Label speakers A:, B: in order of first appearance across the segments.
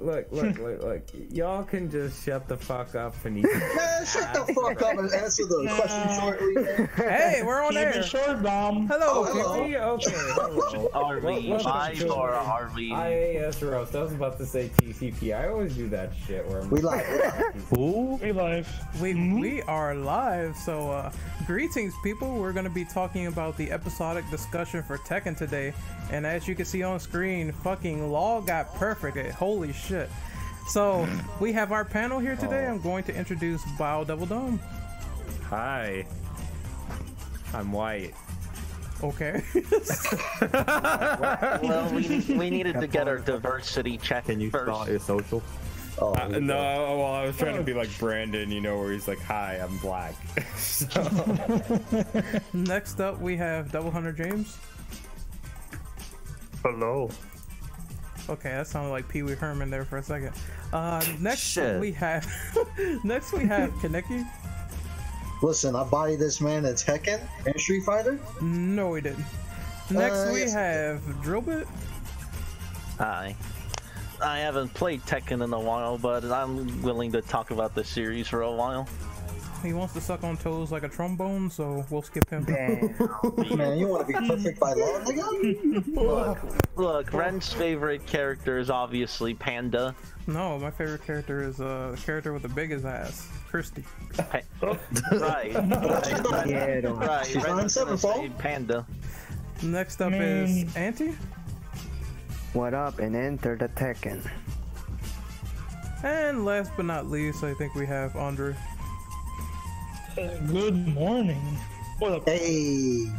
A: look, look, look, look, look. Y'all can just shut the fuck up and eat.
B: Man, shut the fuck up and answer the question shortly.
A: hey, we're on
C: Keep
A: air.
C: it short, Dom.
A: Hello,
B: Oh, hello.
A: Pixie. Okay. hello.
D: Are we
A: Welcome
D: live
A: to-
D: or are we?
A: IAS roast. I was about to say TCP. I always do that shit where I'm
B: We like
A: Ooh.
C: We live.
E: We, we are live, so uh, greetings, people. We're going to be talking about the episodic discussion for Tekken today, and as you can see on screen, fucking Law got perfect. It. Holy shit! So we have our panel here today. I'm going to introduce Bio Double Dome.
A: Hi. I'm white.
E: Okay.
D: Well, we, we needed to get our diversity check
F: Can you
D: first.
F: start your social?
B: Oh,
G: Uh, no, well, I was trying to be like
A: Oh.
G: Brandon, you know, where he's like, "Hi, I'm black." So-
E: Next up, we have Double Hunter James.
F: Hello.
E: Okay, that sounded like Pee Wee Herman there for a second. Uh, next
D: Shit.
E: we have next we have Kaneki.
B: Listen, I body this man in Tekken and Street Fighter.
E: No, we didn't. Next
B: Uh,
E: we
B: yes, we
E: have Drillbit.
D: Hi. I haven't played Tekken in a while, but I'm willing to talk about the series for a while.
E: He wants to suck on toes like a trombone, so we'll skip him.
B: Man, you want to be perfect by law, nigga?
D: Look, look, Ren's favorite character is obviously Panda.
E: No, my favorite character is uh, the character with the biggest ass, Christy.
D: Pa- right, right,
H: Yeah, though.
D: right.
B: She's on
D: Ren's gonna say
B: Sevenfold.
D: Panda.
E: Next up is Auntie.
H: What up? And enter the Tekken.
E: And last but not least, I think we have Andre.
C: Uh, Good morning. What up?
B: Hey,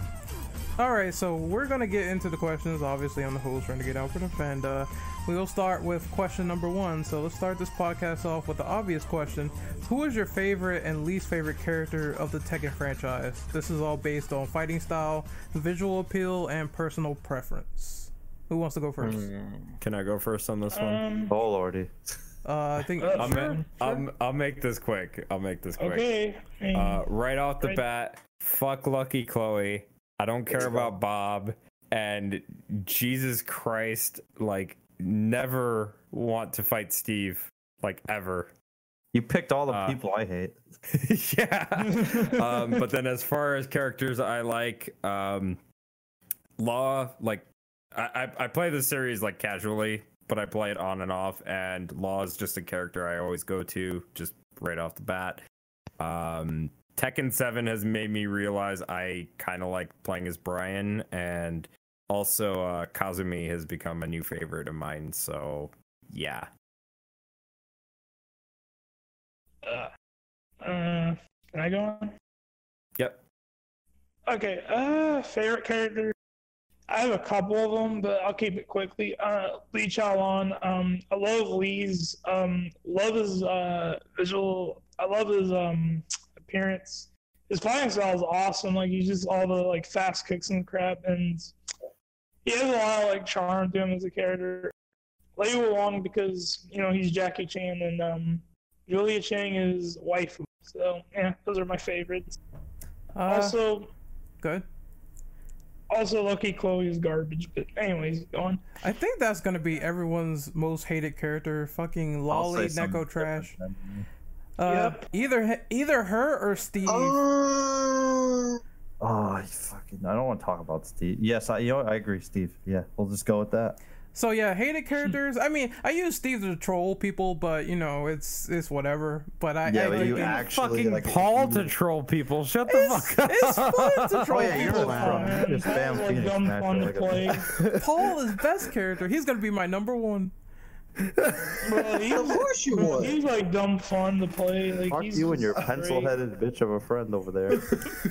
E: All right, so we're gonna get into the questions, obviously, on the Who's Renegade Operative, and uh, we will start with question number one. So let's start this podcast off with the obvious question: Who is your favorite and least favorite character of the Tekken franchise? This is all based on fighting style, visual appeal, and personal preference. Who wants to go first?
G: Can I go first on this one?
C: Um,
F: Oh lordy.
E: Uh, I think
C: Uh,
G: I'll,
C: sure,
G: ma- I'll, I'll make this quick. I'll make this quick.
C: okay. I mean,
G: Uh, right off the
C: Right.
G: bat, fuck Lucky Chloe. I don't care about Bob. And Jesus Christ, like, never want to fight Steve, like, ever.
F: You picked all the
G: Uh,
F: people I hate.
G: yeah. um, but then as far as characters I like, um, Law, like, I, I, I play the series like casually, but I play it on and off, and Law is just a character I always go to just right off the bat. Um, Tekken 7 has made me realize I kind of like playing as Brian, and also uh, Kazumi has become a new favorite of mine, so yeah.
C: uh, can I go on?
G: Yep.
C: Okay. Uh, favorite character. I have a couple of them, but I'll keep it quickly. Uh, Lee Chalon. Um, I love Lee's. Um, love his uh visual. I love his um appearance. His playing style is awesome. Like he's just all the like fast kicks and crap, and he has a lot of like charm to him as a character. Lei Wong because you know he's Jackie Chan, and um, Julia Chang is waifu. So yeah, those are my favorites.
E: uh,
C: also,
E: good.
C: also, Lucky Chloe is garbage. But anyways, go on.
E: I think that's gonna be everyone's most hated character. Fucking
F: I'll
E: Lolly
F: say something
E: Neko Trash.
F: different than-
E: Uh,
C: Yep.
E: Either either her or Steve.
B: oh,
F: Oh, you fucking! I don't want to talk about Steve. Yes, I. You know, what? I agree, Steve. Yeah, we'll just go with that.
E: So yeah, hated characters. I mean, I use Steve to troll people, but you know, it's it's whatever. But I
F: Yeah,
E: I
F: but
E: like
F: you
E: it.
F: act- Actually,
G: fucking
F: like,
G: Paul to troll people. Shut the
E: it's,
G: fuck up.
E: it's fun to troll
F: Oh, yeah, you're
E: people.
F: allowed.
E: man.
C: Man,
F: Just spam
C: that was,
F: Phoenix
C: Uh, dumb
F: Smash
C: fun to
F: like a-
C: play.
E: Paul is best character. He's gonna be my number one.
C: Bro,
B: of
C: he's,
B: course you would.
C: he's like dumb fun to play. Like
F: Fuck
C: he's
F: you and your
C: just great.
F: pencil-headed bitch of a friend over there.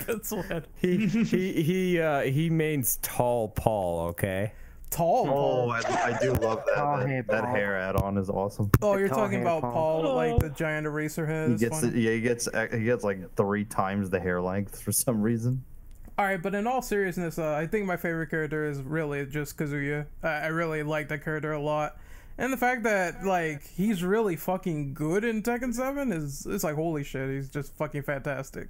E: That's what.
G: He he he uh he means tall Paul, okay?
E: Tall.
F: oh,
E: Oh,
F: I, I do love that.
H: Oh, hey,
F: that, that
H: Paul.
F: hair add-on is awesome.
E: oh you're
H: Tall
E: talking
H: hair
E: about
H: Paul.
E: Paul, like the giant eraser head.
F: He
E: It's
F: gets
E: funny.
F: it, yeah, he gets uh, he gets like three times the hair length for some reason.
E: All right, but in all seriousness, uh, I think my favorite character is really just Kazuya. I, I really like that character a lot, and the fact that like he's really fucking good in Tekken Seven is it's like holy shit, he's just fucking fantastic.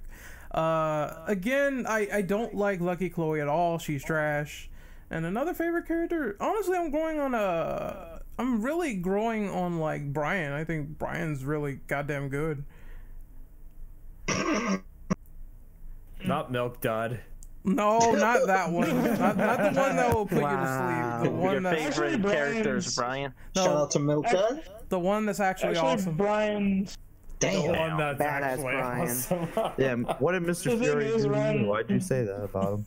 E: Uh, again, I I don't like Lucky Chloe at all. She's trash. And another favorite character, honestly, I'm going on a I'm really growing on like Brian. I think Brian's really goddamn good.
G: Not milk dud.
E: No, not that one. not, not the one that will put
H: Wow.
E: you to sleep. The
D: Your
E: one that's
D: favorite
C: Actually,
D: characters,
C: Brian's-
D: Brian.
B: Shout
E: no,
B: out to Milk Dud.
E: the one that's actually,
C: Actually,
E: awesome.
C: Brian's
B: Damn.
A: one that's
H: Badass
A: actually
H: Brian.
A: awesome.
F: Yeah, what did Mr.
C: The thing
F: Fury
C: is,
F: do? to you?
C: Ryan-
F: Why'd you say that about him?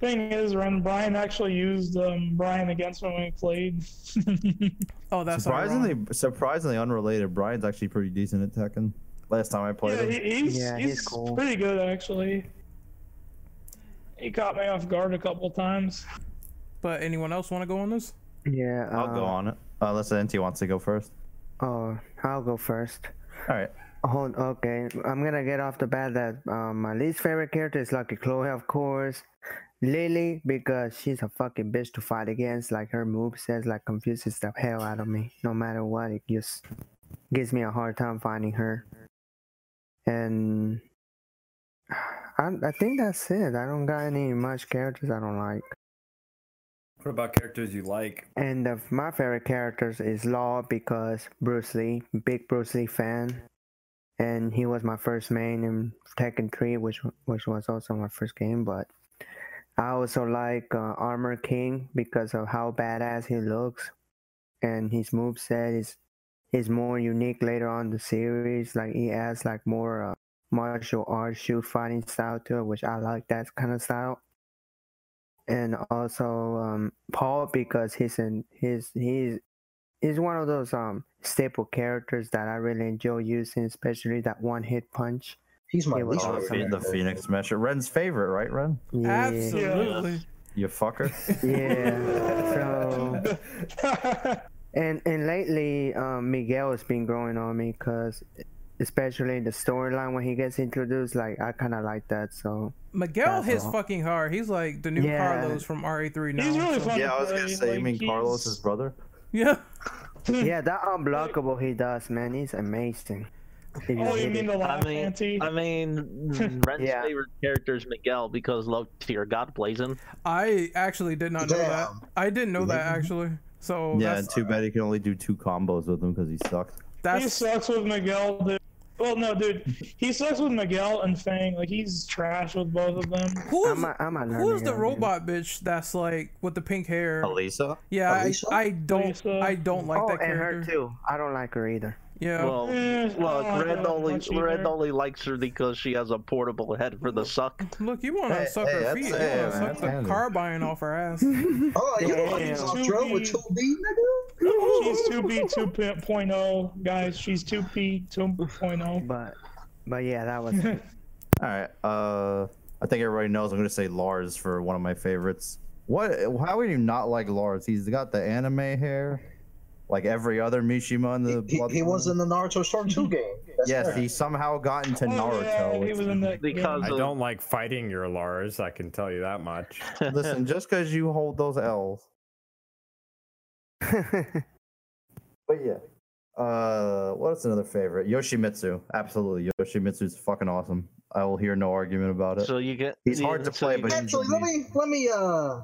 C: thing is, when Brian actually used um, Brian against me when we played.
E: Oh, that's not wrong.
F: surprisingly, surprisingly unrelated. Brian's actually pretty decent at Tekken. Last time I played
C: yeah,
F: him,
C: he, he's,
H: Yeah,
C: he's,
H: he's cool.
C: pretty good actually. He caught me off guard a couple times.
E: But anyone else want to go on this?
H: Yeah.
F: I'll go
H: uh,
F: on it. Unless NT wants to go first.
H: Oh, I'll go first.
F: All right.
H: Hold okay. I'm gonna get off the bat that um, my least favorite character is Lucky Chloe, of course. Lily, because she's a fucking bitch to fight against. Like her move says, like confuses the hell out of me. No matter what, it just gives me a hard time finding her. And I, I think that's it. I don't got any much characters I don't like.
G: What about characters you like?
H: And the, my favorite characters is Law because Bruce Lee, big Bruce Lee fan, and he was my first main in Tekken 3, which which was also my first game. But I also like uh, Armor King because of how badass he looks, and his moveset is is more unique later on in the series. Like he adds like more uh, martial arts shoot fighting style to it, which I like that kind of style and also um, Paul because he's in he's he's he's one of those um staple characters that I really enjoy using, especially that one hit punch.
B: He's my
H: He was
B: least
H: awesome.
B: favorite.
F: The Phoenix Smasher. Ren's favorite, right, Ren?
H: Yeah,
E: Absolutely.
F: You fucker.
H: yeah. So and and lately um, Miguel has been growing on me because especially in the storyline when he gets introduced, like I kind of like that. So
E: Miguel
H: That's
E: hits
H: all.
E: fucking hard. He's like the new
H: Yeah.
E: Carlos from RE3 now.
C: He's really
E: so-
C: fun.
F: yeah, I was gonna
C: Like,
F: say. you mean
C: he's-
F: Carlos's brother?
E: Yeah.
H: yeah, that unblockable he does, man, he's amazing. If
C: Oh, you
H: hit
C: mean
H: it.
C: the
D: I
C: laugh
D: mean,
C: anti?
D: I mean, Ren's
H: Yeah.
D: favorite character is Miguel because low tier God plays him.
E: I actually did not know that.
B: Damn.
E: I didn't know that actually. So
F: yeah,
E: that's,
F: and too bad he can only do two combos with him because he sucks.
C: He
E: that's
C: sucks with Miguel, dude. Well, no, dude, he sucks with Miguel and Fang. Like he's trash with both of them.
E: who's
H: I'm a, I'm a
E: who's
H: learning
E: the
H: guy, man.
E: robot bitch that's like with the pink hair?
F: Elisa?
E: Yeah, I,
B: Elisa?
E: I don't
C: Elisa.
E: I don't like
H: oh,
E: that
H: and
E: character.
H: her too. I don't like her either.
E: Yeah.
D: Well,
C: Eh, I
D: look,
C: don't like
D: Red
C: that
D: only
C: much
D: Red
C: either.
D: only likes her because she has a portable head for the suck.
E: Look, you want to
F: Hey,
E: suck
F: hey,
E: her
F: that's-
E: feet. you
F: hey, man,
E: want to suck
F: that's
E: the
F: handy.
E: carbine off her ass.
B: Oh, you know
H: Damn.
B: he's on drill with 2B, nigga?
C: She's 2B 2.0, oh, guys. She's 2B 2.0.
H: But but yeah, that was it.
F: All right. Uh, I think everybody knows. I'm gonna say Lars for one of my favorites. What? How would you not like Lars? He's got the anime hair, like every other Mishima in the.
B: He, he
F: Bloodborne.
B: was in the Naruto Storm 2 game. That's
F: Yes,
B: right.
F: he somehow got into
C: Oh, yeah,
F: Naruto.
C: he was in that.
D: Because-
G: I
D: So-
G: don't like fighting your Lars. I can tell you that much.
F: Listen, just because you hold those L's, but yeah. Uh, what's another favorite? Yoshimitsu. Absolutely, Yoshimitsu's fucking awesome. I will hear no argument about it.
D: So you get
F: He's
D: you-
F: hard to
D: so
F: play,
D: you-
F: but-
B: Actually, let me, let me, uh,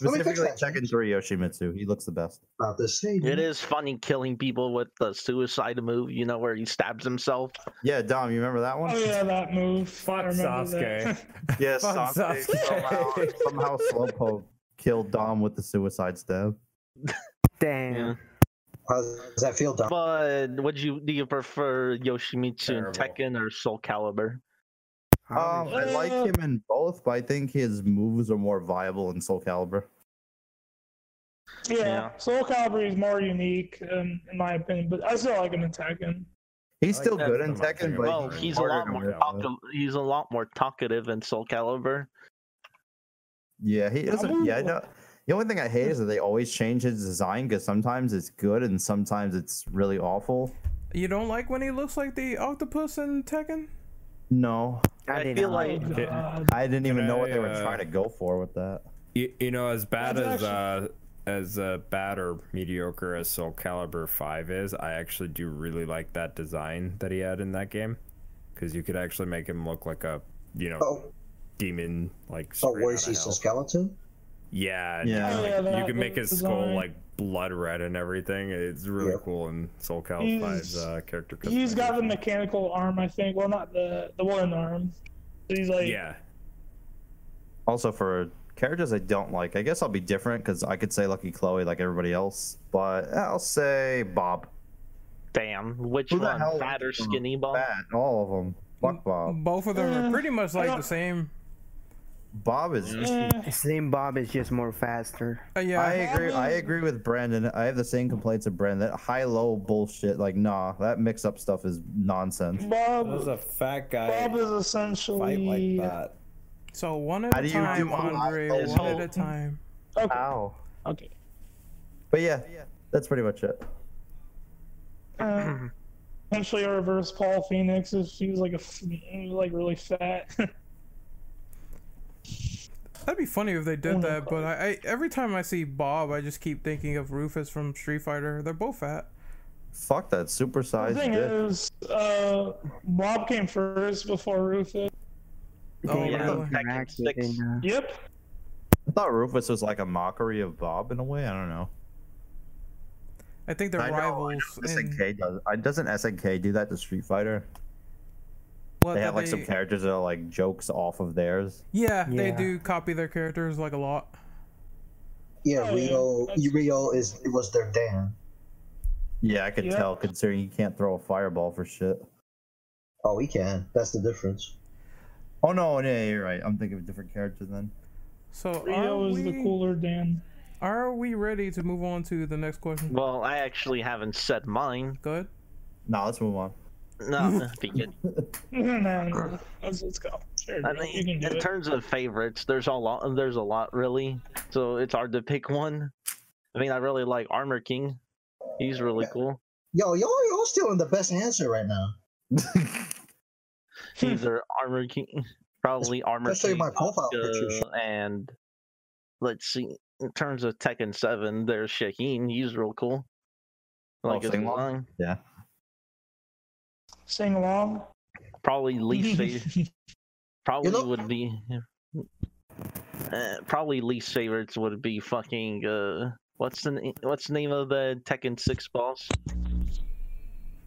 B: let me fix
F: Specifically,
B: that.
F: Tekken Three Yoshimitsu. He looks the best.
B: about this thing.
D: it is funny killing people with the suicide move. You know where he stabs himself.
F: Yeah, Dom, you remember that one?
C: Oh yeah, that move.
G: Fuck Sasuke.
F: Yes,
G: Fuck
F: Sasuke somehow,
G: Sasuke.
F: somehow Slowpoke killed Dom with the suicide stab.
H: Damn.
D: Yeah.
B: How does that feel, Dom?
F: Uh-huh.
D: But would you do you prefer Yoshimitsu in
G: Terrible.
D: Tekken or Soul Calibur?
F: Um, I like
C: Uh,
F: him in both, but I think his moves are more viable in Soul Calibur.
C: Yeah.
D: Yeah.
C: Soul Calibur is more unique, um, in my opinion, but I still like him in Tekken.
F: He's
G: I like
F: still
G: that
F: good in
G: from my
F: Tekken,
G: favorite
F: but
D: Well,
G: it's
D: he's a lot
F: harder
D: more
F: to
D: talk-
F: win.
D: he's a lot more talkative in Soul Calibur.
F: Yeah, he doesn't. Yeah, I
C: Ooh.
F: know. The only thing I hate is that they always change his design because sometimes it's good and sometimes it's really awful.
E: You don't like when he looks like the octopus in Tekken?
F: No,
H: I,
D: I
H: didn't
D: feel
H: like
D: like-
C: Oh, God.
F: I didn't even know what they were
G: I, uh,
F: trying to go for with that.
G: You, you know, as bad
C: That's
G: as uh, as uh, bad or mediocre as Soul Calibur Five is, I actually do really like that design that he had in that game, because you could actually make him look like a you know
B: Oh,
G: demon like.
B: oh
G: straight
B: where's
G: outta
B: he?
G: hell.
B: Skeleton?
F: Yeah.
G: Yeah, dude,
C: Oh,
G: like,
C: yeah, that
G: you can make
C: was
G: his skull
C: design.
G: like blood red and everything. It's really
B: Yeah.
G: cool in Soul Calibur
C: He's-
G: 5's uh, character.
C: He's got the
G: customization.
C: mechanical arm, I think. Well, not the the one arm. He's like,
G: yeah,
F: Also, for characters I don't like, I guess I'll be different because I could say Lucky Chloe like everybody else, but I'll say Bob.
D: Damn, which
F: Who the
D: one?
F: hell
D: Fat or
F: is, um,
D: skinny ball?
F: Fat, all of them. Fuck Bob.
E: Both of them are
C: Uh,
E: pretty much
C: I
E: like
C: don't-
E: the same.
F: Bob is.
C: eh,
H: Slim Bob is just more faster.
E: Uh, yeah,
F: I agree. I agree with Brandon. I have the same complaints of Brandon. That high-low bullshit. Like, nah, that mix-up stuff is nonsense.
A: That
C: Bob.
A: was a fat guy
C: Bob is
A: fight like
C: essentially.
A: that.
E: So one at
F: How
E: a
F: do you
E: time,
F: do all
E: Andre.
F: that?
E: One at a time.
C: Okay.
F: Ow.
C: okay.
F: But yeah, that's pretty much it.
C: Uh, essentially, a reverse Paul Phoenix if she was like a f- like really fat.
E: That'd be funny if they did
C: One at a
E: that, but I, I every time I see Bob, I just keep thinking of Rufus from Street Fighter. They're both fat.
F: Fuck that
C: the
F: supersized
C: thing
F: dick.
C: is, uh, Bob came first before Rufus.
E: Oh,
H: They
D: yeah.
H: don't
E: really?
H: interact
D: Tekken
H: within,
D: six.
H: uh,
C: Yep.
F: I thought Rufus was like a mockery of Bob in a way. I don't know.
E: I think they're
F: I know, I know.
E: rivals. in-
F: SNK does. I, doesn't SNK do that to Street Fighter?
E: what,
F: They
E: that
F: have like some
E: they-
F: characters that are like jokes off of theirs.
E: Yeah, they
H: Yeah.
E: do copy their characters like a lot.
B: Yeah,
C: Oh, yeah.
B: Rio
C: That's-
B: Rio is was their Dan.
F: Yeah, I could
C: Yeah.
F: tell considering you can't throw a fireball for shit.
B: Oh, we can. That's the difference.
F: Oh no, yeah, you're right. I'm thinking of a different character then.
E: So are
C: Rio is
E: we,
C: the cooler Dan.
E: are we ready to move on to the next question?
D: Well, I actually haven't said mine.
E: Good.
F: Nah, let's move on.
D: No, that'd be good.
C: no, no, no. Let's, let's go. Sure,
D: I
C: Dale, you can
D: mean,
C: do
D: in
C: it.
D: terms of favorites, there's a lot. There's a lot really. So it's hard to pick one. I mean, I really like Armor King. He's really cool.
B: Yo, y'all y'all still in the best answer right now.
D: Either Armor King, probably Armor
B: Let's show you
D: King,
B: my profile picture. Oh,
D: uh, and let's see. In terms of Tekken Seven, there's Shaheen. He's real cool. I
F: Oh,
D: Like his
F: Sing Wong?
D: design.
C: Sing along.
D: Probably least favorite. Probably
B: know-
D: would be. Uh, probably least favorites would be fucking. Uh, what's the na- what's the name of the Tekken Six boss?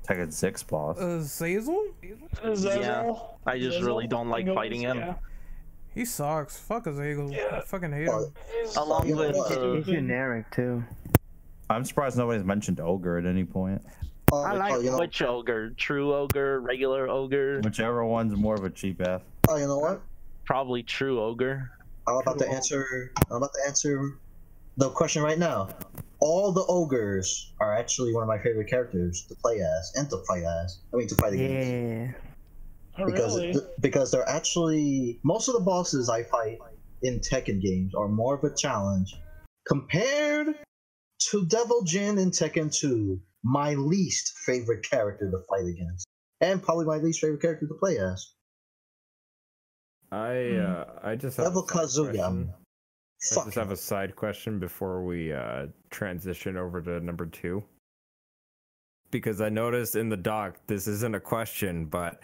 F: Tekken Six boss.
E: Uh, Zazel?
C: Zazzle.
D: I just really
C: Zazzle.
D: don't like
C: Zazzle,
D: fighting him.
C: yeah.
E: He sucks. Fuck Zazel. I
C: Yeah.
E: fucking hate
B: Oh,
E: him.
C: He's-
D: Along
B: you know
D: with
B: what?
D: uh,
H: He's generic too.
F: I'm surprised nobody's mentioned Ogre at any point.
B: oh,
H: I like
B: oh, you know,
D: which ogre, true ogre, regular ogre,
F: Whichever one's more of a cheap ass.
B: oh, you know what?
D: probably true ogre.
B: I'm about to answer. I'm about to answer the question right now. All the ogres are actually one of my favorite characters to play as and to fight as. I mean, to fight against.
H: Yeah.
C: Oh,
B: because
C: really?
B: th- because they're actually most of the bosses I fight in Tekken games are more of a challenge compared to Devil Jin in Tekken 2, my least favorite character to fight against, and probably my least favorite character to play as.
G: I
C: Hmm.
G: uh, I just have a
B: Devil
G: side question.
B: Kazuya.
G: I
B: Fuck.
G: just have a side question before we uh, transition over to number two. Because I noticed in the doc, this isn't a question, but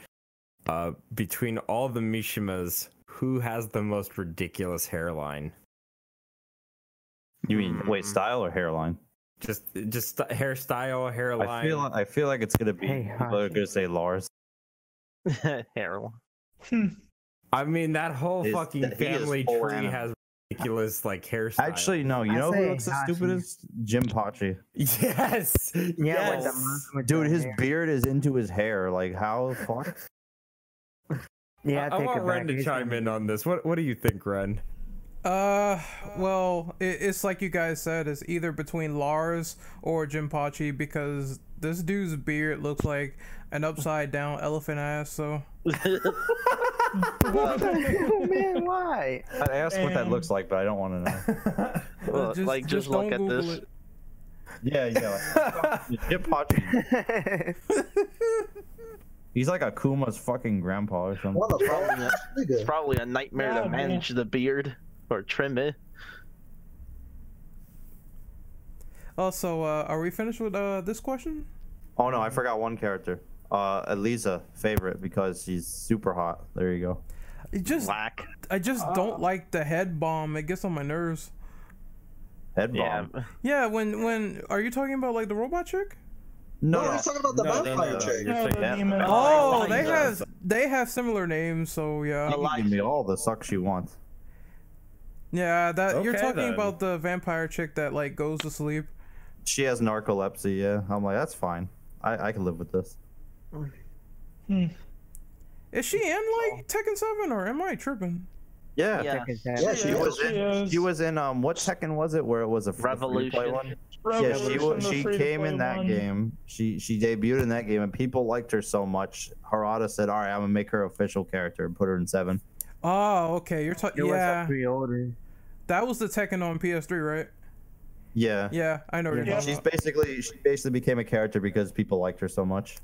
G: uh, between all the Mishimas, who has the most ridiculous hairline?
F: You mean wait,
D: Hmm.
F: style or hairline?
G: Just, just st- hairstyle, hairline.
F: I feel I feel like it's gonna be.
H: Hey,
F: people are
H: Hashi.
F: gonna say Lars.
D: Harold.
G: I mean, that whole
F: Is-
G: fucking
F: that he is
G: family
F: full
G: tree
F: animal.
G: has ridiculous like hairstyle.
F: Actually, no. You
H: I
F: know who
H: say
F: looks the
H: Hashi.
F: stupidest? Jim Pachi.
G: yes,
H: Yeah, with
G: yes.
H: the mouth, with
F: Dude,
H: the
F: his
H: hair.
F: beard is into his hair. Like how the fuck?
H: Yeah,
G: I, I
H: take
G: want
H: it
G: Ren
H: back.
G: to
H: He's
G: chime
H: gonna-
G: in on this. What What do you think, Ren?
E: Uh, well, it, it's like you guys said, it's either between Lars or Jinpachi because this dude's beard looks like an upside down elephant ass. So
H: What the hell, Oh, man? Why?
F: I asked what that looks like, but I don't want to know.
D: Look,
E: just-
D: like
E: just
D: just, look
E: don't
D: at
E: Google
D: this.
E: it.
F: Yeah, yeah. Like, Jim Pachi. He's like Akuma's fucking grandpa or something.
B: What the fuck? Nigga.
D: Probably a nightmare
C: Yeah,
D: to
C: man.
D: manage the beard or trim it.
E: Also, uh, are we finished with uh this question?
F: Oh no, I forgot one character. Uh, Eliza, favorite because she's super hot. There you go.
E: It just
D: Whack.
E: I just don't like the head bomb. It gets on my nerves.
F: Head bomb.
D: Yeah.
E: Yeah, when when are you talking about like the robot chick?
F: No,
B: No,
F: no.
B: he's talking about the
A: No, no,
B: vampire
A: no, no,
B: chick.
A: you're
C: No,
A: saying-
C: the demon.
E: Oh, they
D: Eliza.
E: have they have similar names, so yeah,
F: You can give me all the suck she wants.
E: yeah. That you're
A: Okay,
E: talking
A: then.
E: about the vampire chick that like goes to sleep.
F: She has narcolepsy. Yeah, I'm like that's fine. I I can live with this.
E: Is she in
A: Oh.
E: like Tekken Seven or am I tripping?
F: Yeah.
D: Yeah.
H: Tekken Seven.
B: Yeah, she
C: Yes,
B: was
C: she
B: in.
C: is.
F: She was in um what Tekken was it where it was a free- free play
D: Revolution.
F: one? Yeah,
C: Revolution,
F: she was,
C: the
F: she
C: free-to-play
F: came in that
C: one.
F: game. She she debuted in that game and people liked her so much. Harada said, "All right, I'm gonna make her official character and put her in seven.
E: Oh, okay. You're
H: It
E: talking.
H: was a
E: Yeah,
H: pre-order.
E: that was the Tekken on PS3, right?
F: Yeah.
E: Yeah, I know. What you're
C: Yeah.
E: talking
F: She's
E: about.
F: basically she basically became a character because people liked her so much.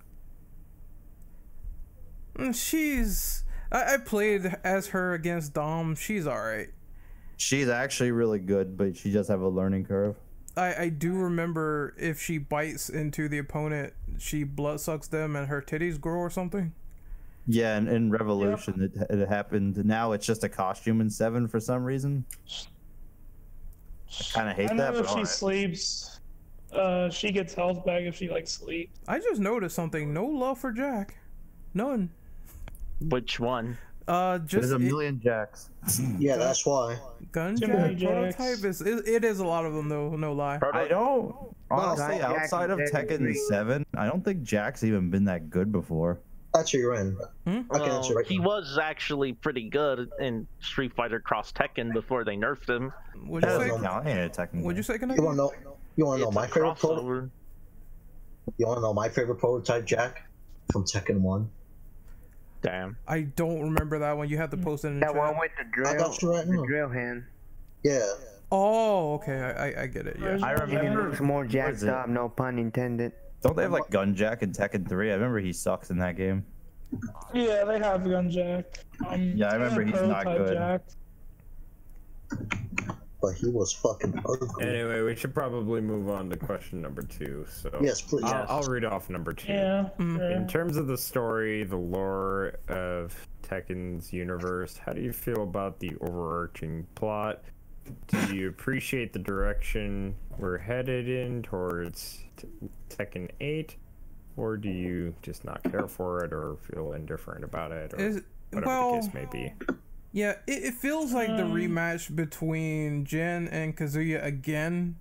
E: Mm, She's. I, I played as her against Dom. She's all right.
F: She's actually really good, but she just have a learning curve.
E: I, I do remember if she bites into the opponent, she blood sucks them and her titties grow or something.
F: Yeah, and in Revolution it, it happened. Now it's just a costume in seven for some reason. I kind of hate
C: I know
F: that, but
C: if she
F: all right.
C: sleeps, uh, she gets health back if she like sleeps.
E: I just noticed something. No love for Jack. None.
D: Which one?
E: Uh, just
F: there's a
E: it-
F: million jacks.
B: Yeah, that's why.
E: gun
C: Too
E: Jack
C: many Jacks.
E: prototype is it, it is a lot of them though. No lie.
F: I don't.
H: Jack
F: Honestly,
H: is
F: outside of
H: dead
F: Tekken
H: three.
F: 7, I don't think Jack's even been that good before.
B: Actually, you're in.
C: Hmm?
B: I can
D: Well,
B: actually
D: Um, he
B: recognize.
D: was actually pretty good in Street Fighter Cross Tekken before they nerfed him.
E: Would you
F: That
E: say?
F: doesn't count. Ain't a Tekken
E: Would
F: game.
E: you say?
B: You wanna
E: Connected?
B: know? You wanna know
D: It's
B: Oh, my
D: a
B: favorite prototype?
D: crossover.
B: You wanna know my favorite prototype, Jack, from Tekken One?
D: Damn.
E: I don't remember that one. You have to post it in the
H: That one
E: chat.
H: with the
B: I
H: drill,
B: got you right
H: the
B: now.
H: drill hand.
B: Yeah.
E: Oh, okay. I, I, I get it. Yeah.
C: There's
F: I
C: one
H: And he
F: remember-
C: better.
H: looks more jacked
F: it?
H: up. No pun intended.
F: Don't they have like Gunjack in Tekken 3? I remember he sucks in that game.
C: Yeah, they have Gun Jack. Um,
F: Yeah, I remember
C: and
F: he's not
C: Prototype
F: good.
C: Jack.
B: But he was fucking ugly.
A: Anyway, we should probably move on to question number two. So
B: Yes, please.
A: I'll, I'll read off number two.
C: Yeah.
A: In
E: Mm-hmm.
C: yeah.
A: terms of the story, the lore of Tekken's universe, how do you feel about the overarching plot? Do you appreciate the direction we're headed in towards T- Tekken 8? Or do you just not care for it or feel indifferent about it or
E: Is
A: whatever
E: well,
A: the case may be? Um.
E: yeah. It, it feels like the rematch between Jin and Kazuya again.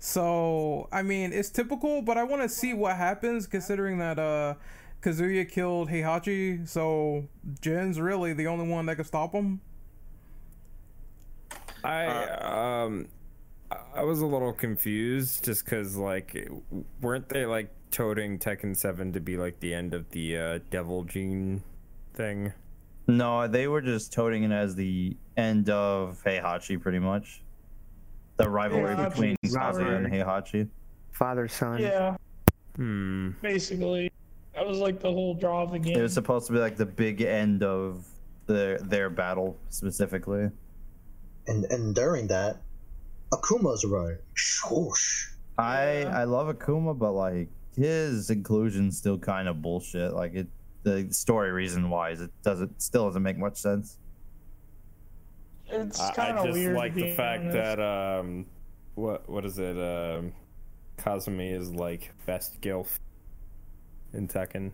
E: So I mean, it's typical, but I want to see what happens considering that uh, Kazuya killed Heihachi. So Jin's really the only one that can stop him.
A: I um I- I was a little confused just because like w- weren't they like toting Tekken 7 to be like the end of the uh, Devil Gene thing?
F: No, they were just toting it as the end of Heihachi, pretty much. The rivalry
C: Heihachi's
F: between Kazuya and
H: rivalry.
F: Heihachi.
H: Father son.
C: Yeah,
A: Hmm.
C: basically. That was like the whole draw of the game.
F: It was supposed to be like the big end of their their battle specifically.
B: And and during that, Akuma's arrived. Shoosh.
F: I I love Akuma, but like his inclusion's still kind of bullshit. Like it, the story reason wise, it doesn't still doesn't make much sense.
C: it's
A: I,
C: kind
A: I
C: of
A: just
C: weird.
A: like the
C: being
A: fact
C: honest.
A: that um what what is it um Kazumi is like best gilf in Tekken.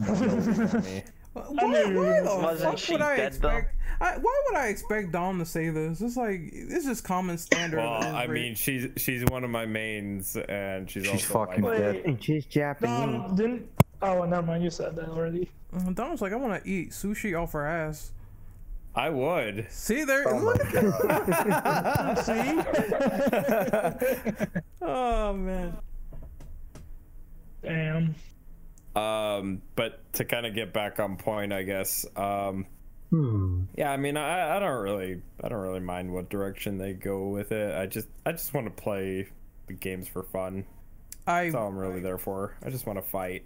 A: Me.
E: Why,
C: I
E: why
C: knew
E: the
C: you-
D: Wasn't
E: fuck
D: she
E: would I
D: dead, though?
E: expect? I, why would I expect Dom to say this? It's like it's just common standard.
A: well,
E: in
A: I
E: every-
A: mean she's she's one of my mains and she's,
F: She's
A: also
F: fucking
A: my-
C: Wait,
H: And she's
A: um,
H: Japanese.
C: Dom didn't. Oh, never mind. You said that already.
E: Uh, Dom's like, I want to eat sushi off her ass.
A: I would.
E: See there,
D: Oh
E: look. Oh man.
C: Damn.
A: Um, but to kind of get back on point, I guess. Um,
B: Hmm.
A: yeah, I mean, I, I don't really, I don't really mind what direction they go with it. I just, I just want to play the games for fun.
E: I
A: That's all I'm really there for. I just want to fight.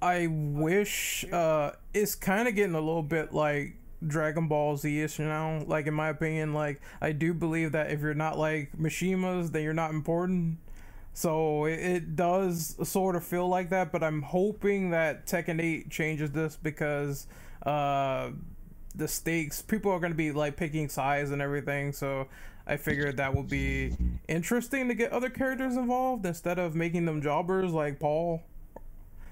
E: I wish uh it's kind of getting a little bit like Dragon Ball Z ish now. Like in my opinion, like I do believe that if you're not like Mishimas, then you're not important. So it, it does sort of feel like that, but I'm hoping that Tekken 8 changes this because uh the stakes people are going to be like picking sides and everything. So I figured that would be interesting to get other characters involved instead of making them jobbers like Paul.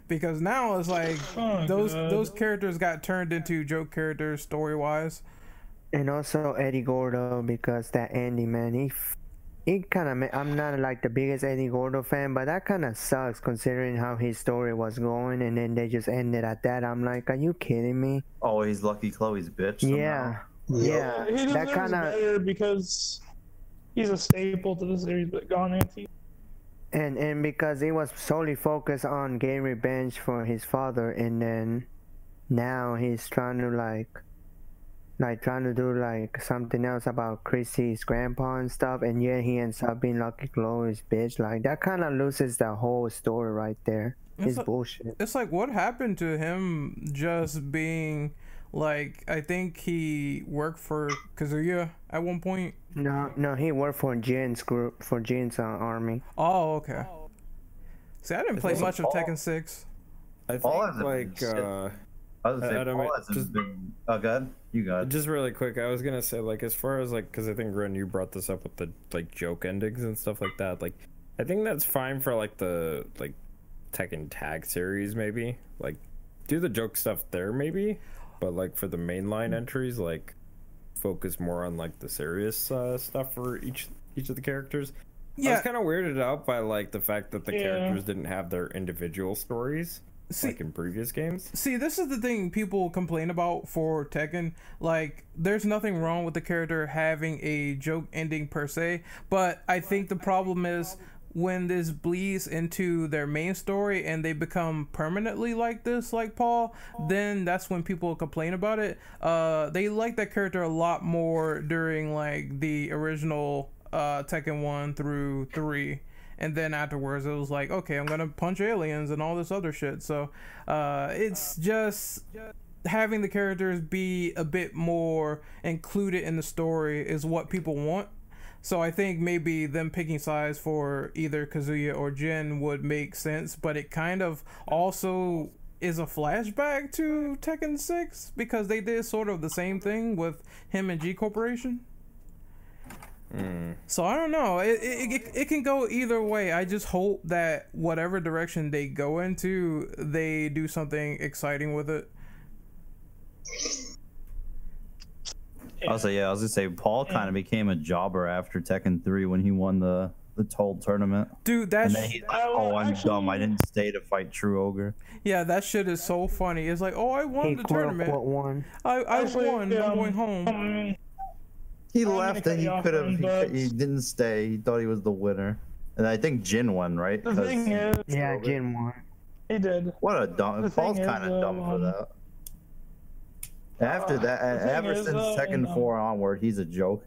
E: Because now it's like
C: Oh,
E: those
C: God.
E: those characters got turned into joke characters story wise.
H: And also Eddie Gordo because that Andy man, he f- he kind of I'm not like the biggest Eddie Gordo fan, but that kind of sucks considering how his story was going, and then they just ended at that. I'm like, are you kidding me?
F: Oh, he's lucky Chloe's bitch. somehow.
H: Yeah,
C: He
H: yeah,
C: deserves
H: that kind of
C: better because he's a staple to the series, but gone anti.
H: and and because he was solely focused on getting revenge for his father, and then now he's trying to like like trying to do like something else about Chrissy's grandpa and stuff, and yet he ends up being Lucky Chloe's bitch. Like that kind of loses the whole story right there.
E: It's
H: It's
E: a-
H: bullshit.
E: It's like what happened to him just being like I think he worked for Kazuya at one point.
H: No, no, he worked for Jin's group for Jin's uh, army.
E: Oh, okay. See, I didn't play
F: also
E: much of
F: Paul.
E: Tekken Six.
A: I think
F: All of them
A: like
F: sit-
A: uh, I- I
F: I was gonna say,
A: don't
F: Paul
A: mean-
F: hasn't
A: just-
F: been- Oh, God, you got it.
A: just really quick, I was gonna say like as far as like because I think Ren, you brought this up with the like joke endings and stuff like that. Like, I think that's fine for like the like Tekken Tag series maybe. Like, do the joke stuff there maybe, but like for the
C: Hmm.
A: mainline entries, like focus more on like the serious uh, stuff for each each of the characters. I
E: Yeah,
A: was kind of weirded out by like the fact that the
C: Yeah.
A: characters didn't have their individual stories
E: See-
A: like in previous games.
E: See, this is the thing people complain about for Tekken. Like, there's nothing wrong with the character having a joke ending per se, but I think the problem is when this bleeds into their main story and they become permanently like this, like Paul, then that's when people complain about it. Uh, they like that character a lot more during like the original uh, Tekken one through three and then afterwards it was like okay i'm gonna punch aliens and all this other shit so uh, it's just having the characters be a bit more included in the story is what people want so i think maybe them picking sides for either kazuya or jin would make sense but it kind of also is a flashback to tekken 6 because they did sort of the same thing with him and g corporation so I don't know. It, it, it, it can go either way. I just hope that whatever direction they go into, they do something exciting with it.
F: Also, yeah, I was gonna say Paul kind of became a jobber after Tekken 3 when he won the the Toll tournament.
E: Dude,
F: And
E: that's
F: then he's like,
C: I will
F: "Oh, I'm dumb. I
C: actually-
F: didn't stay to fight True Ogre."
E: yeah, that shit is so funny. It's like, oh, I won
H: He
E: the
H: quote
E: tournament.
H: unquote won.
E: I, I won. I'm
C: um,
E: going home.
C: um,
F: He
C: gonna
F: left,
C: cut
F: and
C: you
F: he
C: off,
F: could have.
C: but-
F: He, he didn't stay. He thought he was the winner, and I think Jin won, right?
C: the
F: 'Cause-
C: thing is,
H: Yeah, Jin won.
C: he did.
F: What a dumb.
C: The
F: Paul's
C: thing is,
F: kind of dumb for
C: um, uh,
F: that. After that,
C: the thing
F: ever
C: is,
F: since
C: uh,
F: Tekken
C: and, um,
F: 4 onward, he's a joke.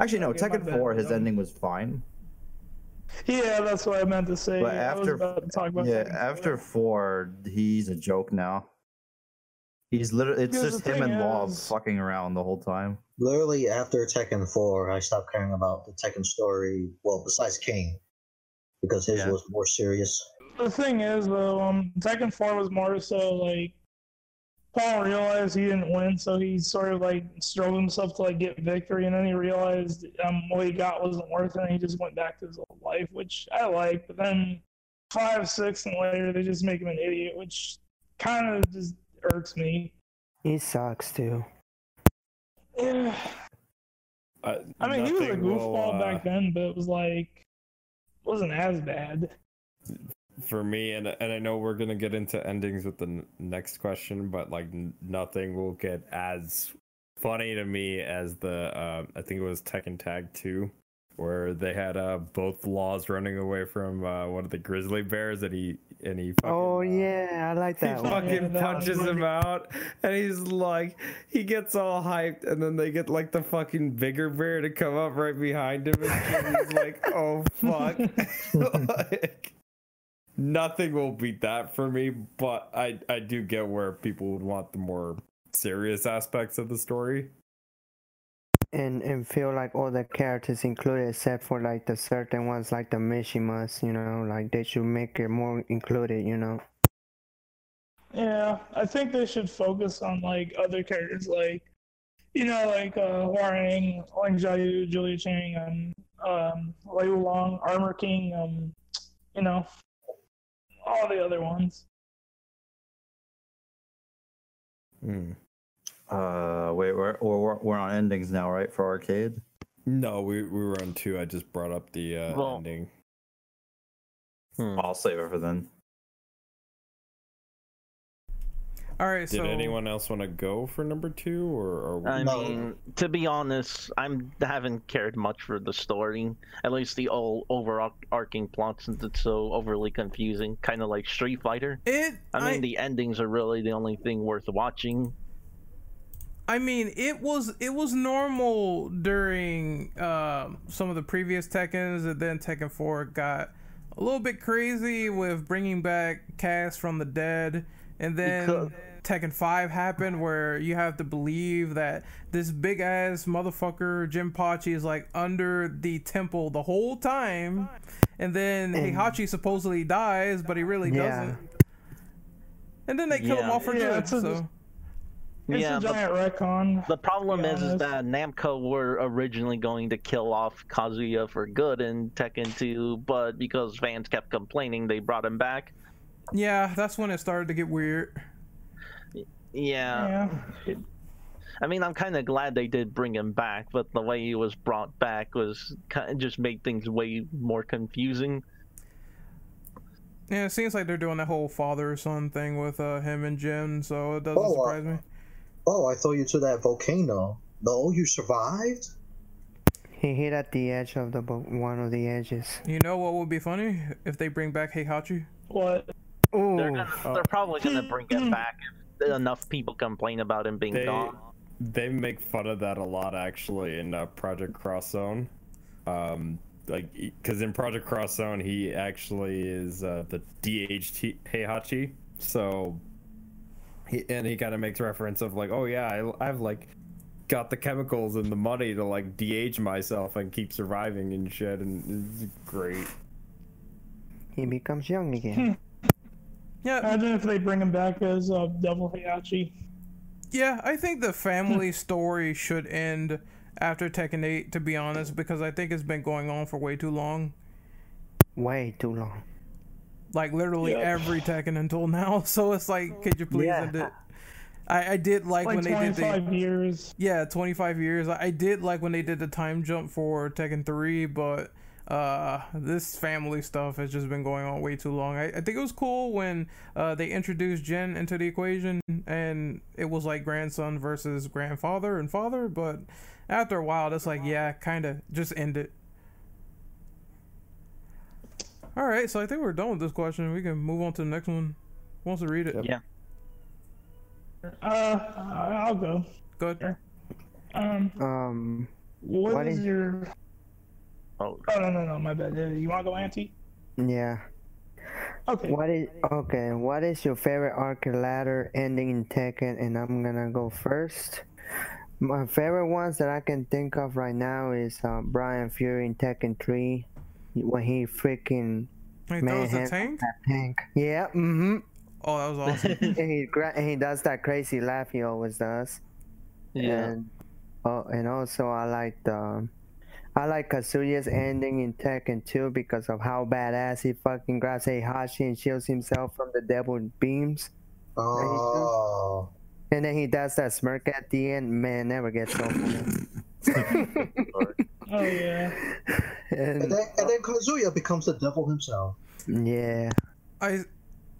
F: Actually, no,
C: Okay, my
F: Tekken
C: bad,
F: 4, his
C: um,
F: ending was fine.
C: Yeah, that's what I meant to say.
F: But
C: I was
F: after,
C: about to talk about
F: yeah,
C: something.
F: after 4, he's a joke now. He's literally, it's
C: Because
F: just
C: the
F: him and
C: thing
F: Law
C: is-
F: fucking around the whole time.
B: Literally after Tekken 4, I stopped caring about the Tekken story. Well, besides Kane, because his
F: Yeah.
B: was more serious.
C: the thing is though, um, Tekken Four was more so like Paul realized he didn't win, so he sort of like strove himself to like get victory, and then he realized um what he got wasn't worth it, and he just went back to his old life, which I like. But then five, six, and later they just make him an idiot, which kind of just irks me.
H: He sucks too.
C: Yeah.
A: Uh,
C: I mean, he was a
A: nothing will,
C: goofball
A: uh,
C: back then, but it was like wasn't as bad.
A: for me and and I know we're going to get into endings with the n- next question but like n- nothing will get as funny to me as the uh, I think it was Tekken Tag 2 where they had uh both laws running away from uh, one of the grizzly bears and he and he fucking,
H: Oh
A: uh,
H: yeah, I like that
A: he
H: one.
C: Yeah,
A: fucking
C: that
A: punches
C: was-
A: him out and he's like he gets all hyped and then they get like the fucking bigger bear to come up right behind him and he's like oh fuck like, nothing will beat that for me but i i do get where people would want the more serious aspects of the story
H: and and feel like all the characters included except for like the certain ones like the Mishimas, you know, like they should make it more included, you know.
C: Yeah, I think they should focus on like other characters like you know, like uh, Warang, Wang Jiu, Julia Chang, and um, Lei Wulong, Armor King, um, you know, all the other ones.
G: Hmm.
F: Uh, wait, we're, we're we're on endings now, right? For arcade.
G: No, we, we were on two. I just brought up the uh,
D: Well-
G: ending.
F: I'll save it for then.
E: All right.
G: Did
E: so
G: anyone else want to go for number two, or are we?
D: I
B: No.
D: mean, to be honest, I'm haven't cared much for the story. At least the all overarching plot, since it's so overly confusing, kind of like Street Fighter.
E: It.
D: I mean, the endings are really the only thing worth watching.
E: I mean, it was it was normal during um, some of the previous Tekkens, and then Tekken Four got a little bit crazy with bringing back Cass from the dead, and then
D: Because-
E: Tekken Five happened, where you have to believe that this big ass motherfucker Jim Pachi is like under the temple the whole time, and then
H: And-
E: Heihachi supposedly dies, but he really
H: Yeah.
E: doesn't. And then they kill him
D: Yeah.
E: off for
C: Yeah,
E: good.
C: it's a-
E: So
C: It's
D: yeah,
C: a
D: but
C: giant retcon.
D: The problem
C: be
D: is, is
C: honest.
D: that Namco were originally going to kill off Kazuya for good in Tekken 2, but because fans kept complaining, they brought him back.
E: yeah, that's when it started to get weird.
D: Yeah,
C: yeah.
D: I mean, I'm kind of glad they did bring him back, but the way he was brought back was kind of just made things way more confusing.
E: Yeah, it seems like they're doing that whole father son thing with uh, him and Jim, so it doesn't
B: Oh, uh,
E: surprise me.
B: Oh, I throw you to that volcano. No, you survived?
H: He hit at the edge of the bo- one of the edges.
E: You know what would be funny if they bring back Heihachi?
C: What?
H: Ooh,
D: They're gonna,
F: Oh.
D: they're probably gonna bring him back if enough people complain about him being
G: They-
D: gone.
G: They make fun of that a lot, actually, in uh, Project Cross Zone. Um, like, because in Project Cross Zone, he actually is uh, the DHT Heihachi. So, he and he kind of makes reference of like, oh yeah, I, I've like got the chemicals and the money to like de-age myself and keep surviving and shit, and it's great.
H: he becomes young again.
E: Yeah,
C: Imagine if they bring him back as uh, Devil Heihachi.
E: yeah, I think the family story should end after Tekken 8, to be honest, because I think it's been going on for way too long.
H: Way too long.
E: Like, literally
C: Yep.
E: every Tekken until now, so it's like, could you please
H: Yeah.
E: end it? I, I did like,
C: Like
E: when they did the.
C: 25 years.
E: Yeah, 25 years. I I did like when they did the time jump for Tekken 3, but uh, this family stuff has just been going on way too long. I, I think it was cool when uh, they introduced Jen into the equation and it was like grandson versus grandfather and father, but after a while, that's like, yeah, kind of just end it. All right, so I think we're done with this question. We can move on to the next one. Who wants to read it?
G: Yep.
C: Uh, I- I'll go.
E: Go ahead.
C: Um,
H: Um,
C: what
H: What
C: is
H: is-
C: your?
D: Oh.
C: Oh no no no, my bad. Uh, You want to go anti?
H: yeah.
C: Okay.
H: What is okay? What is your favorite arc ladder ending in Tekken? And I'm gonna go first. My favorite ones that I can think of right now is uh, Brian Fury in Tekken 3 when he freaking
E: Hey, that was the
H: Manhandle
E: tank?
H: that tank. Yeah, mm-hmm.
E: Oh, that was awesome.
H: and he gra- and he does that crazy laugh he always does.
D: Yeah,
H: And, oh, and also I like the, I like Kazuya's ending in Tekken 2 because of how badass he fucking grabs Heihachi and shields himself from the devil beams.
B: Oh.
H: And then he does that smirk at the end. Man, never gets old.
C: Oh yeah.
H: And-
B: And then, and then Kazuya becomes the devil himself.
H: yeah.
E: I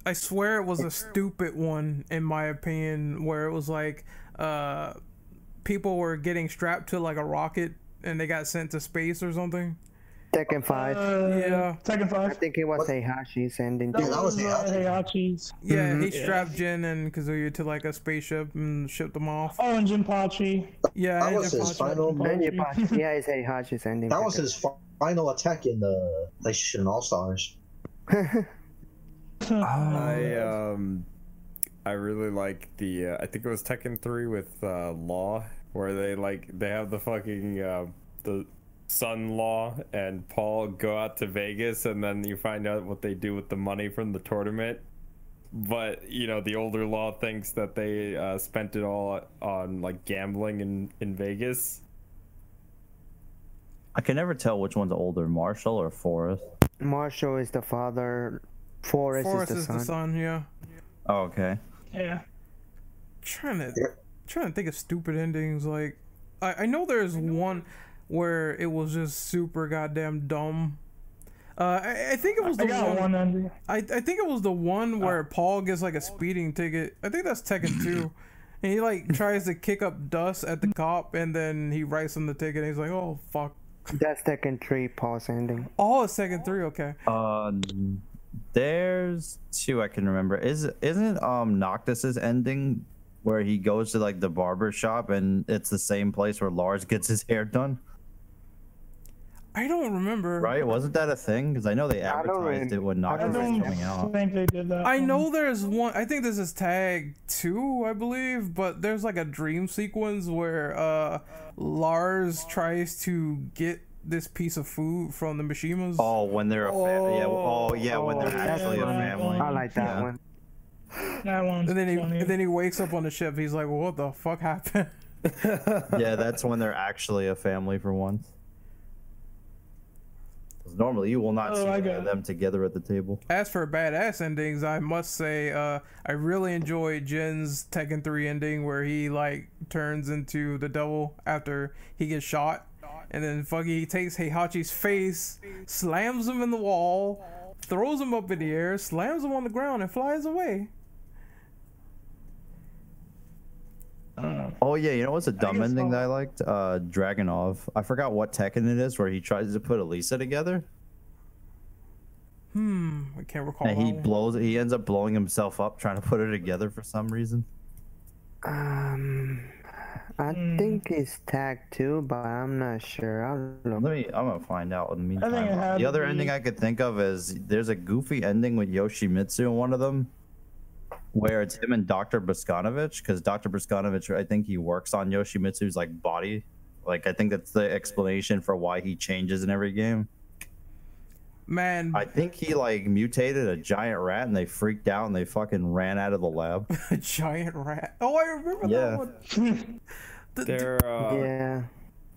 E: I swear it was a stupid one in my opinion where it was like uh people were getting strapped to like a rocket and they got sent to space or something.
H: Tekken 5.
C: Uh,
E: Yeah.
C: Second
H: I
C: five.
H: think it was Heihashi's ending.
B: Yeah, that was
C: uh,
B: Heihachi.
C: Heihachi's.
E: Yeah,
B: Mm-hmm.
E: he
H: Mhm.
E: strapped Jin and Kazuya to like a spaceship and shipped them off.
C: Oh, and Jinpachi.
E: Yeah,
B: That
E: and
B: was
E: Jin
B: his
E: Pachi-
B: final.
H: Then you pass- yeah, it's Heihashi's ending.
B: That
H: for
B: was his fi- final attack in the PlayStation All Stars.
H: Tekken.
E: Uh,
G: I um, I really like the. Uh, I think it was Tekken Three with uh, Law, where they like they have the fucking uh, the son Law and Paul go out to Vegas, and then you find out what they do with the money from the tournament. but you know the older law thinks that they uh, spent it all on like gambling in in Vegas.
F: I can never tell which one's older, Marshall or Forrest.
H: Marshall is the father. Forrest,
E: Forrest
H: is the son.
E: yeah.
F: Oh, okay.
C: Yeah.
E: trying to
B: Yeah.
E: trying to think of stupid endings. Like, I, I know there's one where it was just super goddamn dumb. Uh, I, I think it was
C: I
E: the
C: got
E: one.
C: one under.
E: I, I think it was the
F: Oh.
E: one where Paul gets like a speeding ticket. I think that's Tekken two, and he like tries to kick up dust at the cop, and then he writes him the ticket. and He's like, "Oh fuck."
H: That's second three pause ending.
E: Oh, it's Tekken three. Okay.
F: Uh, there's two I can remember. Is isn't um Noctis's ending where he goes to like the barber shop and it's the same place where Lars gets his hair done?
E: I don't remember.
F: Right? Wasn't that a thing? Because I know they
H: I don't
F: advertised
H: really-
F: it when
H: I
C: I
F: Noctis was
C: don't
F: coming out.
C: think they did that.
E: I
C: one.
E: know there's one. I think this is tag two, I believe, but there's like a dream sequence where uh, Lars tries to get this piece of food from the Mishimas.
F: Oh, when they're a family. Yeah. well- Oh, yeah. When
E: Oh,
F: they're actually a
C: yeah.
F: family.
H: I like that
F: Yeah.
H: one.
C: That one's
E: And then he
C: funny.
E: and then he wakes up on the ship. He's like, "What the fuck happened?"
F: Yeah, that's when they're actually a family for once. 'Cause normally, you will not
C: Oh,
F: see
C: I
F: any
C: got
F: of
C: it.
F: them together at the table.
E: As for badass endings, I must say, uh, I really enjoy Jin's Tekken 3 ending where he like turns into the devil after he gets shot, and then fucking he takes Heihachi's face, slams him in the wall, throws him up in the air, slams him on the ground, and flies away.
F: Oh yeah, you know what's a dumb
C: guess
F: ending
C: I'll-
F: that I liked? Uh Dragonov. I forgot what Tekken it is where he tries to put Elisa together
E: Hmm, I can't recall.
F: and
E: that
F: he
C: Oh.
E: one.
F: blows he ends up blowing himself up trying to put her together for some reason.
H: Um, I think it's tag two, but I'm not sure. I'll look.
F: Let me I'm gonna find out in the meantime.
C: it had
F: the
C: to
F: other
C: be-
F: ending I could think of is there's a goofy ending with Yoshimitsu in one of them where it's him and Dr. Boskanovich, because Dr. Boskanovich I think he works on Yoshimitsu's like body. Like I think that's the explanation for why he changes in every game.
E: Man,
F: I think he like mutated a giant rat and they freaked out and they fucking ran out of the lab.
E: a giant rat. Oh, I remember
F: Yeah.
E: that one. The-
G: There, uh,
H: Yeah.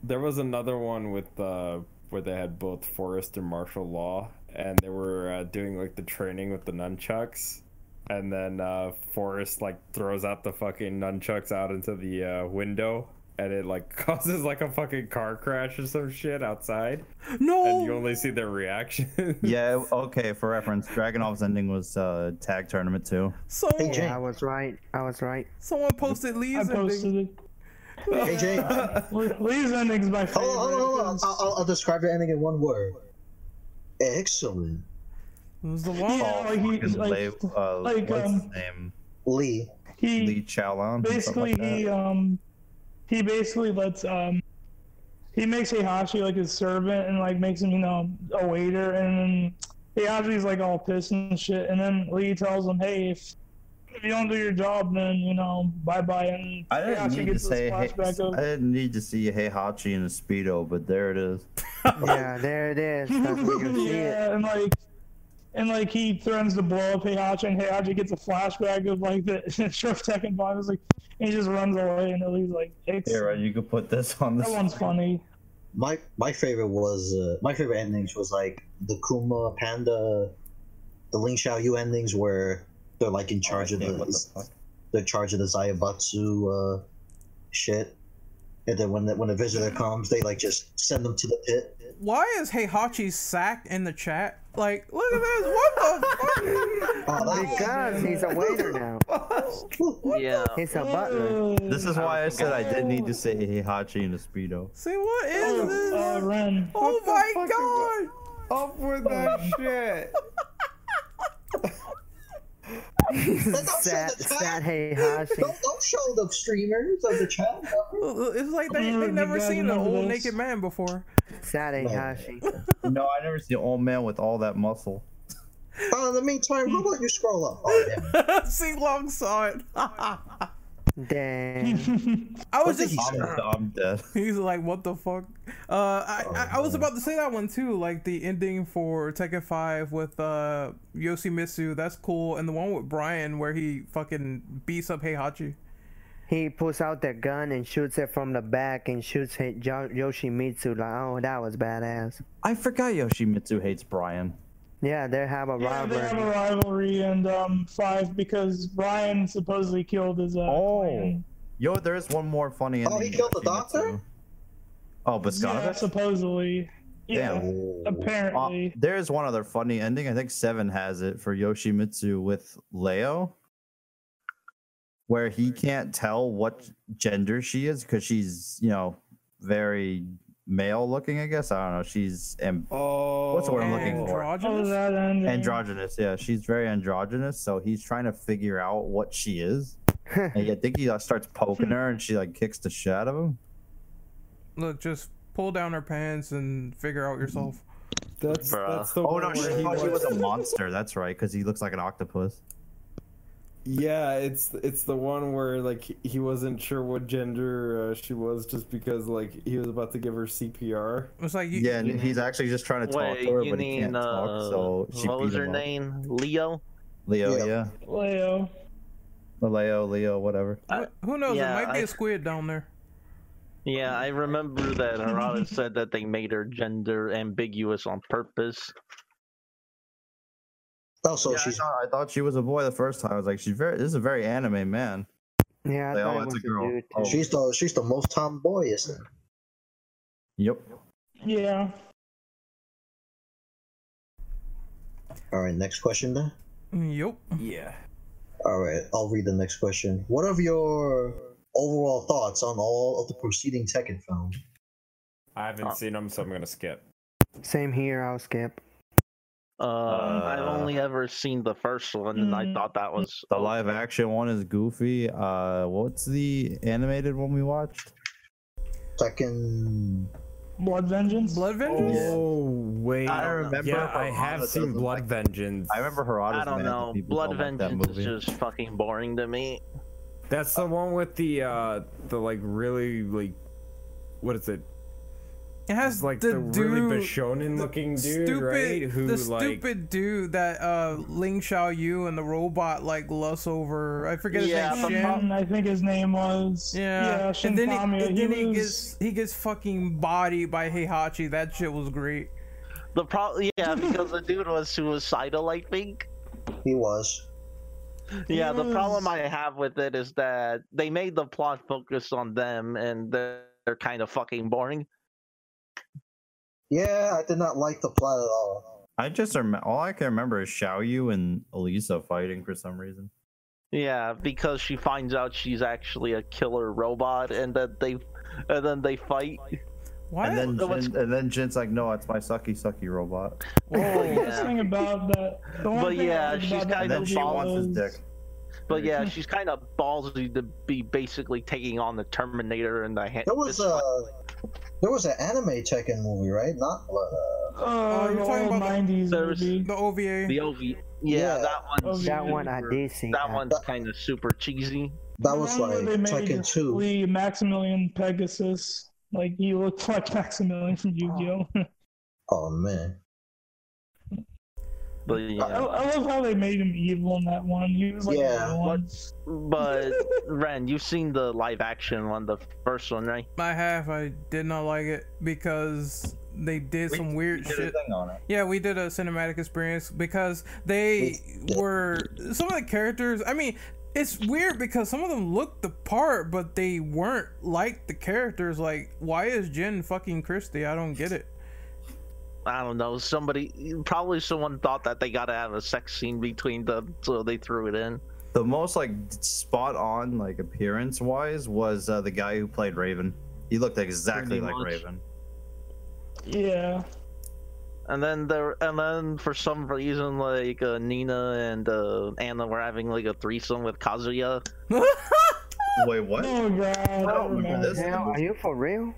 G: there was another one with uh, where they had both Forrest and martial law, and they were uh, doing like the training with the nunchucks, and then uh, Forrest like throws out the fucking nunchucks out into the uh, window, and it like causes like a fucking car crash or some shit outside, and you
E: no,
G: only see their reaction.
F: yeah, okay, for reference, Dragonov's ending was uh tag tournament too.
E: so
B: Hey, Jay.
H: I was right. I was right.
E: someone posted
C: I
E: Lee's ending.
C: posted it.
B: Hey Jay, hold
C: Le- Lee's ending's my favorite.
B: on, hold on, hold on.
C: because-
B: I'll, I'll, I'll describe the ending in one word. Excellent,
E: It was the
B: Oh,
E: one.
C: Yeah. like, he-
F: Fucking
C: like-
F: Lay- uh,
C: like,
F: what's his
C: um,
F: name?
B: Lee.
C: He
F: Lee Chowlon. or something
C: basically
F: like that.
C: he um he basically lets um he makes Heihachi like his servant and like makes him you know a waiter and then Heihachi's like all pissed and shit and then Lee tells him hey if if you don't do your job then you know bye bye and
F: I didn't
C: Heihachi
F: need to
C: gets this
F: say hey,
C: flashback
F: I
C: of
F: didn't need to see Heihachi in a speedo, but there it is.
H: Yeah, there it is. That's where you see it.
C: yeah and like and like he threatens to blow up Heihachi and Heihachi gets a flashback of like the intro of Tekken 5 is like and he just runs away and Lee's like it's,
F: Here, right, you could put this on the
C: that one's
F: screen.
C: funny
B: My my favorite was uh, my favorite endings was like the Kuma Panda, the Ling Xiaoyu endings where they're like in charge of the,
F: Oh, What the fuck?
B: they're in charge of the Zayabatsu uh, shit, and then when the, when a visitor comes, they like just send them to the pit.
E: Why is Heihachi sack in the chat? Like, look at this. What the fuck?
B: Oh, that-
H: Because he's a waiter now.
D: Yeah.
H: He's a butler.
F: This is why I
D: don't
F: said
D: think
F: I didn't need to say Heihachi in a speedo.
E: See, what is this?
C: Oh, uh, Ren.
E: oh my
G: fuck is that?
E: god.
G: Up with that shit.
H: Sad, sad Heihachi.
B: Don't, don't show the streamers of the chat.
E: It's like they,
C: Oh,
E: they
C: you
E: never
C: guys
E: seen an
C: remember
E: old
C: this?
E: naked man before.
H: Sad Heihachi.
F: No, I never see an old man with all that muscle.
B: Ah, Oh, in the meantime, how about you scroll up? Oh, yeah.
E: See, Long saw it.
H: Damn.
E: I
B: What
E: was
B: did
E: just
B: he
F: I'm, I'm dead.
E: He's like, what the fuck? Uh, I, I, I was
B: Oh.
E: about to say that one too. Like the ending for Tekken Five with uh Yoshimitsu, that's cool, and the one with Brian where he fucking beats up Heihachi.
H: He pulls out that gun and shoots it from the back and shoots hit jo- Yoshimitsu. Like, oh, that was badass.
F: I forgot Yoshimitsu hates Brian.
H: Yeah, they have a
C: Yeah,
H: rivalry.
C: they have a rivalry and um five because Brian supposedly killed his uh,
F: Oh.
C: clan.
F: Yo, there is one more funny
B: Oh,
F: ending.
B: he
F: to
B: killed the doctor?
F: Yoshimitsu. Oh, Biscana.
C: yeah, supposedly. Yeah,
F: Damn. Uh,
C: apparently.
F: there is one other funny ending. I think Seven has it for Yoshimitsu with Leo, where he can't tell what gender she is because she's, you know, very male looking, I guess. I don't know. She's am-
G: Oh,
F: What's the word I'm looking for?
C: How
E: Androgynous?
C: does Oh, that ending?
F: androgynous. Yeah, she's very androgynous. So he's trying to figure out what she is. And I think he uh, starts poking her and she like kicks the shit out of him.
E: Look, just pull down her pants and figure out yourself.
A: That's,
D: Bruh.
A: that's the
F: Oh
A: one
F: no, she
A: where he
F: thought she was
A: was-
F: a monster. That's right, because he looks like an octopus.
A: Yeah, it's it's the one where like he wasn't sure what gender uh, she was just because like he was about to give her CPR.
E: It's like you,
F: yeah, and he's actually just trying to talk
D: Wait,
F: to her,
D: you
F: but he
D: mean,
F: can't
D: uh,
F: talk. So she
D: what
F: beat
D: was her
F: him up.
D: name? Leo?
F: Leo,
B: Yeah.
F: yeah.
C: Leo.
F: Leo, Leo, whatever.
E: wh- who knows?
D: yeah,
E: it might be
D: I-
E: a squid down there.
D: Yeah, I remember that Harada said that they made her gender ambiguous on purpose.
B: Oh, so
F: Yeah, I,
B: she's
F: thought, I thought she was a boy the first time. I was like, she's very. This is a very anime man.
H: yeah, I
F: They
H: thought
F: all
H: it
F: had
H: was
F: to
H: a
F: grow.
H: dude.
F: Oh.
H: too.
B: she's the she's the most tomboyish.
F: Yep.
C: Yeah.
B: All right, next question then.
E: Yup.
G: yeah.
B: All right, I'll read the next question. What are your overall thoughts on all of the preceding Tekken films?
G: I haven't seen them, so I'm gonna skip.
H: Same here, I'll skip.
D: Uh, I've
F: Uh,
D: only ever seen the first one, and I
C: Mm.
D: thought that was
F: The live action one is goofy. Uh, what's the animated one we watched?
B: Tekken.
C: Blood Vengeance.
E: Blood Vengeance?
G: Oh wait,
D: I don't know.
G: yeah, I
F: Harada
G: have seen
F: doesn't
G: Blood
F: like-
G: Vengeance.
F: I remember Harada's
D: I don't
F: mad that
D: know.
F: people
D: Blood
F: don't like that
D: Vengeance
F: movie.
D: is just fucking boring to me.
G: That's the one with the uh the like really like what is it?
E: It has
G: It's like the,
E: the,
G: really
E: dude,
G: Bashonen looking dude,
E: stupid,
G: right? Who
E: the
G: like
E: stupid dude that uh Ling Xiaoyu and the robot like lust over. I forget his
D: Yeah,
E: name.
D: but
E: Shin.
C: Shin, I think his name was.
E: Yeah,
C: Shin
E: and then, he,
C: Kami.
E: and
C: he
E: then he
C: was-
E: gets he gets fucking bodied by Heihachi. That shit was great.
D: The problem, yeah, because the dude was suicidal, I think.
B: He was.
D: Yeah, the problem
C: Yes.
D: I have with it is that they made the plot focus on them, and they're, they're kind of fucking boring.
B: Yeah, I did not like the plot at all.
F: I just rem- all I can remember is Xiaoyu and Elisa fighting for some reason.
D: Yeah, because she finds out she's actually a killer robot, and that they, and then they fight.
E: What?
F: And then
D: So what's-
F: Jin, and then Jin's like, no, it's my sucky sucky robot.
D: Oh,
C: The best thing about that. The one
D: But
C: thing I
D: yeah,
C: liked
D: she's
C: about that
D: I
F: And then
D: know
C: movie
F: she wants his
C: was-
F: dick.
D: But yeah, she's kind of ballsy to be basically taking on the Terminator and the. Ha-
B: There was
D: this-
B: a there was an anime Tekken movie, right? Not uh,
C: Uh,
E: Oh,
C: you're talking about
E: the-
C: 90s
D: There was-
C: movie.
E: the OVA.
D: the OV. Yeah,
B: Yeah.
D: that one's
C: OVA.
H: That one I did see.
D: That
H: I-
D: one's kind of super cheesy.
B: that
C: The
B: was
C: one where
B: like
C: they made
B: Tekken Two.
C: Lee Maximilian Pegasus. Like he looked like Maximilian from Yu-Gi-Oh.
B: Oh man,
D: But
C: I,
D: yeah.
C: I love how they made him evil in that one. He was like
B: Yeah.
C: the one.
D: But Ren, you've seen the live action one, the first one, right?
E: I have. I did not like it because they did some weird
F: Did a
E: shit.
F: thing on it.
E: Yeah, we did a cinematic experience because they were some of the characters. I mean, it's weird because some of them looked the part, but they weren't like the characters. Like, why is Jin fucking Christie? I don't get it.
D: I don't know. Somebody, probably someone thought that they gotta have a sex scene between them, so they threw it in.
F: the most like spot on like appearance wise was uh, the guy who played Raven. He looked
D: Pretty
F: exactly like
D: much.
F: Raven.
C: Yeah.
D: And then there, and then for some reason, like uh, Nina and uh, Anna were having like a threesome with Kazuya.
F: Wait, what?
C: Oh god. I
F: don't remember
C: remember.
F: this.
H: Hell, are you for real?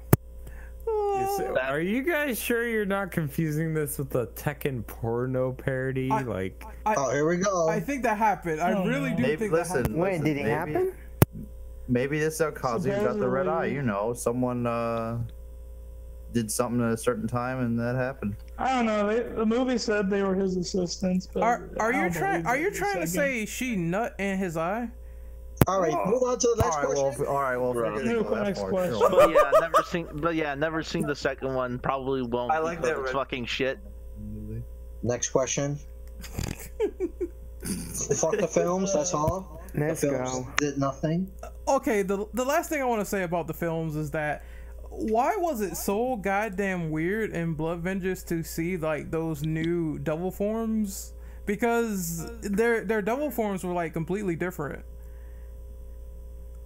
G: Is-
D: That-
G: are you guys sure you're not confusing this with the Tekken porno parody?
E: I-
G: like,
E: I,
B: Oh, here we go.
E: I think that happened. I
C: Oh,
E: really
C: no.
E: do
F: Maybe
E: think that
F: listen.
E: happened.
H: Wait,
F: listen,
H: did it
F: maybe-
H: happen?
F: Maybe this Elkazi got the red eye.
C: Supposedly-
F: You know, someone uh, did something at a certain time, and that happened.
C: I don't know. They, the movie said they were his assistants, but
E: Are are
C: I
E: you
C: don't
E: trying? Are
C: believe that
E: you
C: for a
E: trying to
C: second.
E: say she nut in his eye?
B: All right, move on to the next
F: all right,
B: question.
F: well, all right, well,
I: Bro.
F: forget it,
C: New
F: go that
C: next
F: far,
C: question.
F: sure.
D: But yeah, never seen. But yeah, never seen the second one. Probably won't.
F: I like
D: because
F: that
D: it's
F: red-
D: fucking shit.
B: next question. Fuck the films. That's all.
H: Let's
B: the films
H: go.
B: did nothing.
E: Okay. The the last thing I want to say about the films is that why was it so goddamn weird in Blood Vengeance to see like those new double forms? Because their their double forms were like completely different.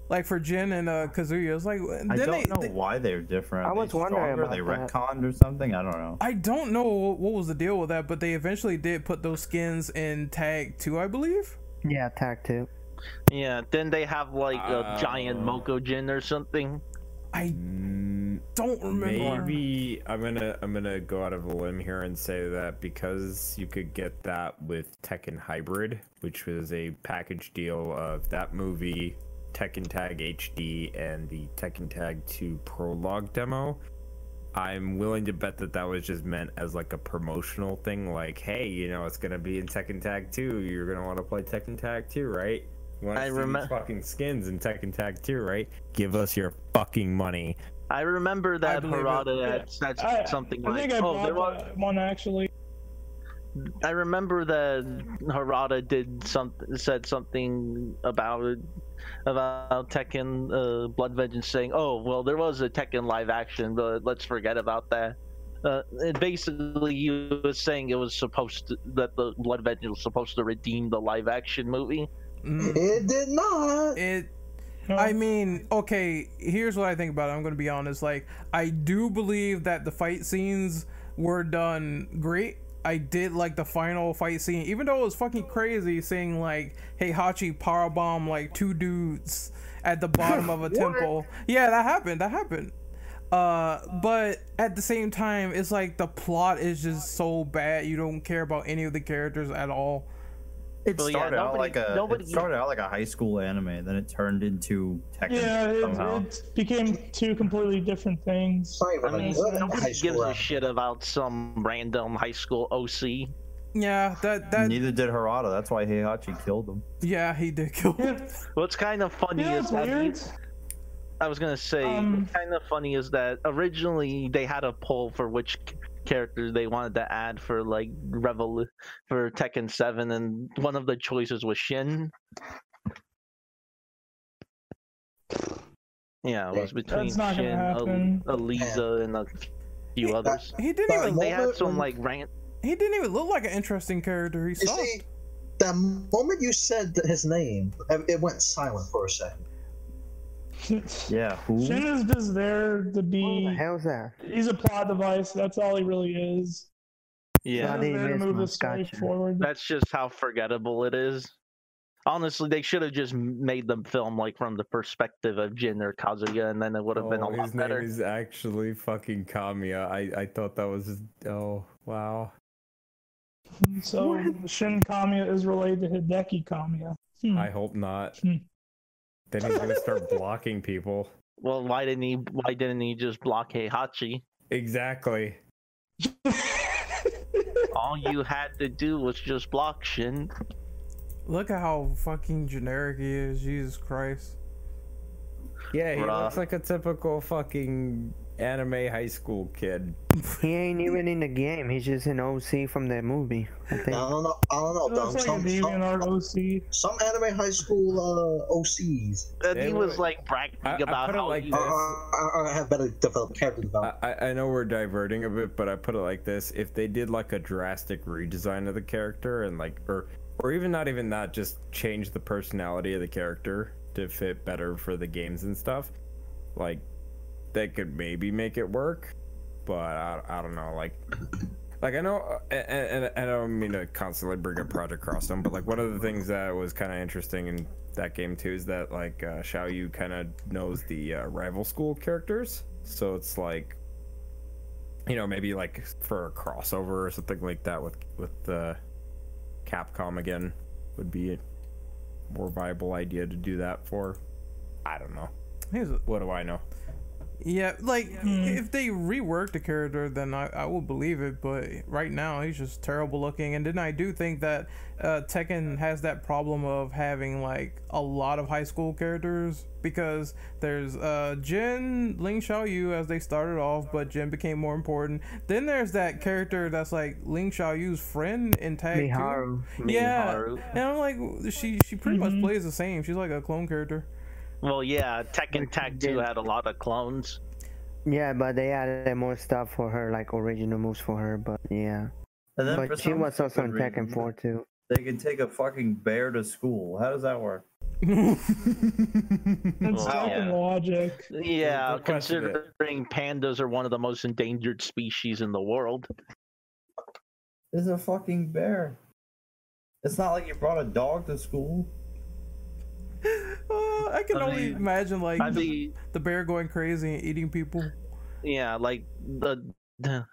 E: Like for Jin and uh, Kazuya, it's like
F: I
E: then
F: don't
E: they,
F: know
E: they-
F: why they're different.
H: I
F: Are they
H: was wondering
F: stronger?
H: about
F: they
H: that.
F: retconned or something. I don't know.
E: I don't know what was the deal with that, but they eventually did put those skins in Tag Two, I believe.
H: Yeah, tag two.
D: Yeah. Then they have like a giant
A: Uh,
D: Moko Jin or something.
E: I don't remember.
A: Maybe I'm gonna I'm gonna go out of a limb here and say that because you could get that with Tekken Hybrid, which was a package deal of that movie, Tekken Tag HD, and the Tekken Tag 2 prologue demo. I'm willing to bet that that was just meant as like a promotional thing, like, hey, you know, it's gonna be in Tekken Tag 2. You're gonna want to play Tekken Tag 2, right? You want
D: I
A: to see
D: remem-
A: these fucking skins in Tekken Tag 2, right? Give us your fucking money.
D: I remember that
E: believe it.
D: Harada had said
C: I,
D: something
C: I
D: like,
C: think I
D: "Oh, there
C: bought
D: was."
C: that one actually.
D: I remember that Harada did something, said something about it, about Tekken uh, Blood Vengeance, saying, "Oh, well, there was a Tekken live action, but let's forget about that." Uh, and basically, he was saying it was supposed to, that the Blood Vengeance was supposed to redeem the live action movie.
C: Hmm.
E: Mm,
B: It did not.
E: it.
C: No.
E: I mean, okay. Here's what I think about it. I'm gonna be honest. Like, I do believe that the fight scenes were done great. I did like the final fight scene, even though it was fucking crazy seeing like Heihachi powerbomb like two dudes at the bottom of a temple. Yeah, that happened. That happened. Uh, but at the same time, it's like the plot is just so bad. You don't care about any of the characters at all.
F: It
D: Well, yeah,
F: started out
D: nobody-
F: like a
D: nobody-
F: it started out like a high school anime, then it turned into Tekken
C: yeah,
F: somehow.
C: it, it became two completely different things.
B: Sorry,
D: I
B: but
D: mean,
B: what high
D: nobody
B: school
D: gives a
B: rap?
D: shit about some random high school OC.
E: Yeah, that that
F: Neither did Harada. That's why Heihachi killed him.
E: yeah, he did kill.
C: Yeah,
D: What's kind of funny
C: you know what's
D: is that he-
C: weird?
D: I was gonna say,
C: Um,
D: kind of funny is that originally they had a poll for which c- character they wanted to add for like Revol for Tekken Seven, and one of the choices was Shin. Yeah, it was between
C: That's not gonna
D: Shin, Al-
C: happen.
D: Aliza, and a few others.
E: He didn't
B: But
E: even
D: They
E: look,
D: had some
B: Moment-
D: like rant.
E: he didn't even look like an interesting character. He
B: You
E: sucked.
B: see, the moment you said th- his name, um, it it went silent for a second.
C: Shin
F: Yeah, who?
C: is just there to
H: Who the
C: be.
H: hell's that?
C: He's a plot device. That's all he really is.
D: Yeah,
H: I
C: He's
H: think
C: there to
H: it is
C: move the
H: Mount
C: story
H: Gotcha.
C: forward.
D: that's just how forgettable it is. Honestly, they should have just made them film like from the perspective of Jin or Kazuya, and then it would have been a
A: Oh,
D: lot
A: his name
D: better.
A: is actually fucking Kamiya. I, I thought that was his. Oh, wow.
C: so Shin Kamiya is related to Hideki Kamiya. Hmm.
A: I hope not.
C: Hmm.
A: then he's gonna start blocking people.
D: Well, why didn't he? Why didn't he just block Heihachi?
A: Exactly.
D: All you had to do was just block Shin.
E: Look at how fucking generic he is. Jesus Christ.
A: Yeah, he
D: Bruh.
A: looks like a typical fucking anime high school kid.
H: He ain't even in the game. He's just an OC from the movie. I think.
F: Oh.
B: I don't know. I don't know.
C: It looks
B: Dom.
C: like a
B: Some, some,
C: DeviantArt OC.
B: some anime high school uh, OCs
D: And
A: They
D: he was
A: were-
D: like bragging
A: I- I
D: about
A: put it
D: how
A: like
D: he-
B: are,
A: this.
B: are, are, have better developed
A: I,
B: character development.
A: I- I know we're diverting a bit, but I put it like this: if they did like a drastic redesign of the character and like, or or even not even that, just change the personality of the character to fit better for the games and stuff, like they could maybe make it work. But I, I don't know, like. Like I know, and, and, and I don't mean to constantly bring up Project Crossstone, but like one of the things that was kind of interesting in that game too is that like uh, Xiaoyu kind of knows the uh, rival school characters, so it's like you know maybe like for a crossover or something like that with with uh, Capcom again would be a more viable idea to do that for.
G: I don't know.
E: Here's a,
G: What do I know?
E: yeah, like if they reworked the character, then I, I will believe it. But right now, he's just terrible looking. And then I do think that uh, Tekken has that problem of having like a lot of high school characters because there's uh, Jin, Ling Xiaoyu as they started off, but Jin became more important. Then there's that character that's like Ling Xiaoyu's friend in Tag Two.
H: Miharu.
E: Yeah,
D: Miharu.
E: and I'm like, she she pretty much plays the same. She's like a clone character.
D: Well, yeah, Tekken Tag 2 had a lot of clones.
H: Yeah, but they added more stuff for her, like original moves for her. But yeah,
F: And then for
H: but she
F: some
H: was also in
F: stupid
H: Tekken
F: reason,
H: 4 too.
F: They can take a fucking bear to school. How does that work?
C: That's
D: Wow.
C: fucking
D: Yeah.
C: logic.
D: Yeah,
G: good question, yeah.
D: considering pandas are one of the most endangered species in the world.
F: It's a fucking bear. It's not like you brought a dog to school.
E: Uh, I can
D: I
E: only
D: mean-
E: imagine like
D: I
E: the,
D: mean,
E: the bear going crazy and eating people.
D: yeah, like the, the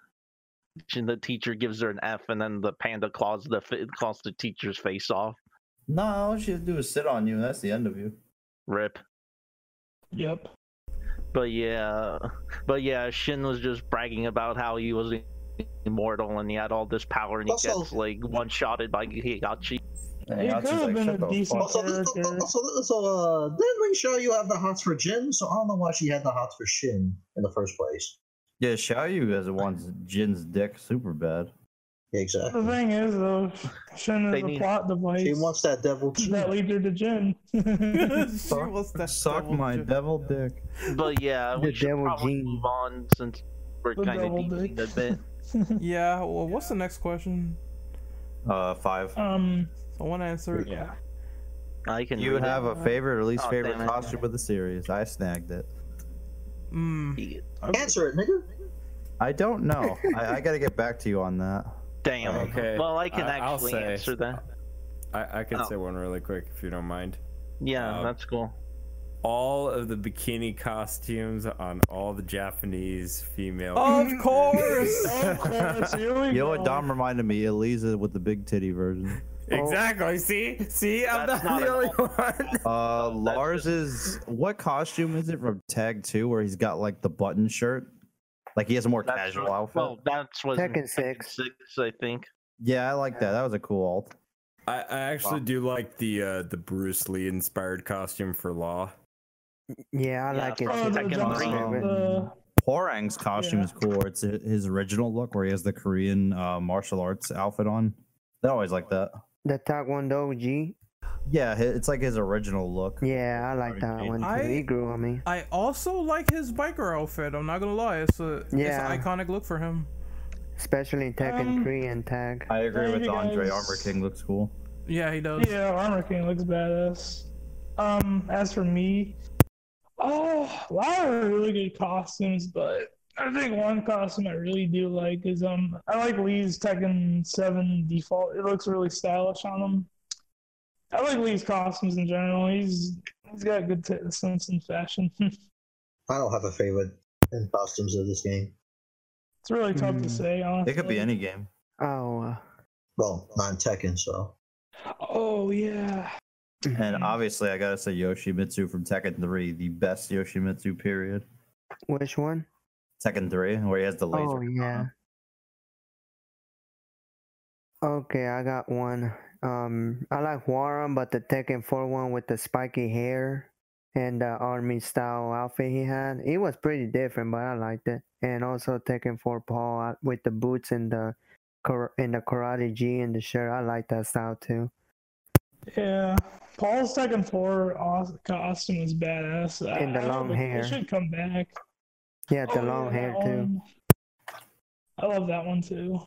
D: the teacher gives her an F, and then the panda claws the fa- claws the teacher's face off.
F: No, all she has to do is sit on you, and that's the end of you.
D: Rip.
C: Yep.
D: But yeah, but yeah, Shin was just bragging about how he was immortal and he had all this power, and he
B: Also-
D: gets like one shotted by Heihachi.
F: And
C: It
F: Yachi's
C: could've been
F: "Shut
C: a
F: the
C: decent-
F: fuck
B: Also, this,
C: Uh, Okay, okay.
B: also, so uh, didn't Ling Xiao you have the hots for Jin? So I don't know why she had the hots for Shin in the first place.
F: Yeah, Xiaoyu has wants Jin's dick super bad.
B: Exactly.
C: The thing is, though, Shin is
D: They
C: a
D: need-
C: plot device
B: She wants that devil too.
C: that leads her to Jin.
E: she
C: yeah,
E: was that
F: Suck
E: devil
F: my
E: ju-
F: devil dick.
D: But yeah, we
H: The
D: should
H: devil
D: probably
H: gene.
D: move on since we're
C: The
D: kind of
C: devil
D: deep
C: dick.
D: in the bit.
E: Yeah. Well, what's the next question?
F: Uh, five.
C: um,
E: I want to answer it.
G: Yeah.
D: I can.
F: You
D: read it.
F: have a favorite or least
D: Oh,
F: favorite
D: damn it.
F: costume of the series. I snagged it.
E: Mm.
B: Answer it, nigga.
F: I don't know. I, I gotta get back to you on that.
D: Damn.
G: Okay.
D: Well, I can
G: I- I'll
D: actually
G: say-
D: answer that.
G: I, I can
D: Oh.
G: say one really quick if you don't mind.
D: Yeah,
G: Um,
D: that's cool.
G: All of the bikini costumes on all the Japanese female.
E: Of course.
C: oh, of course, here we
F: You know
C: go.
F: what Dom reminded me? Eliza with the big titty version. Uh,
G: Exactly. See, see, I'm
D: That's
G: not,
D: not
G: the
D: an
G: only one.
F: Uh,
D: Oh,
F: Lars is what costume is it from Tag Two where he's got like the button shirt? Like he has a more
D: That's
F: casual
D: what-
F: outfit.
D: Well, that's what
H: Tekken 6.
D: six, I think.
F: yeah, I like that. That was a cool alt.
G: I, I actually do like the uh, the Bruce Lee inspired costume for Law.
H: Yeah, I
D: Yeah,
H: like it.
D: from
C: Oh,
H: too.
C: the
D: Tekken
C: John-
D: three.
F: Um,
C: the-
F: Horang's costume
C: Yeah.
F: is cool. It's hi- his original look where he has the Korean uh, martial arts outfit on. I always like that.
H: The Taekwondo G.
F: Yeah, hi- it's like his original look.
H: Yeah, I like that one too.
E: I-
H: he grew on me.
E: I also like his biker outfit. I'm not gonna lie. It's a
H: Yeah.
E: it's an iconic look for him.
H: Especially in Tekken
C: Um,
H: 3 and Tag.
F: I agree
C: There
F: with
C: you
F: Andre.
C: guys-
F: Armor King looks cool.
E: Yeah, he does.
C: yeah, Armor King looks badass. Um, as for me, oh, a lot of really good costumes, but I think one costume I really do like is um, I like Lee's Tekken Seven default. It looks really stylish on him. I like Lee's costumes in general. He's he's got good t- sense in fashion. it's
B: I don't have a favorite in costumes of this game.
C: really tough
H: Hmm.
C: to say, honestly.
F: It could be any game.
H: Oh, uh,
B: Well, not in Tekken, so.
C: Oh yeah.
F: And obviously, I gotta say Yoshimitsu from Tekken 3, the best Yoshimitsu period.
H: which one?
F: Tekken 3, where he has the laser.
H: Oh, yeah. Okay, I got one. Um, I like Warren, but the Tekken 4 one with the spiky hair and the army style outfit he had, it was pretty different, but I liked it. And also Tekken 4 Paul uh, with the boots and the kara- and the karate G and the shirt, I like that style too.
C: Yeah, Paul's second floor aus- costume is badass. I-
H: And the
C: I don't
H: long
C: think-
H: hair.
C: It should come back.
H: Yeah, the
C: Oh,
H: long
C: yeah,
H: hair
C: that
H: too.
C: one. I love that one too.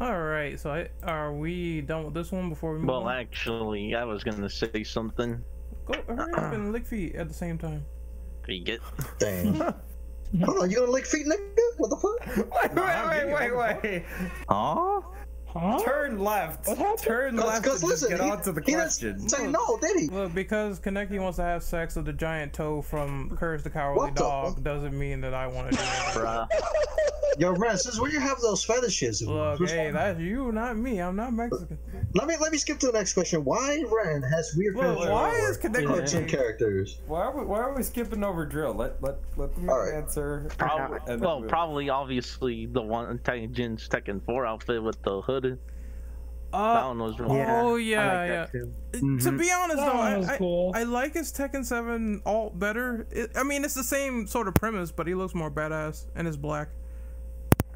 E: All right. So I, are we done with this one before we move
D: Well,
E: on?
D: actually, I was gonna say something.
E: Go hurry up and lick feet at the same time.
D: You get
B: Damn. Hold on, you gonna lick feet, nigga? What the fuck?
G: Wait, wait, wait, wait, wait.
F: Huh?
C: Huh?
G: Turn left.
C: What happened?
G: Turn left.
B: Because
G: and just
B: listen,
G: get
B: he,
G: on to the
B: he
G: question.
B: didn't say no, did he?
E: Look, because Kaneki wants to have sex with the giant toe from Courage the Cowardly
B: What the
E: Dog
B: fuck?
E: doesn't mean that I want to do it.
D: bruh.
B: Yo, Ren, this is where you have those fetishes.
E: Look, hey, that's you, not me. I'm not Mexican.
B: Let me let me skip to the next question. Why Ren has weird
E: Look,
B: fetishes
E: why is
B: for cartoon
E: connected?
B: characters?
A: Why are we, why are we skipping over drill? Let let let me
B: All right.
A: answer.
D: Probably,
A: And then
D: well,
A: we'll-
D: probably, obviously, the one Tekken Jin's Tekken 4 outfit with the hood. that
E: Uh,
D: one was really
E: Yeah. Oh,
H: I
E: yeah,
H: like
E: yeah.
H: that too.
E: To be honest, though,
C: That one was
E: I, I,
C: cool.
E: I like his Tekken 7 alt better. It, I mean, it's the same sort of premise, but he looks more badass and is black.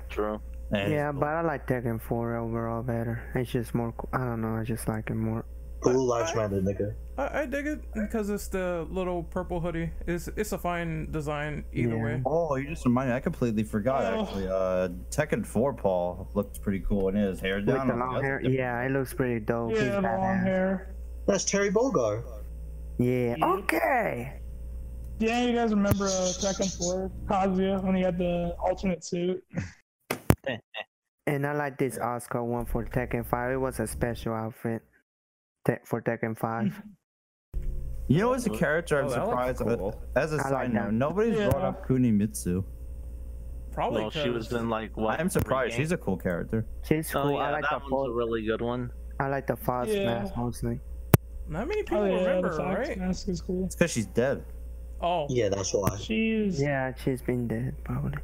D: true.
F: And
H: Yeah, but I like Tekken 4 overall better. It's just more. co- I don't know. I just like it more.
B: Blue lives matter, nigga.
E: I, I dig it because it's the little purple hoodie. It's it's a fine design either
H: Yeah.
E: way.
F: Oh, you just reminded me. I completely forgot,
C: Oh.
F: actually. Uh, Tekken 4 Paul looked pretty cool in his hair
H: With
F: down.
H: the
F: I'm like,
H: long
F: that's
H: hair.
F: different.
H: Yeah, it looks pretty dope. Oh, He's
C: Yeah, the long
H: badass.
C: hair.
B: That's Terry Bogard.
H: Yeah. Okay.
C: Yeah, you guys remember uh, Tekken 4, Kazuya, when he had the alternate suit?
H: And I like this Oscar one for Tekken 5. It was a special outfit te- for Tekken 5.
F: You know, as a character, I'm
G: Oh, that looks
F: surprised. uh,
G: cool.
F: As a
H: I
F: side
H: like
F: note,
H: that.
F: nobody's brought
C: Yeah.
F: up Kunimitsu.
E: Probably.
D: Well, she
E: 'cause-
D: was in like what?
F: I'm surprised.
D: three
F: She's a cool character.
H: She's
D: games?
H: cool.
D: Oh, yeah,
H: I like
D: that
H: the
D: one's a
H: fo-
D: really good one.
H: I like the Fox
C: Yeah.
H: mask mostly.
E: Not many people
C: Oh, yeah,
E: remember,
C: the Fox
E: right?
C: mask is cool.
F: It's because she's dead.
E: Oh,
B: Yeah, that's why.
C: She's.
H: Yeah, she's been dead probably.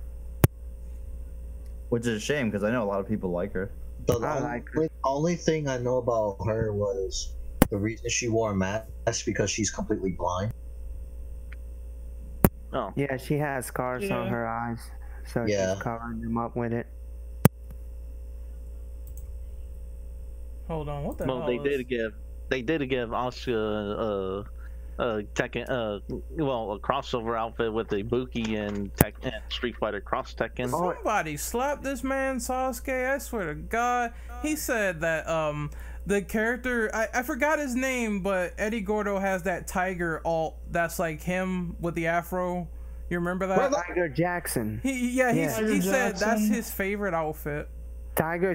F: Which is a shame because I know a lot of people like her.
B: The
H: I
B: only,
H: like her.
B: only thing I know about her was the reason she wore a mask is because she's completely blind.
D: Oh,
H: Yeah, she has scars on
C: Yeah.
H: her eyes, so
B: Yeah.
H: she's covering them up with it.
E: hold on. What the
D: well,
E: hell?
D: they
E: is-
D: did give they did give Asuka uh, uh, Tekken uh, well a crossover outfit with Ibuki and Tek and Street Fighter Cross Tekken.
E: Somebody slapped this man, Sasuke. I swear to God. He said that um the character I, I forgot his name, but Eddie Gordo has that tiger alt that's like him with the afro. You remember that?
H: Tiger Jackson.
E: he, yeah, he's,
H: Yeah.
E: he said that's
C: Jackson.
E: his favorite outfit.
H: Tiger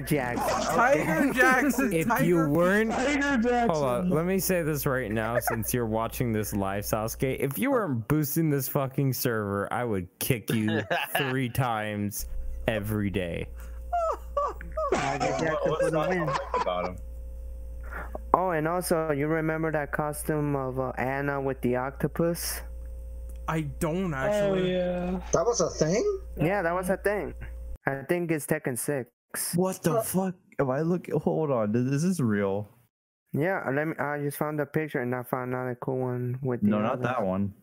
H: Jackson.
E: Tiger Jackson.
J: If
E: Tiger-
J: you weren't
C: Tiger Jackson.
G: Hold on, let me say this right now since you're watching this live, Sasuke. If you weren't boosting this fucking server, I would kick you three times every day.
H: Tiger Jackson for the win.
F: About him.
H: Oh, and also, you remember that costume of uh, Anna with the octopus?
E: I don't
C: Oh,
E: actually.
C: yeah.
B: That was a thing?
H: Yeah, that was a thing. I think it's Tekken 6.
F: What the fuck? Am I look? Hold on. Is this real?
H: Yeah, let me. I just found the picture and I found another cool one with.
F: No,
H: the
F: not
H: other-
F: that one.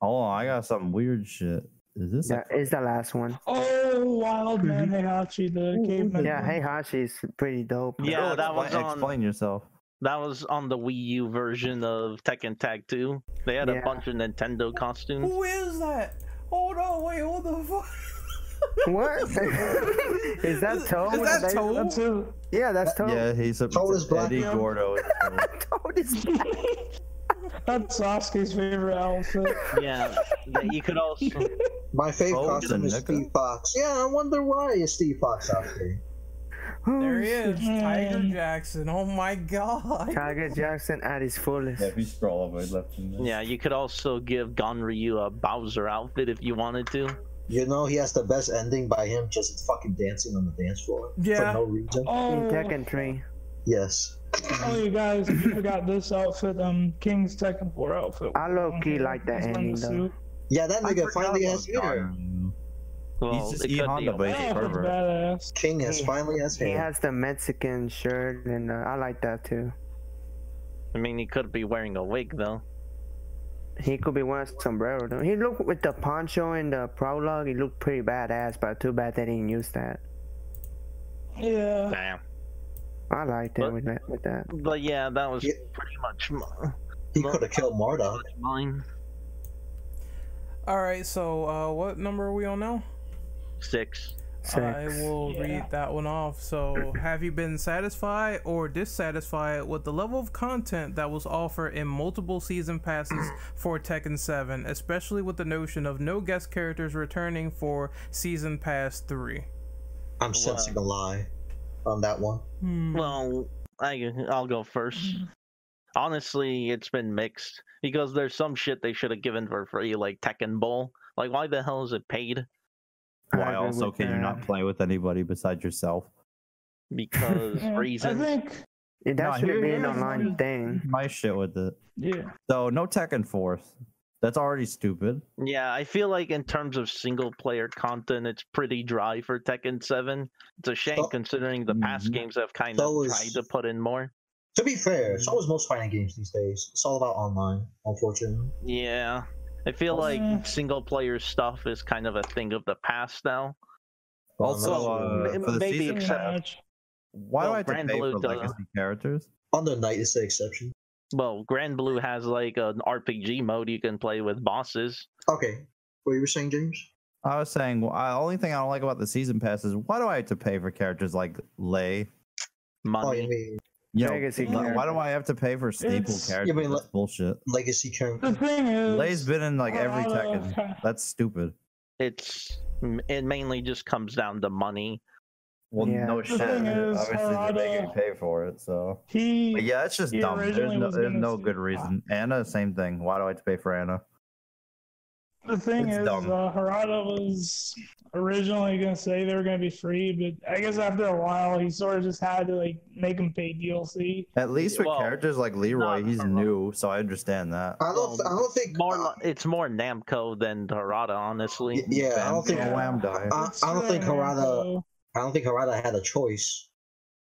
F: Hold on. I got some weird shit. Is this?
H: Yeah, it's the last one.
C: Oh, Wild Man Heihachi, the caveman.
H: Yeah, Hey Hashi's pretty dope.
F: a-
D: Yeah,
F: Girl,
D: that
F: expla-
D: was on
F: Explain yourself.
D: that was on the Wii U version of Tekken Tag 2. They had a
H: Yeah.
D: bunch of Nintendo costumes.
E: Who is that? Hold on, wait, what the fuck?
H: What? Is that Toad?
E: Is that
H: They-
E: Toad?
C: That's it.
H: Yeah, that's Toad.
F: Yeah, he's a
B: Told us black
F: Eddie
B: man.
F: Gordo. is cool.
H: Toad is black.
C: That's Sasuke's favorite outfit.
D: yeah, that you could also
B: My favorite
F: Oh,
B: costume
F: the
B: is
F: nigga.
B: Steve Fox. Yeah, I wonder why is Steve Fox out here.
J: Oh,
E: There he is, Tiger
C: Mm.
E: Jackson. Oh my god.
H: Tiger Jackson at his fullest.
F: Yeah, if you scroll all the way left and right.
D: yeah you could also give Gonryu a Bowser outfit if you wanted to.
B: You know, he has the best ending by him just fucking dancing on the dance floor
E: Yeah.
B: for no reason.
H: In
C: Oh,
H: Tekken 3.
B: Yes.
C: oh, you guys, if you forgot this outfit, um, King's Tekken 4 outfit.
H: I low-key like that
C: It's on
H: ending,
C: the
H: though.
C: suit.
B: Yeah, that
F: I
B: nigga
F: forgot
B: finally
F: about
B: has hair.
F: Gonryu.
D: Well,
F: just
D: it could
F: E
D: be
F: Honda,
D: a-
F: but he's
C: That outfit's
F: pervert.
C: Oh, badass.
B: King has
H: He-
B: finally has
H: He
B: hair.
H: has the Mexican shirt, and uh, I like that too.
D: I mean, he could be wearing a wig though.
H: He could be wearing a sombrero. Though. He looked with the poncho and the prologue. He looked pretty badass, but too bad they didn't use that.
C: Yeah.
D: Damn.
H: I liked it
D: But-
H: with that. With that.
D: But yeah, that was
B: Yeah.
D: pretty much m-
B: he could have killed Marduk.
D: mine.
E: Alright, so uh, what number are we on now?
D: Six.
E: I
H: Six.
E: will
C: Yeah.
E: read that one off. So, have you been satisfied or dissatisfied with the level of content that was offered in multiple season passes for Tekken 7, especially with the notion of no guest characters returning for Season Pass 3?
B: I'm sensing a lie on that one.
E: Hmm.
D: Well, I I'll go first. Honestly, it's been mixed because there's some shit they should have given for free, like Tekken Bowl. Like, why the hell is it paid?
H: I
F: Why
H: agree
F: also
H: with
F: can you not
H: that.
F: play with anybody besides yourself?
D: because
C: Yeah,
D: reasons.
C: Mm, I think.
H: It- That
F: No,
H: should
F: here-
H: be an
F: here's-
H: online thing.
F: My shit with it.
C: Yeah.
F: So no Tekken Fourth. That's already stupid.
D: Yeah, I feel like in terms of single player content, it's pretty dry for Tekken 7. It's a shame
B: So-
D: considering the past
F: Mhm.
D: games have kind
B: So
D: of
B: is-
D: tried to put in more.
B: To be fair, so is most fighting games these days. It's all about online, unfortunately.
D: Yeah. I feel like
C: Yeah.
D: single player stuff is kind of a thing of the past now.
B: But
F: Also,
B: unless
F: uh,
B: you-
D: m-
F: for the
D: maybe
F: season,
D: except-
C: Much.
F: why do
D: well,
F: I have to
D: Grand
F: pay
D: Blue
F: for
D: does-
F: legacy characters?
B: Under Night is the exception.
D: Well, Grand Blue has like an RPG mode you can play with bosses.
B: Okay, what you were saying, James?
F: I was saying, well, I, only thing I don't like about the season pass is why do I have to pay for characters like Lay?
B: Oh,
D: Money.
B: you mean
F: You know,
H: Legacy
F: why- why do
H: characters.
F: I have to pay for staple
C: It's-
F: characters?
B: Yeah, but
F: That's
B: Le-
F: bullshit.
B: legacy
C: The
B: character?
C: thing is,
F: Lay's been in like
C: a
F: every
B: Uh,
C: lot of-
F: Tekken. That's stupid.
D: It's it mainly just comes down to money.
F: Well,
H: Yeah.
F: no
H: The
F: shit.
C: thing is,
F: Obviously,
B: uh,
F: they're making you
C: Harada-
F: pay for it. So,
C: He.
F: but yeah, it's just
C: He
F: dumb. There's
C: originally
F: no,
C: was
F: there's
C: gonna
F: no
C: say-
F: good reason. Anna, same thing. Why do I have to pay for Anna?
C: The thing
F: It's
C: is, uh,
F: dumb.
C: Harada was originally going to say they were going to be free, but I guess after a while, he sort of just had to like make them pay DLC.
F: At least with
D: Well,
F: characters like Leroy,
D: not
F: he's
D: Harada.
F: new, so I understand that.
B: I don't. I don't think.
D: More, li- it's more Namco than Harada, honestly.
B: Y- yeah, I don't think.
C: Yeah.
B: I,
F: Wham die.
B: I don't think Harada.
C: So,
B: I don't think Harada had a choice.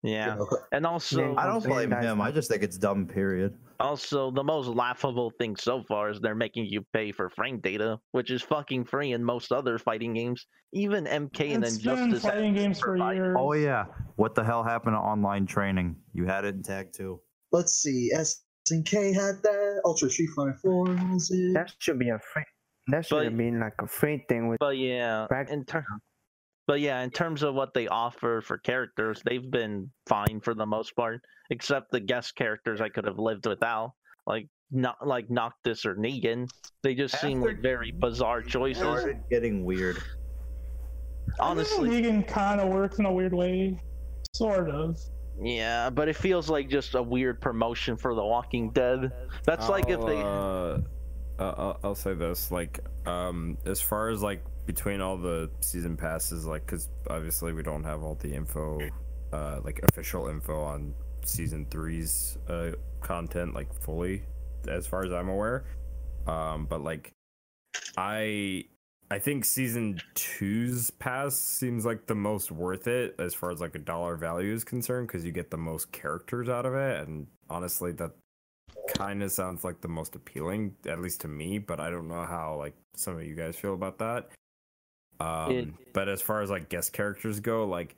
B: you
D: Yeah,
B: know.
D: and also
F: I don't
H: Yeah,
F: blame
H: guys.
F: him. I just think it's dumb. Period.
D: Also, the most laughable thing so far is they're making you pay for frame data, which is fucking free in most other fighting games. Even MK and
C: It's been
D: Injustice.
C: fighting games for
D: provide-
C: years.
F: Oh yeah. What the hell happened to online training? You had it in tag two.
B: Let's see. SNK had that. Ultra Street Fighter Four was it?
H: That should be a free. That should
D: But-
H: have been like a free thing with.
D: But yeah,
H: Prac-
D: in ter- but yeah, in terms of what they offer for characters, they've been fine for the most part, except the guest characters I could have lived without, like not like Noctis or Negan. They just seem
F: After-
D: like very bizarre
F: It
D: choices.
F: started getting weird.
D: Honestly,
C: Negan kind of works in a weird way, sort of.
D: Yeah, but it feels like just a weird promotion for The Walking Dead. That's like if
G: I'll,
D: they.
G: uh, I- I'll, I'll say this like um as far as like between all the season passes like because obviously we don't have all the info uh like official info on season three's uh content like fully as far as i'm aware um but like i i think season two's pass seems like the most worth it as far as like a dollar value is concerned because you get the most characters out of it and honestly that kind of sounds like the most appealing, at least to me. But I don't know how like some of you guys feel about that. Um, but as far as like guest characters go, like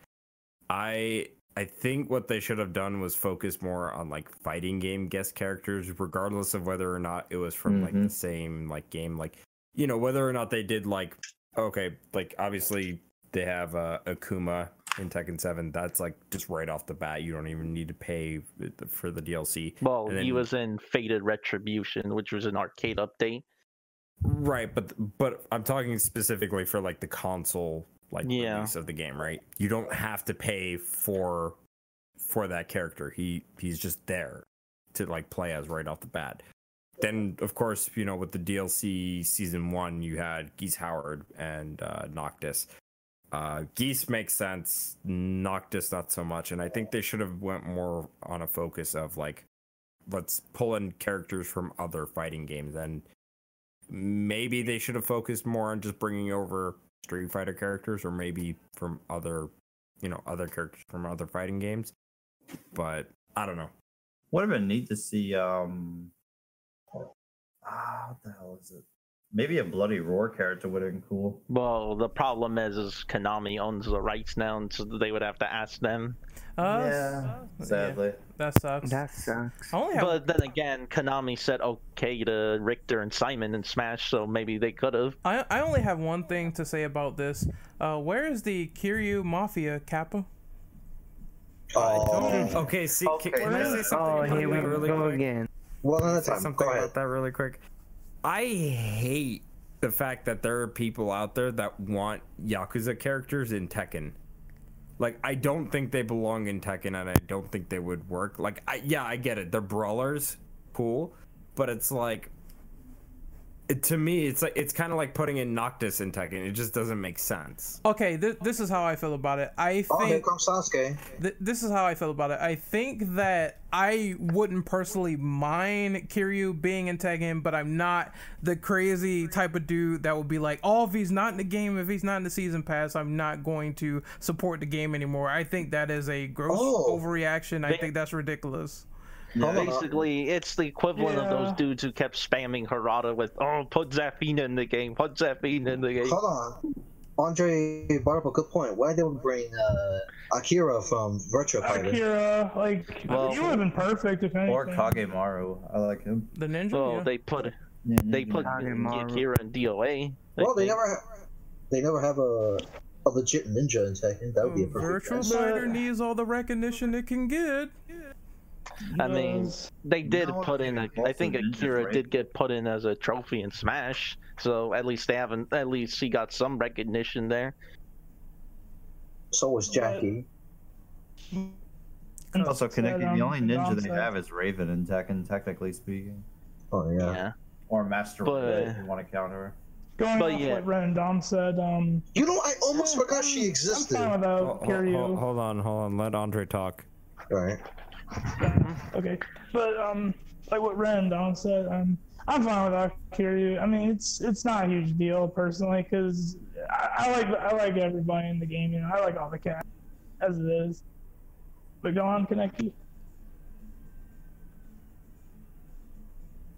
G: I I think what they should have done was focus more on like fighting game guest characters, regardless of whether or not it was from like the
F: Mhm.
G: same like game, like you know whether or not they did like okay, like obviously they have uh, Akuma in Tekken Seven. That's like just right off the bat, you don't even need to pay uh, for the DLC.
D: Well,
G: and
D: he
G: then-
D: was in Faded Retribution, which was an arcade update.
G: Right, but but I'm talking specifically for like the console like
D: Yeah.
G: release of the game, right? You don't have to pay for for that character. He he's just there to like play as right off the bat. Then of course, you know, with the DLC season 1, you had Geese Howard and uh Noctis. Uh Geese makes sense, Noctis not so much, and I think they should have went more on a focus of like let's pull in characters from other fighting games and maybe they should have focused more on just bringing over Street Fighter characters or maybe from other, you know, other characters from other fighting games. But I don't know.
F: Would have been neat to see. um Ah, what the hell is it? Maybe a bloody roar character would have been cool.
D: Well, the problem is, is Konami owns the rights now, and so they would have to ask them.
E: Uh, yeah,
F: Sadly,
E: that sucks.
H: That sucks.
E: I
G: Oh,
E: only have
D: But then again, Konami said okay to Richter and Simon and Smash, so maybe they could have.
E: I, I only have one thing to say about this. Uh, where is the Kiryu Mafia Kappa?
B: Oh,
G: Okay, see,
F: Okay,
G: can I
F: yeah.
G: say something
H: Oh,
G: about
H: here we
G: that really
H: go
G: quick?
H: again.
B: one at a
G: Say
B: time.
G: something
B: Go ahead.
G: about that really quick. I hate the fact that there are people out there that want Yakuza characters in Tekken. Like, I don't think they belong in Tekken, and I don't think they would work. Like, I, yeah, I get it. They're brawlers, cool, but it's like, it- to me, it's like it's kind of like putting in Noctis in Tekken. It just doesn't make sense.
E: Okay, th- this is how I feel about it. I
B: Oh, here
E: think
B: comes Sasuke.
E: th- this is how I feel about it. I think that I wouldn't personally mind Kiryu being in Tekken, but I'm not the crazy type of dude that would be like, "Oh, if he's not in the game, if he's not in the season pass, I'm not going to support the game anymore." I think that is a gross
B: Oh.
E: overreaction. I think that's ridiculous.
B: Hold on.
D: Basically, it's the equivalent of
C: Yeah.
D: those dudes who kept spamming Harada with, "Oh, put Zafina in the game, put Zafina in the game."
B: Hold on. Andre brought up a good point. Why they would bring uh, Akira from Virtua
F: Oh,
B: Fighter?
C: Akira, like
D: Well-
C: you would have been perfect if anything.
F: Or Kagemaru. I like him.
E: The ninja.
D: Well,
E: yeah.
D: they put
F: Yeah,
D: they
F: Ninja.
D: put
H: Kagemaru.
D: Akira in DOA. I
B: Well, they
D: think.
B: never, they never have a, a legit ninja in Tekken. That would be a perfect.
E: Virtual
B: match.
E: Fighter needs all the recognition it can get.
D: I mean, they did
F: No,
D: put in. A, I
F: both
D: think
F: of them did,
D: Akira
F: right?
D: did get put in as a trophy in Smash, so at least they haven't. At least he got some recognition there.
B: So was Jackie.
F: Also,
C: connected.
F: connected. The only ninja they have is Raven in Tekken, technically speaking,
B: Oh yeah.
D: Yeah.
F: or Master
D: But-
F: Raven if you want to counter. her.
C: Going
D: But
C: off
D: yeah.
C: what Ren and Dom said, um,
B: You know, I almost forgot she existed.
C: I'm fine
G: Ho-
C: without
G: ho-
C: Kiryu.
G: ho- hold on, hold on. Let Andre talk.
B: Right.
C: Okay, but um, like what Ren and Don said, um, I'm fine without Kiryu. I mean, it's it's not a huge deal personally because I, I like I like everybody in the game. You know, I like all the cats as it is. But go on, Kaneki.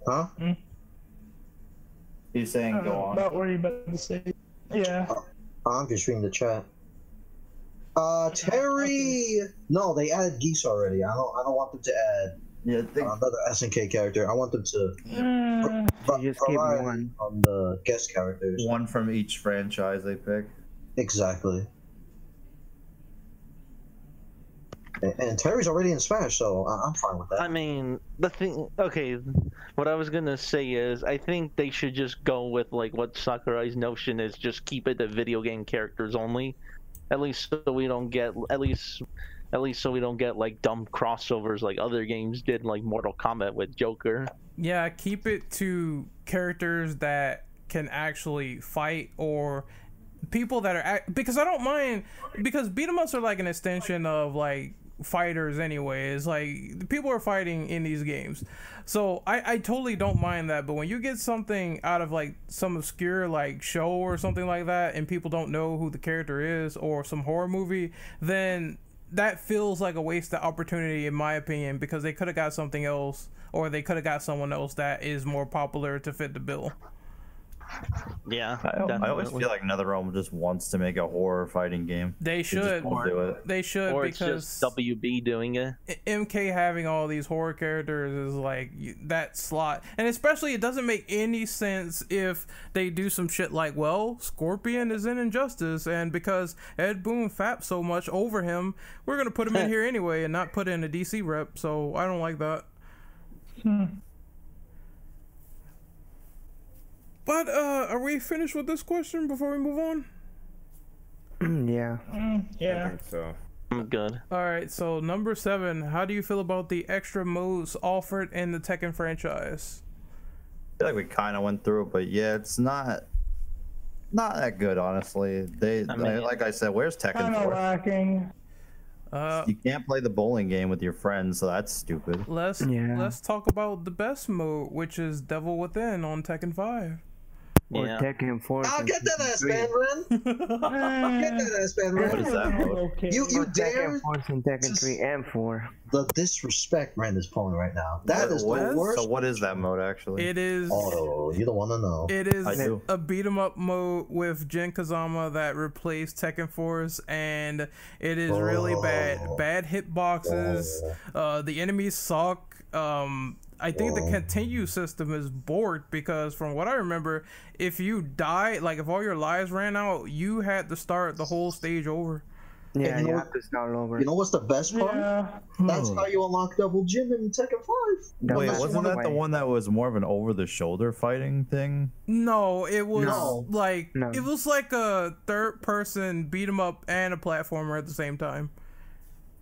B: Huh?
F: He's saying
C: I don't
F: go
C: know
F: on.
C: Uh, About where you about to say? Yeah.
B: I'm just reading the chat. Uh, Terry. No, they added Geese already. I don't. I don't want them to add
F: Yeah, I think
B: another SNK character. I want them to
C: Mm,
H: You just keep
B: variety
H: one.
B: on the guest characters.
F: one from each franchise they pick.
B: Exactly. And, and Terry's already in Smash, so I, I'm fine with that.
D: I mean, the thing. Okay, what I was gonna say is, I think they should just go with like what Sakurai's notion is, just keep it to video game characters only. At least so we don't get. At least, at least so we don't get like dumb crossovers like other games did, like Mortal Kombat with Joker.
E: Yeah, keep it to characters that can actually fight or people that are act- because I don't mind because beat 'em ups are like an extension of like fighters anyways like the people are fighting in these games so I, I totally don't mind that but when you get something out of like some obscure like show or something like that and people don't know who the character is or some horror movie then that feels like a wasted opportunity in my opinion because they could have got something else or they could have got someone else that is more popular to fit the bill
D: Yeah,
F: I, I always
D: definitely.
F: feel like NetherRealm just wants to make a horror fighting game.
E: they
F: They just
E: should
F: won't do it.
E: they should
D: Or it's
E: because
D: just WB doing it.
E: MK having all these horror characters is like you- that slot, and especially it doesn't make any sense if they do some shit like, well, Scorpion is in Injustice, and because Ed Boon fapped so much over him, we're gonna put him in here anyway and not put in a DC rep. So I don't like that. But uh, are we finished with this question before we move on?
H: yeah.
G: I
C: yeah.
G: think so.
D: I'm good.
E: All right, so number seven, how do you feel about the extra modes offered in the Tekken franchise?
F: I feel like we kind of went through it, but yeah, it's not not that good, honestly. They
D: mean-
F: like I said, where's
C: Kind
F: Tekken
C: of
F: for?
C: lacking.
E: Uh,
F: You can't play the bowling game with your friends, so that's stupid.
E: Let's
H: Yeah.
E: let's talk about the best mode, which is Devil Within on Tekken Five.
H: Or
D: Yeah.
H: Tekken 4.
B: I'll
H: and
B: get that ass,
H: Tekken
B: man,
H: 3.
B: Ren. Get
C: Eh,
B: that ass, man,
F: What
B: Ren.
F: is that mode?
C: okay.
B: You, you
H: Tekken
B: dare
H: 4 and Tekken
B: Just-
H: 3 and 4.
B: the disrespect Ren is pulling right now. That
F: What-
B: is
F: what-
B: the worst.
F: So what is that mode actually?
E: It is
B: Oh, you don't want to know.
E: it is
F: I do.
E: a beat 'em up mode with Jin Kazama that replaced Tekken Force, and it is really bad.
B: Oh.
E: Bad hitboxes. Uh, the enemies suck. Um, I think the
B: Oh.
E: continue system is borked because, from what I remember, if you died, like if all your lives ran out, you had to start the whole stage over.
H: Yeah,
B: you
H: you,
B: know
H: have to start over.
B: You know what's the best part?
C: Yeah. Hmm.
B: That's how you unlock double gym in Tekken Five.
H: That
F: Wait,
H: was
F: wasn't
H: one
F: that the
H: way.
F: one that was more of an over-the-shoulder fighting thing?
E: No, it was
B: No.
E: like
H: No.
E: it was like a third person beat 'em up and a platformer at the same time.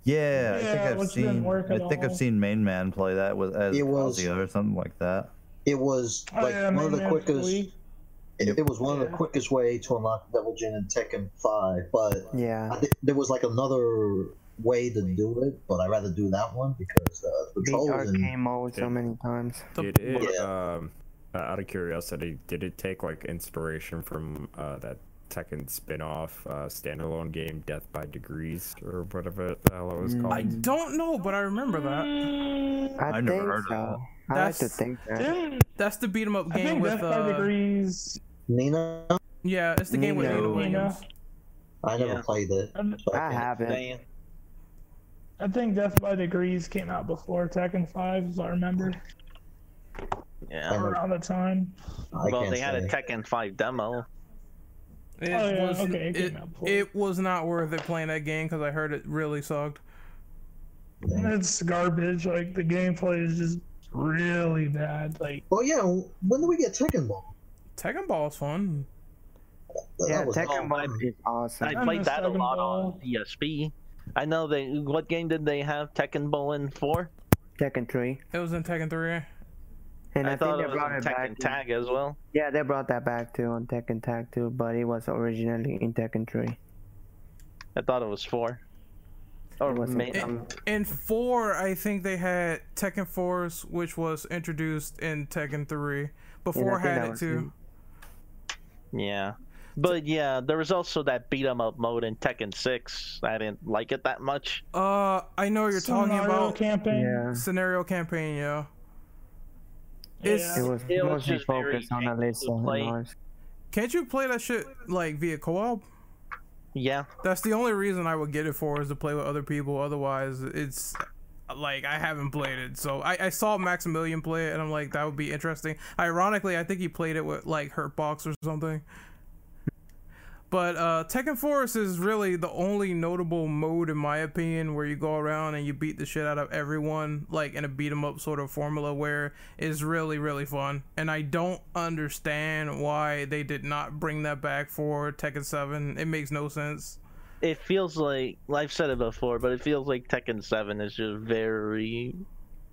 F: Yeah, I
C: Yeah,
F: think I've
C: which didn't
F: seen.
C: work
F: I
C: at
F: think
C: all.
F: I've seen Main Man play that with as
B: It was-
F: Kazuya or something like that.
B: It was
C: Oh,
B: like
C: yeah,
B: one of
C: Mega
B: the
C: Man
B: quickest.
C: three.
B: It, it was one of the
C: Yeah.
B: quickest way to unlock Devil Jin in Tekken Five, but
H: Yeah.
B: I thi- there was like another way to do it, but I'd rather do that one because uh, the
H: Beat
B: controls and
H: arcade mode so
G: Yeah.
H: many times.
G: Did it? Um, uh, out of curiosity, did it take like inspiration from uh, that Tekken spin-off uh, standalone game, Death by Degrees, or whatever the hell it was
F: Mm.
G: called?
H: Mm.
E: I don't know, but I remember that.
C: Mm,
H: I
F: I've
H: think
F: never heard of
H: so.
F: that.
H: I like to
E: That's-
H: think that.
C: didn't-
E: That's the beat 'em up
C: I
E: game
C: think
E: with
C: Death by
E: uh,
C: Degrees.
B: Nina.
E: yeah, it's the game with
H: Nino.
E: Nina Williams.
B: I never
D: Yeah.
B: played it.
C: I,
B: so
H: I
B: can't
H: haven't.
B: say.
C: I think Death by Degrees came out before Tekken 5, if I remember,
H: Oh,
B: Oh.
D: Yeah.
C: around the time.
B: I
D: well,
B: can't
D: they had a
B: say.
D: Tekken 5 demo.
E: It
C: Oh, yeah,
E: was
C: okay, it came
E: it,
C: out before.
E: it was not worth it playing that game because I heard it really sucked.
C: It's garbage. Like, the gameplay is just really bad. Like,
B: Well, yeah. When do we get Tekken Ball?
E: Tekken Ball is fun.
B: That
H: Yeah,
B: was
H: Tekken
B: awesome.
H: Ball is awesome.
D: I
C: I
D: played
C: miss
D: that a
C: Dragon
D: lot
C: Ball.
D: on PSP. I know they. What game did they have Tekken Bowl in for?
H: Tekken 3.
E: It was in Tekken 3.
H: And I,
D: I,
H: think
D: thought
H: they
D: it was
H: brought
D: on
H: it back.
D: Tekken Tag as well.
H: Yeah, they brought that back too on Tekken Tag too, but it was originally in Tekken 3.
D: I thought it was four. Or
H: It wasn't.
D: may, um,
E: In 4, I think they had Tekken Force, which was introduced in Tekken 3. Before
H: think that
E: had it
H: was
E: too.
D: yeah. But yeah, there was also that beat 'em up mode in Tekken 6. I didn't like it that much.
E: Uh, I know what you're talking
C: Scenario
E: about
C: camping.
H: Yeah.
E: scenario campaign, yeah.
C: It's-
H: It was
D: It was
H: mostly
D: just very
H: focused on
D: painful to
H: Alyssa and
D: play.
H: Lars.
E: Can't you play that shit like via co-op?
D: Yeah.
E: That's the only reason I would get it for is to play with other people. Otherwise, it's like I haven't played it. So I, I saw Maximilian play it, and I'm like, that would be interesting. Ironically, I think he played it with like Hurtbox or something. But uh, Tekken Force is really the only notable mode, in my opinion, where you go around and you beat the shit out of everyone, like in a beat 'em up sort of formula, where it's really, really fun. And I don't understand why they did not bring that back for Tekken 7. It makes no sense.
D: It feels like. I've said it before, but it feels like Tekken 7 is just very,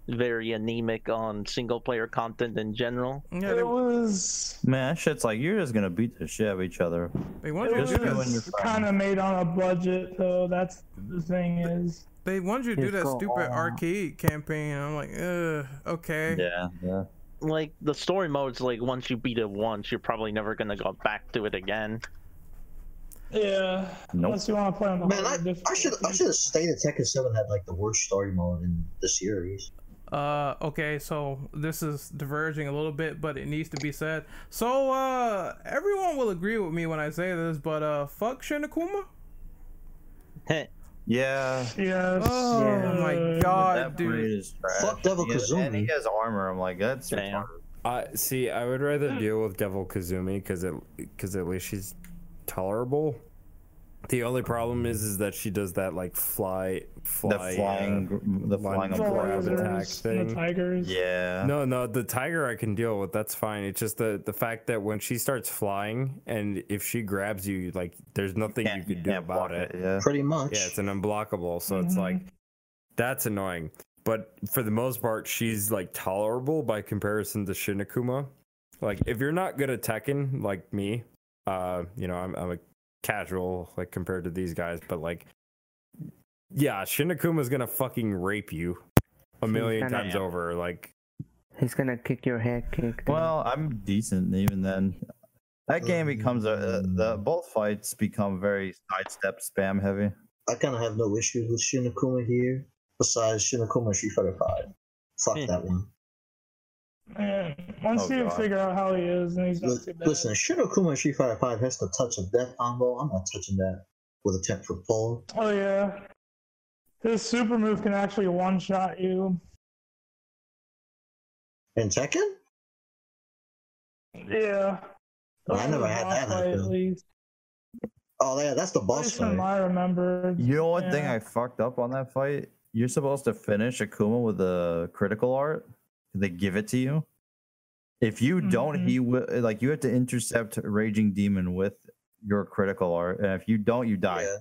D: very anemic on single player content in general.
E: Yeah, they,
C: It was.
F: Man, that shit's like you're just gonna beat the shit out of each other.
E: they wanted you
F: Just
E: to do
F: go in
E: that.
F: your
C: It's kind of made on a budget, though. That's the thing is.
E: They wanted you to do
H: Just
E: that
H: go all
E: stupid
H: out.
E: arcade campaign. and I'm like, ugh, okay.
F: Yeah, yeah.
D: Like, the story mode's like once you beat it once, you're probably never going to go back to it again.
C: Yeah.
F: Nope.
C: Unless you want to play on the
B: Man, I,
C: harder
B: I should I
C: difficulty.
B: should have stated Tekken Seven had like the worst story mode in the series.
E: Uh, okay, so this is diverging a little bit, but it needs to be said. So, uh, everyone will agree with me when I say this, but uh, fuck Shinakuma.
F: Yeah.
C: Yes.
E: Oh my god,
F: that breed
E: dude.
F: is trash.
B: Fuck Devil
F: He has- And he
B: Kazooie.
F: has armor. I'm like, that's
D: Damn.
F: retarded.
G: I see. I would rather deal with Devil Kazumi because it because at least she's tolerable. The only problem is is that she does that like fly
F: the
G: fly uh,
F: flying, gr- the
G: one
F: flying
C: The
G: grab
F: umbrella.
G: attack
C: lizards, the
G: thing.
C: tigers.
F: Yeah.
G: No, no, the tiger I can deal with. That's fine. It's just the the fact that when she starts flying and if she grabs you, like there's nothing you
F: Can't-
G: can do
F: can't
G: about
F: block
G: it.
F: Yeah.
B: Pretty much.
G: Yeah, it's an unblockable, so it's like that's annoying. But for the most part, she's like tolerable by comparison to Shinakuma. Like if you're not good at Tekken, like me, uh, you know, I'm I'm a casual like compared to these guys, but like yeah, Shinakuma's gonna fucking rape you a million
H: gonna-
G: times over. Like
H: He's gonna kick your head kick.
F: Well, I'm decent even then. That game becomes a uh, the both fights become very sidestep spam heavy.
B: I kind of have no issues with Shinakuma here, besides Shinakuma and Street Fighter Five. Fuck
D: Hmm.
B: that one.
C: Man, once
F: Oh
C: you
F: God.
C: figure out how he is, and he's
B: Li-
C: not too bad.
B: Listen, Shinakuma and Street Fighter Five has the touch of death combo. I'm not touching that with a ten foot pole.
C: Oh yeah. His super move can actually one shot you.
B: And Tekken?
C: Yeah.
B: Well, I never had that
C: At
B: happen.
C: least,
B: Oh yeah, that's the
C: at
B: boss
C: least from
B: fight.
C: I remember.
F: You know one thing
C: Yeah.
F: I fucked up on that fight? You're supposed to finish Akuma with a critical art. They give it to you. If you don't,
C: Mhm.
F: he will like you have to intercept Raging Demon with your critical art, and if you don't, you die.
B: Yeah.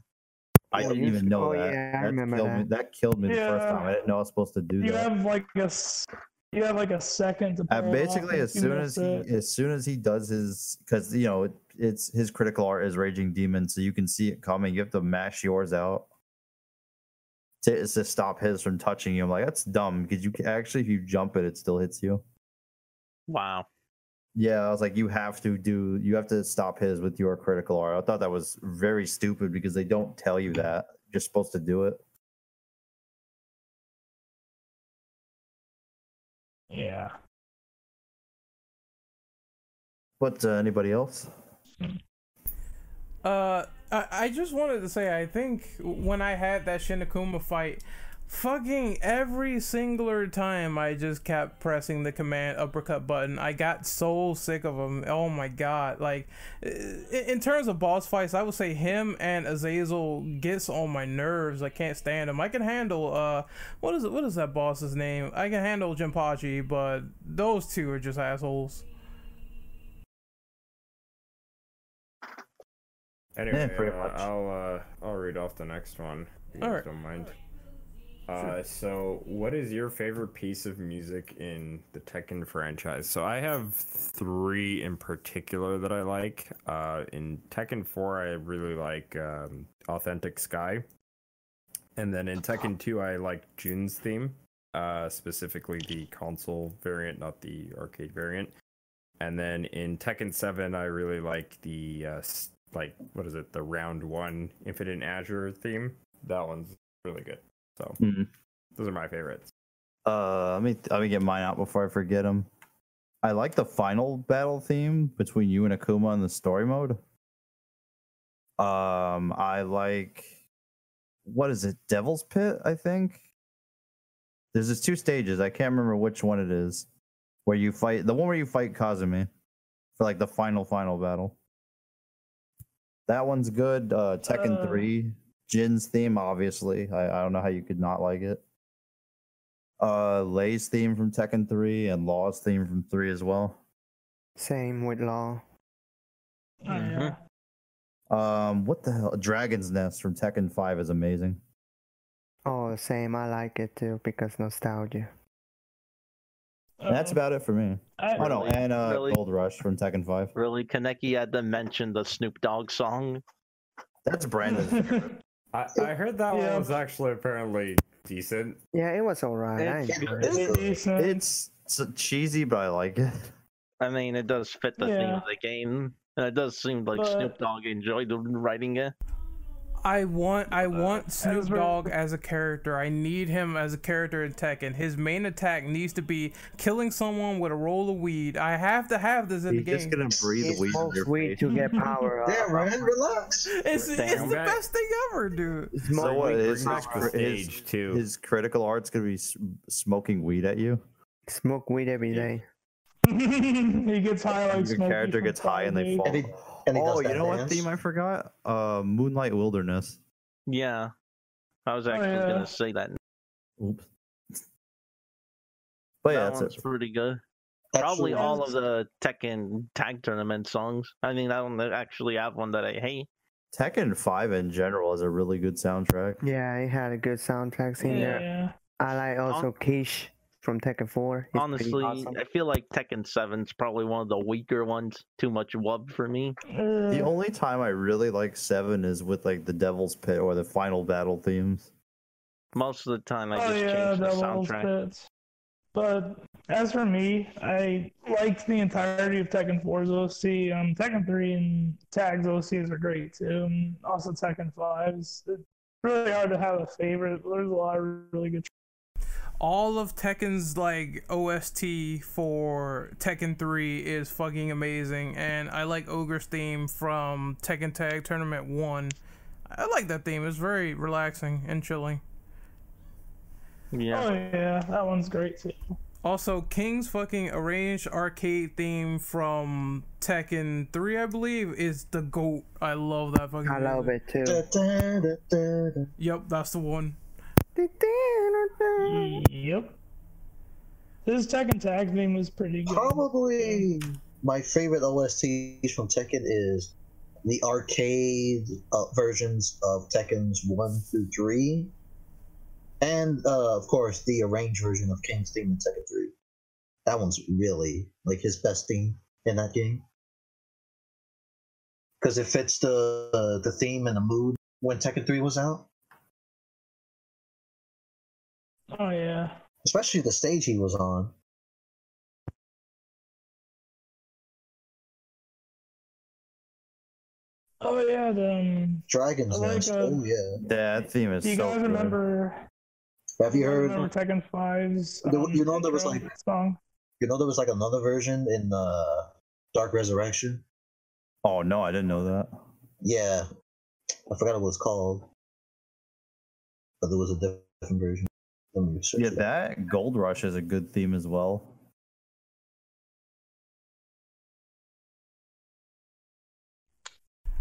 F: I
H: Oh,
F: didn't
H: you-
F: even
H: oh,
F: know that.
H: yeah, I
F: that
H: remember
F: killed Me.
H: that.
F: that killed me the first
C: Yeah.
F: time. I didn't know I was supposed to do
C: You
F: that.
C: have like a s- You have like a second to.
F: Uh,
C: pull it off,
F: basically,
C: and
F: as
C: you
F: soon as
C: miss
F: he
C: it.
F: as soon as he does his, because you know it, it's his critical art is raging demon, so you can see it coming. You have to mash yours out to, is to stop his from touching you. I'm like, that's dumb because you ca- actually, if you jump it, it still hits you.
D: Wow.
F: Yeah, I was like, you have to do, you have to stop his with your critical art. I thought that was very stupid because they don't tell you that. You're supposed to do it.
C: Yeah.
F: But uh, anybody else?
E: Uh, I, I just wanted to say, I think when I had that Shinakuma fight, fucking every singular time I just kept pressing the command uppercut button. I got so sick of him. Oh my god! Like, i- in terms of boss fights, I would say him and Azazel gets on my nerves. I can't stand him. I can handle uh, what is it? What is that boss's name? I can handle Jinpachi, but those two are just assholes.
G: Anyway,
F: pretty
G: uh,
F: much.
G: I'll uh, I'll read off the next one. If you guys
E: Alright.
G: don't mind. Uh, so what is your favorite piece of music in the Tekken franchise? So I have three in particular that I like. Uh, in Tekken 4, I really like um, Authentic Sky. And then in Tekken 2, I like June's theme, uh, specifically the console variant, not the arcade variant. And then in Tekken 7, I really like the, uh, s- like, what is it, the round one Infinite Azure theme. That one's really good. So
B: Mm-hmm.
F: Mhm.
G: those are my favorites.
F: Uh, let me let me get mine out before I forget them. I like the final battle theme between you and Akuma in the story mode. Um, I like what is it? Devil's Pit, I think. There's just two stages. I can't remember which one it is. Where you fight the one where you fight Kazumi for like the final final battle. That one's good. Uh, Tekken
C: Uh.
F: Three, Jin's theme, obviously. I, I don't know how you could not like it uh Lay's theme from Tekken 3 and Law's theme from 3 as well.
H: Same with Law.
C: Oh,
B: Mm-hmm.
D: Mm-hmm.
C: yeah.
F: Um what the hell Dragon's Nest from Tekken 5 is amazing.
H: Oh, same. I like it too because nostalgia.
F: And that's
C: Um,
F: about it for me.
C: I-
F: Oh no,
D: Really?
F: and uh
D: Really?
F: Gold Rush from Tekken 5.
D: Really, Kaneki had to mention the Snoop Dogg song.
F: That's Brandon's.
G: I, I heard that
C: Yeah.
G: one was actually apparently decent.
H: Yeah, it was alright. I
D: It's-
H: enjoyed
C: Is
H: it.
C: it decent?
F: it's so cheesy but I like it.
D: I mean, it does fit the theme
C: Yeah.
D: of the game, and it does seem like
C: But-
D: Snoop Dogg enjoyed writing it.
E: I want I want Snoop
C: Ezra-
E: Dogg as a character. I need him as a character in Tekken. His main attack needs to be killing someone with a roll of weed. I have to have this in the
F: He's
E: game.
F: just gonna breathe
H: It
F: weed in
H: smokes
F: your
H: weed
F: face.
H: to get power. up.
B: Damn, Ryan, relax.
E: It's, it's
D: Damn.
E: the best thing ever, dude.
H: It's more
F: So what
H: weed
F: is
H: to
F: his,
H: power
F: cri-
H: up.
F: his,
G: Stage two.
F: his critical art's gonna be s- smoking weed at you?
H: Smoke weed every day.
C: he gets high like
F: Your
C: Smokey
F: character
C: from
F: gets high and they
C: Friday.
B: And
F: fall.
B: he- and he does
F: oh, you
B: that
F: know what
B: dance.
F: theme I forgot? Uh, Moonlight Wilderness.
D: Yeah, I was actually
C: Oh, yeah.
D: gonna say that.
F: Oops. But yeah,
D: that
F: that's
D: one's
F: it.
D: pretty good. Probably all of the Tekken tag tournament songs. I mean, I don't actually have one that I hate.
F: Tekken 5 in general is a really good soundtrack.
H: Yeah, it had a good soundtrack
C: Yeah.
H: in there. I like also Kish from Tekken 4. He's pretty
D: Honestly,
H: awesome.
D: I feel like Tekken 7's probably one of the weaker ones. Too much wub for me.
F: The
C: Uh,
F: only time I really like 7 is with like the Devil's Pit or the final battle themes.
D: Most of the time, I
C: oh
D: just
C: yeah,
D: change the
C: that was
D: soundtrack.
C: pits. But as for me, I liked the entirety of Tekken 4's OC. Um, Tekken 3 and Tag's OCs are great too. And also Tekken 5's. It's really hard to have a favorite. There's a lot of really good.
E: All of Tekken's like OST for Tekken 3 is fucking amazing, and I like Ogre's theme from Tekken Tag Tournament 1. I like that theme. It's very relaxing and chilling.
D: Yeah.
C: Oh yeah, that one's great too.
E: Also, King's fucking arranged arcade theme from Tekken 3, I believe, is the GOAT. I love that fucking
H: I love
E: music.
H: it too.
B: Da, da, da, da, da.
E: Yep, that's the one.
C: Yep. His Tekken Tag theme was pretty good.
B: Probably my favorite OSTs from Tekken is the arcade uh, versions of Tekken's 1 through 3. And, uh, of course, the arranged version of King's Theme in Tekken 3. That one's really like his best theme in that game because it fits the the theme and the mood when Tekken 3 was out,
C: Oh yeah.
B: especially the stage he was on.
C: Oh yeah. The, um,
B: Dragon's
C: I like,
B: Nest.
C: uh,
B: oh yeah.
F: That theme is
C: do you
F: so
C: guys
F: good.
C: remember?
B: Have you heard?
C: Remember Tekken 5's?
B: There- you know, there was,
C: intro
B: like-
C: song.
B: You know, there was like another version in uh, Dark Resurrection.
F: Oh no, I didn't know that.
B: Yeah, I forgot what it was called, but there was a different version. Let me search
F: Yeah,
B: it.
F: that Gold Rush is a good theme as well.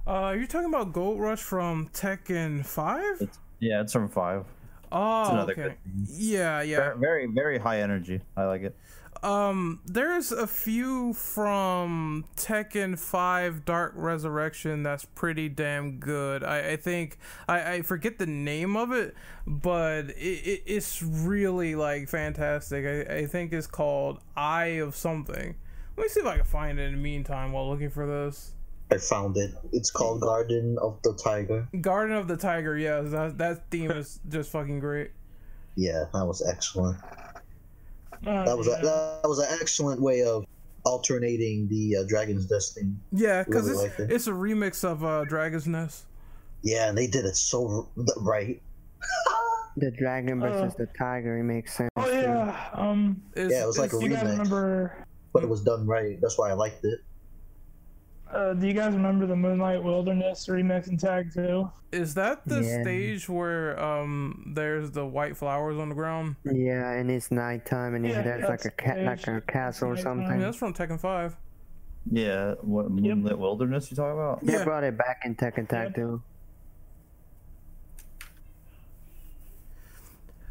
E: Uh, are you talking about Gold Rush from Tekken Five?
F: Yeah, it's from five. It's
E: Oh,
F: another
E: okay.
F: good theme.
E: Yeah, yeah.
F: Ver- Very, very high energy. I like it.
E: Um, there's a few from Tekken 5 Dark Resurrection that's pretty damn good. I, I think I, I forget the name of it, but it, it, it's really like fantastic. I, I think it's called Eye of Something. Let me see if I can find it in the meantime while looking for this.
B: I found it. It's called Garden of the Tiger.
E: Garden of the Tiger, yeah, that, that theme is just fucking great.
B: Yeah, that was excellent.
C: Oh,
B: That was a,
C: yeah.
B: that was an excellent way of alternating the uh, Dragon's Destiny.
E: Yeah, because
B: Really
E: it's,
B: liked it.
E: it's a remix of uh, Dragon's Nest.
B: Yeah, and they did it so r- right.
H: The dragon
C: Uh,
H: versus the tiger. It makes sense.
C: Oh
H: too.
C: yeah. Um.
E: It's,
B: Yeah, it was like a
C: Do you guys
B: remix,
C: remember?
B: but it was done right. That's why I liked it.
C: Uh, do you guys remember the Moonlight Wilderness remix and tag too?
E: Is that the
H: Yeah.
E: stage where um there's the white flowers on the ground?
H: Yeah, and it's nighttime, and
C: Yeah,
H: there's like
C: that's
H: a cat, like
C: stage.
H: a castle or
C: Nighttime.
E: I mean,
H: something.
E: that's from Tekken Five.
F: Yeah, what Moonlit Wilderness you talking about?
H: They
E: Yeah.
H: brought it back in Tekken Tag too.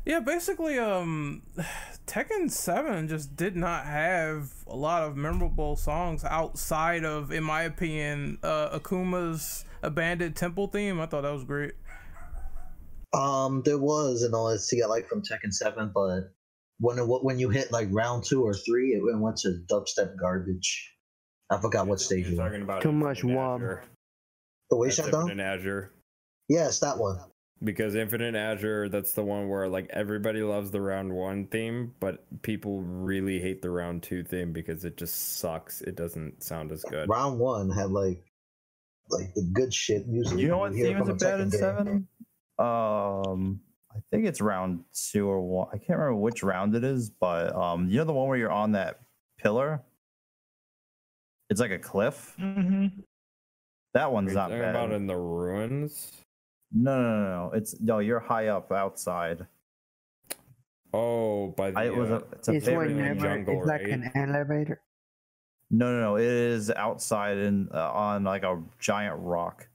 E: Yeah, basically, um, Tekken Seven just did not have a lot of memorable songs outside of, in my opinion, uh, Akuma's abandoned temple theme. I thought that was great.
B: Um, there was an OSC I like from Tekken Seven, but when it, when you hit like round two or three, it went to dubstep garbage. I forgot what stage
G: You're
B: it was.
G: talking about
H: Too
G: it
H: much
G: in
H: wob.
G: Azure.
B: The way
G: That's different in
B: shutdown.
G: Azure.
B: Yes, that one.
G: because Infinite Azure, that's the one where like everybody loves the round one theme, but people really hate the round two theme because it just sucks. It doesn't sound as good.
B: Round one had like like the good shit music.
F: You know what
B: hear
F: theme is
B: from a
F: it bad
B: Tekken
F: in
B: game.
F: seven? Um, I think it's round two or one. I can't remember which round it is, but um, you know the one where you're on that pillar. It's like a cliff.
C: Mm-hmm.
F: That
G: Are
F: one's
G: you
F: not
G: talking
F: bad.
G: about in the ruins?
F: No, no, no, no. It's no. You're high up outside.
G: Oh, by the
F: I, it was
G: uh,
F: a. It's a
H: it's when
F: favorite
G: in the
H: never.
G: jungle,
H: it's like
G: right?
H: an elevator.
F: No, no, no. It is outside and uh, on like a giant rock.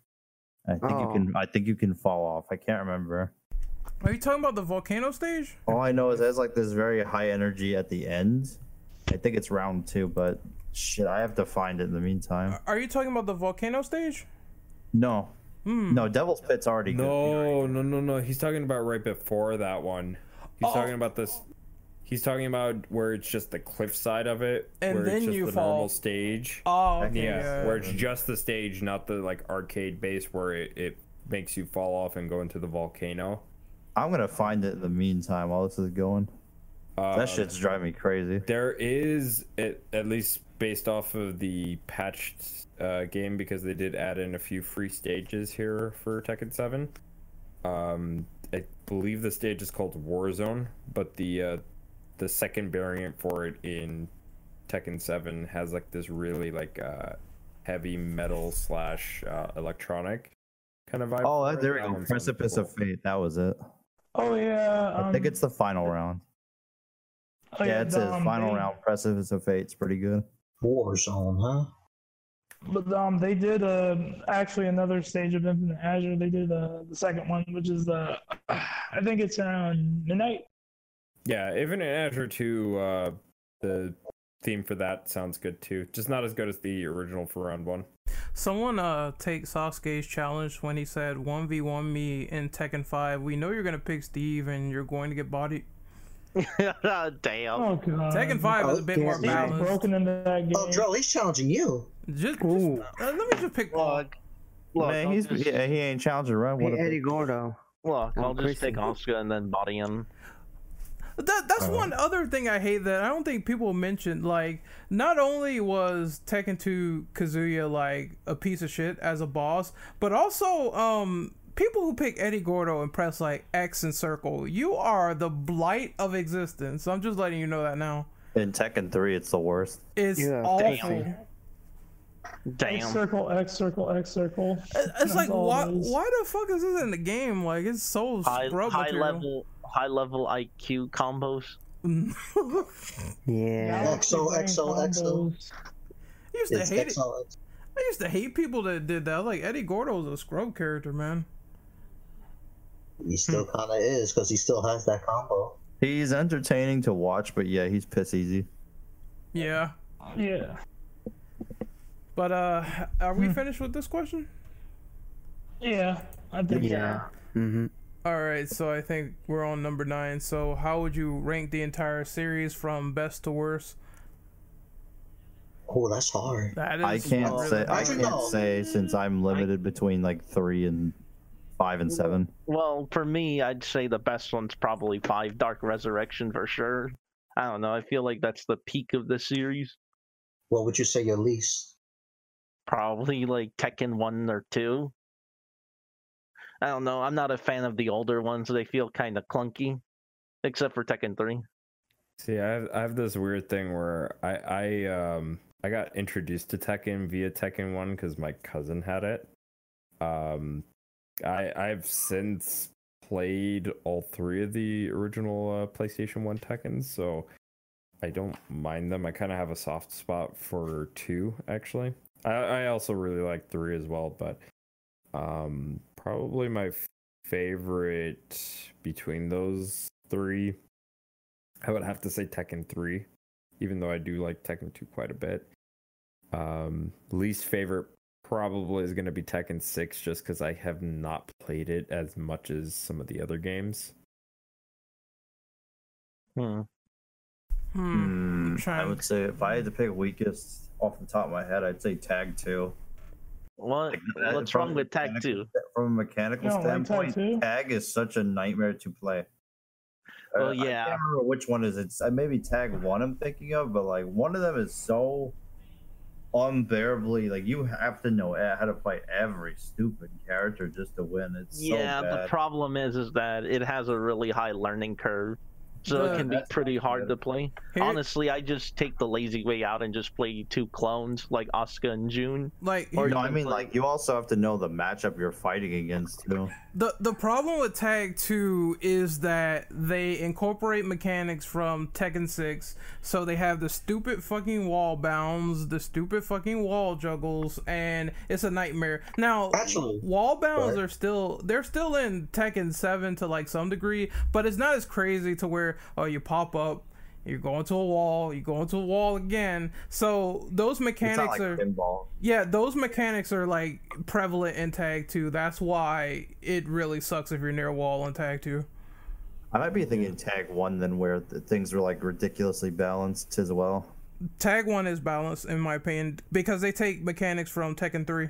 F: I think you
H: Oh.
F: can. I think you can fall off. I can't remember.
E: Are you talking about the volcano stage?
F: All I know is there's like this very high energy at the end. I think it's round two, but shit, I have to find it in the meantime.
E: Are you talking about the volcano stage?
F: No,
E: Hmm.
F: no, Devil's Pit's already good.
G: no, no, no, no. He's talking about right before that one. He's
E: Oh.
G: talking about this. He's talking about where it's just the cliffside of it,
E: And
G: where
E: then
G: it's just
E: you
G: the
E: fall.
G: normal stage.
E: Oh, okay,
F: Tekken
G: yeah,
E: yeah.
G: where it's just the stage, not the like arcade base where it, it makes you fall off and go into the volcano.
F: I'm gonna find it in the meantime while this is going.
G: Uh,
F: That shit's driving me crazy.
G: There is at, at least based off of the patched uh, game because they did add in a few free stages here for Tekken Seven. Um, I believe the stage is called Warzone, but the uh, the second variant for it in Tekken Seven has like this really like uh, heavy metal slash uh, electronic kind of vibe.
F: Oh,
G: for
F: that-
G: it.
F: there we
G: That
F: go.
G: one sounds
F: Precipice of
G: cool.
F: Fate. That was it.
C: Oh yeah. Um,
F: I think it's the final round.
C: oh,
F: Yeah, it says
C: Dom,
F: final
C: they-
F: round. Precipice of Fate's pretty good.
B: Warzone, huh?
C: But um, they did uh, actually another stage of Infinite Azure. They did uh, the second one, which is the I think it's around midnight.
G: Yeah, even in Azure 2, uh, the theme for that sounds good too. Just not as good as the original for round one.
E: Someone uh take Sasuke's challenge when he said one v one me in Tekken Five. We know you're gonna pick Steve and you're going to get bodied.
D: Damn.
C: Oh god.
E: Tekken Five is a bit more
H: Okay.
E: balanced.
C: broken into that game.
B: Oh, Drell, he's challenging you.
E: Just, just
H: Ooh.
E: uh, let me just pick Paul.
D: Look, look,
F: Man,
D: I'll
F: he's
D: just,
F: yeah, he ain't challenging, right?
H: Hey,
F: What a-
H: Eddie Gordo.
D: look, I'll
H: I'm
D: just
H: Christian.
D: take Oscar and then body him.
E: That that's one other thing I hate that I don't think people mentioned. Like, not only was Tekken 2 Kazuya like a piece of shit as a boss, but also um people who pick Eddie Gordo and press like X and circle, you are the blight of existence. I'm just letting you know that now.
F: In Tekken 3, it's the worst.
E: It's
H: Yeah,
E: awful.
H: damn.
C: X
D: Damn.
C: circle, X circle, X circle.
E: It's like
C: That's all
E: why
C: it is.
E: why the fuck is this in the game? Like it's so
D: High,
E: scrub
D: high
E: material.
D: level, high level IQ combos.
H: Yeah.
C: Galaxy brain
B: XOXO.
C: combos.
E: I used to
B: It's
E: hate it.
B: excellent.
E: I used to hate people that did that. Like Eddie Gordo was a scrub character, man.
B: He
F: Hmm.
B: still kind of is because he still has that combo.
F: He's entertaining to watch, but yeah, he's piss easy.
E: Yeah.
C: Yeah.
E: But uh are we finished with this question?
C: Yeah. I think
H: Yeah. Mm-hmm.
E: All right, so I think we're on number 9. So how would you rank the entire series from best to worst?
B: Oh, that's hard.
E: That is
F: I can't
E: really
F: say I
E: big.
B: Actually,
F: can't
B: no.
F: say since I'm limited between like three and five and seven.
D: Well, for me, I'd say the best one's probably five Dark Resurrection for sure. I don't know. I feel like that's the peak of the series.
B: What would you say your least?
D: Probably like Tekken one or two. I don't know. I'm not a fan of the older ones. They feel kind of clunky, except for Tekken three.
G: See, I have, I have this weird thing where I I um I got introduced to Tekken via Tekken One because my cousin had it. Um, I I've since played all three of the original uh, PlayStation One Tekkens, so I don't mind them. I kind of have a soft spot for two actually. I I also really like three as well, but um probably my f- favorite between those three I would have to say Tekken 3, even though I do like Tekken 2 quite a bit. Um, least favorite probably is going to be Tekken 6, just because I have not played it as much as some of the other games.
D: Hmm.
E: Hmm. I'm
F: I
E: trying.
F: would say if I had to pick weakest off the top of my head, I'd say tag two.
D: What?
F: Like, uh,
D: What's
F: from
D: wrong
F: a
D: with Tag
F: mechanical
D: two?
F: sta- From a mechanical
C: You don't like Tag
F: standpoint,
C: two?
F: tag is such a nightmare to play. Uh,
D: Well,
F: I
D: yeah.
F: can't remember which one is it. It's- uh, Maybe tag one I'm thinking of, but like one of them is so unbearably like you have to know e-, how to fight every stupid character just to win. It's
D: yeah,
F: so
D: the
F: bad.
D: problem is is that it has a really high learning curve, so
E: Yeah,
D: it can be
F: that's
D: pretty
F: not
D: hard
F: good.
D: to play.
E: Here-
D: Honestly, I just take the lazy way out and just play two clones like Asuka and June.
E: like
D: or-
F: no, I
D: can
F: mean
D: play-
F: like you also have to know the matchup you're fighting against too.
E: The the problem with Tag 2 is that they incorporate mechanics from Tekken 6, so they have the stupid fucking wall bounds, the stupid fucking wall juggles, and it's a nightmare. Now
B: Actually,
E: wall bounds
B: Right.
E: are still they're still in Tekken 7 to like some degree, but it's not as crazy to where oh you pop up, you go into a wall, you go into a wall again. So those
F: It's not
E: mechanics
F: like
E: are
F: pinball.
E: yeah, those mechanics are like prevalent in Tag 2. That's why it really sucks if you're near a wall in Tag 2.
F: I might be thinking tag one then where the things were like ridiculously balanced as well.
E: Tag 1 is balanced, in my opinion, because they take mechanics from Tekken 3.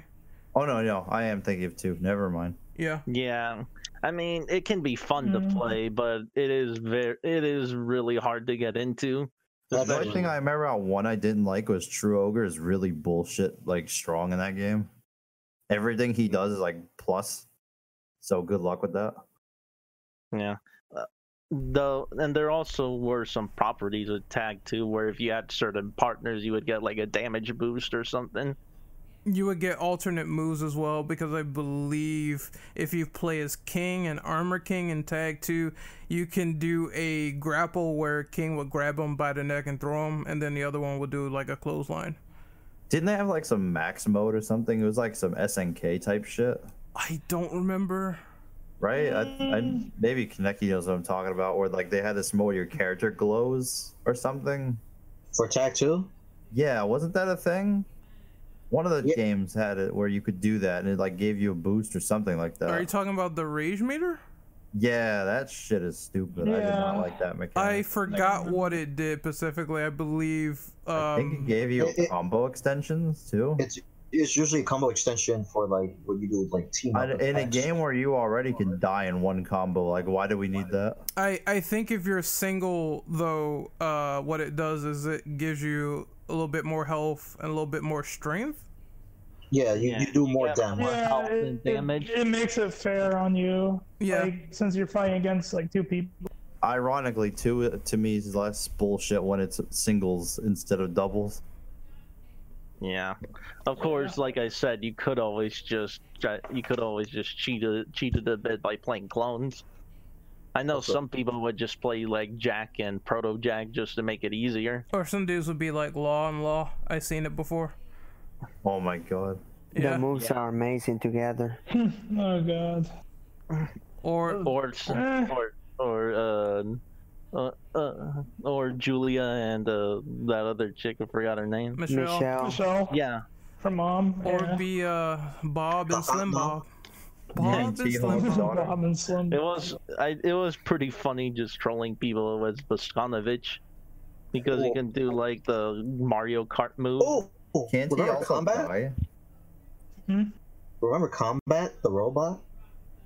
F: Oh no, no, I am thinking of two. Never mind.
E: Yeah.
D: Yeah, I mean it can be fun to play, but it is very it is really hard to get into.
F: The only thing I remember about one I didn't like was True Ogre is really bullshit like strong in that game. Everything he does is like plus. So good luck with that.
D: Yeah. Uh, Though, and there also were some properties with Tag 2 where if you had certain partners, you would get like a damage boost or something.
E: You would get alternate moves as well, because I believe if you play as King and Armor King in Tag 2, you can do a grapple where King would grab him by the neck and throw him, and then the other one would do like a clothesline.
F: Didn't they have like some max mode or something? It was like some SNK type shit,
E: I don't remember.
F: right? I, I maybe Kaneki knows what I'm talking about. Or like they had this mode where your character glows or something.
B: For tag two?
F: Yeah, wasn't that a thing? One of the
B: Yeah.
F: games had it where you could do that, and it like gave you a boost or something like that.
E: Are you talking about the rage meter?
F: Yeah, that shit is stupid. I did not
C: Yeah.
F: like that mechanic.
E: I forgot what it did specifically. I believe.
F: I think it
E: Um,
F: gave you
B: it- it-
F: combo extensions too.
B: It's it's usually a combo extension for like what you do with like team. up
F: I- in a
B: attacks.
F: game where you already can die in one combo, like why do we need that?
E: I I think if you're single though, uh, what it does is it gives you a little bit more health and a little bit more strength.
B: Yeah, you,
D: Yeah,
B: you do
D: you
B: more
D: get
B: damage.
D: more- health
C: it-
D: and damage.
C: It, it makes it fair on you.
E: Yeah.
C: Like, since you're fighting against like two people.
F: Ironically, too, to me is less bullshit when it's singles instead of doubles.
D: Yeah. Of course, like I said, you could always just try- you could always just cheat a, cheat it a bit by playing clones. I know some people would just play like Jack and Proto Jack just to make it easier.
E: Or some dudes would be like law and law. I seen it before.
F: Oh my god.
E: Yeah.
H: The moves are amazing together.
C: Oh god.
E: Or
D: Or s-
C: Eh.
D: or or uh, uh, uh or Julia and uh, that other chick I forgot her name.
E: Michelle.
B: Oh.
H: Michelle.
C: Michelle,
D: Yeah.
C: her mom.
E: Or
C: yeah.
E: be uh Bob and Slim Bob.
F: Yeah,
E: Bob and
F: T-Hawk's
E: Slim Bob.
F: daughter.
C: Bob and Slim.
D: It was I it was pretty funny just trolling people with Boskanovich because he
B: Cool.
D: can do like the Mario Kart move.
B: Oh,
F: Can't he
B: remember
F: also
B: combat?
F: die?
B: Remember combat? The robot.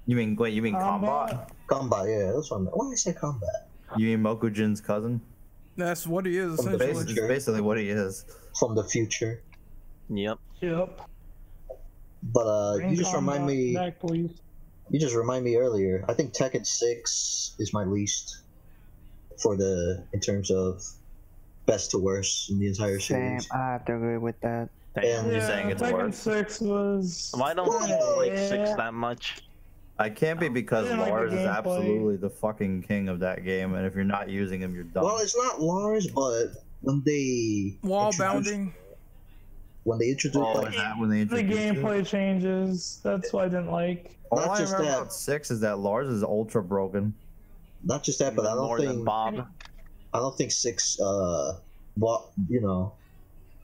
F: You mean wait? You mean combat?
C: Combat.
B: Combat. Yeah, that's what I meant. Why did I say combat?
F: You mean Mokujin's cousin?
E: That's what he is
B: From the
E: essentially.
B: basic-
F: Basically, basically what he is.
B: From the future.
D: Yep.
C: Yep.
B: But uh,
C: Bring
B: you just remind
C: combat
B: me.
C: Back, please.
B: You just remind me earlier. I think Tekken Six is my least for the in terms of best to worst in the entire
H: Same.
B: series.
H: I have to agree with that.
F: Damn,
B: And-
F: you're
C: yeah,
F: saying it's
C: Tekken
F: worse.
C: Six was.
D: Why don't people like six
C: Yeah.
D: that much?
F: I can't be because
C: I like the
F: Lars is
C: gameplay.
F: absolutely the fucking king of that game, and if you're not using him, you're dumb.
B: Well, it's not Lars, but when they
E: Wall
B: introduced-
E: bounding.
B: when they introduced
F: Oh,
B: like,
F: is that when they
C: The
F: introduced it?
C: gameplay changes. That's what I didn't like.
F: All
B: Not
F: I
B: just
F: remember
B: that.
F: about six is that Lars is ultra broken.
B: not just that, but I
D: Even
B: don't
D: more than
B: think
D: Bob.
B: I don't think six uh bought you know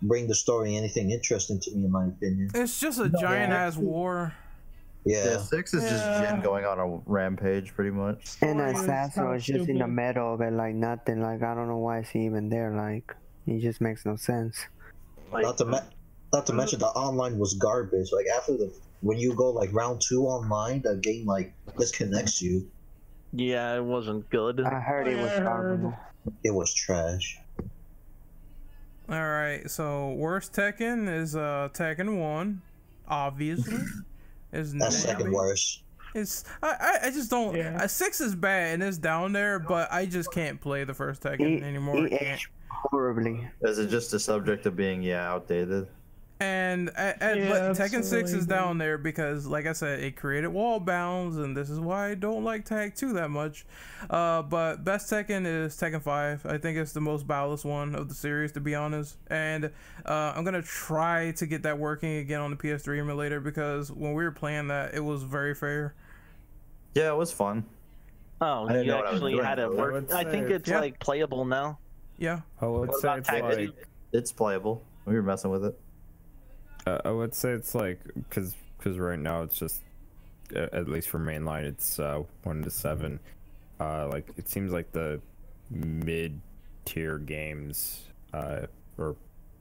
B: bring the story anything interesting to me in my opinion.
E: It's just a giant ass war.
F: Yeah,
B: Yeah,
F: six is just
C: Yeah.
F: Jin going on a rampage, pretty much.
H: And
C: Story was
H: Assassin
C: kinda
H: was just in the
C: stupid.
H: middle of it, like nothing. Like I don't know why is he even there. Like it just makes no sense.
B: not to me- not to mention the online was garbage. Like after the when you go like round two online, the game like disconnects you.
D: Yeah, it wasn't good.
H: I heard it was
C: I heard.
H: horrible.
B: It was trash.
D: Mm-hmm.
E: All right. So worst Tekken is uh Tekken one, obviously. Is
B: That's second worst.
E: It's I, I I just don't.
C: Yeah.
E: Uh, six is bad and it's down there, but I just can't play the first Tekken
H: It,
E: anymore.
H: it
E: Can't.
H: aged horribly.
F: Is it just the subject of being yeah outdated?
E: And I, I,
C: Yeah,
E: but
C: that's
E: Tekken Six
C: really
E: is
C: good.
E: down there because, like I said, it created wall bounds, and this is why I don't like Tag Two that much. Uh, but best Tekken is Tekken Five. I think it's the most balanced one of the series, to be honest. And uh, I'm gonna try to get that working again on the PS3 emulator because when we were playing that, it was very fair.
F: Yeah, it was fun.
D: oh,
F: I didn't
D: you
F: know what I was
D: actually
F: doing,
D: had it
F: though.
D: work.
A: Let's
D: I think
A: say
D: it's
E: Yeah.
D: like playable now.
E: Yeah,
G: I would
D: What
G: say
D: about
G: it's
D: tactics?
G: like
F: It's playable. We were messing with it.
G: uh, I would say it's like because because right now it's just a- at least for mainline it's uh one to seven. Uh, like it seems like the mid tier games uh or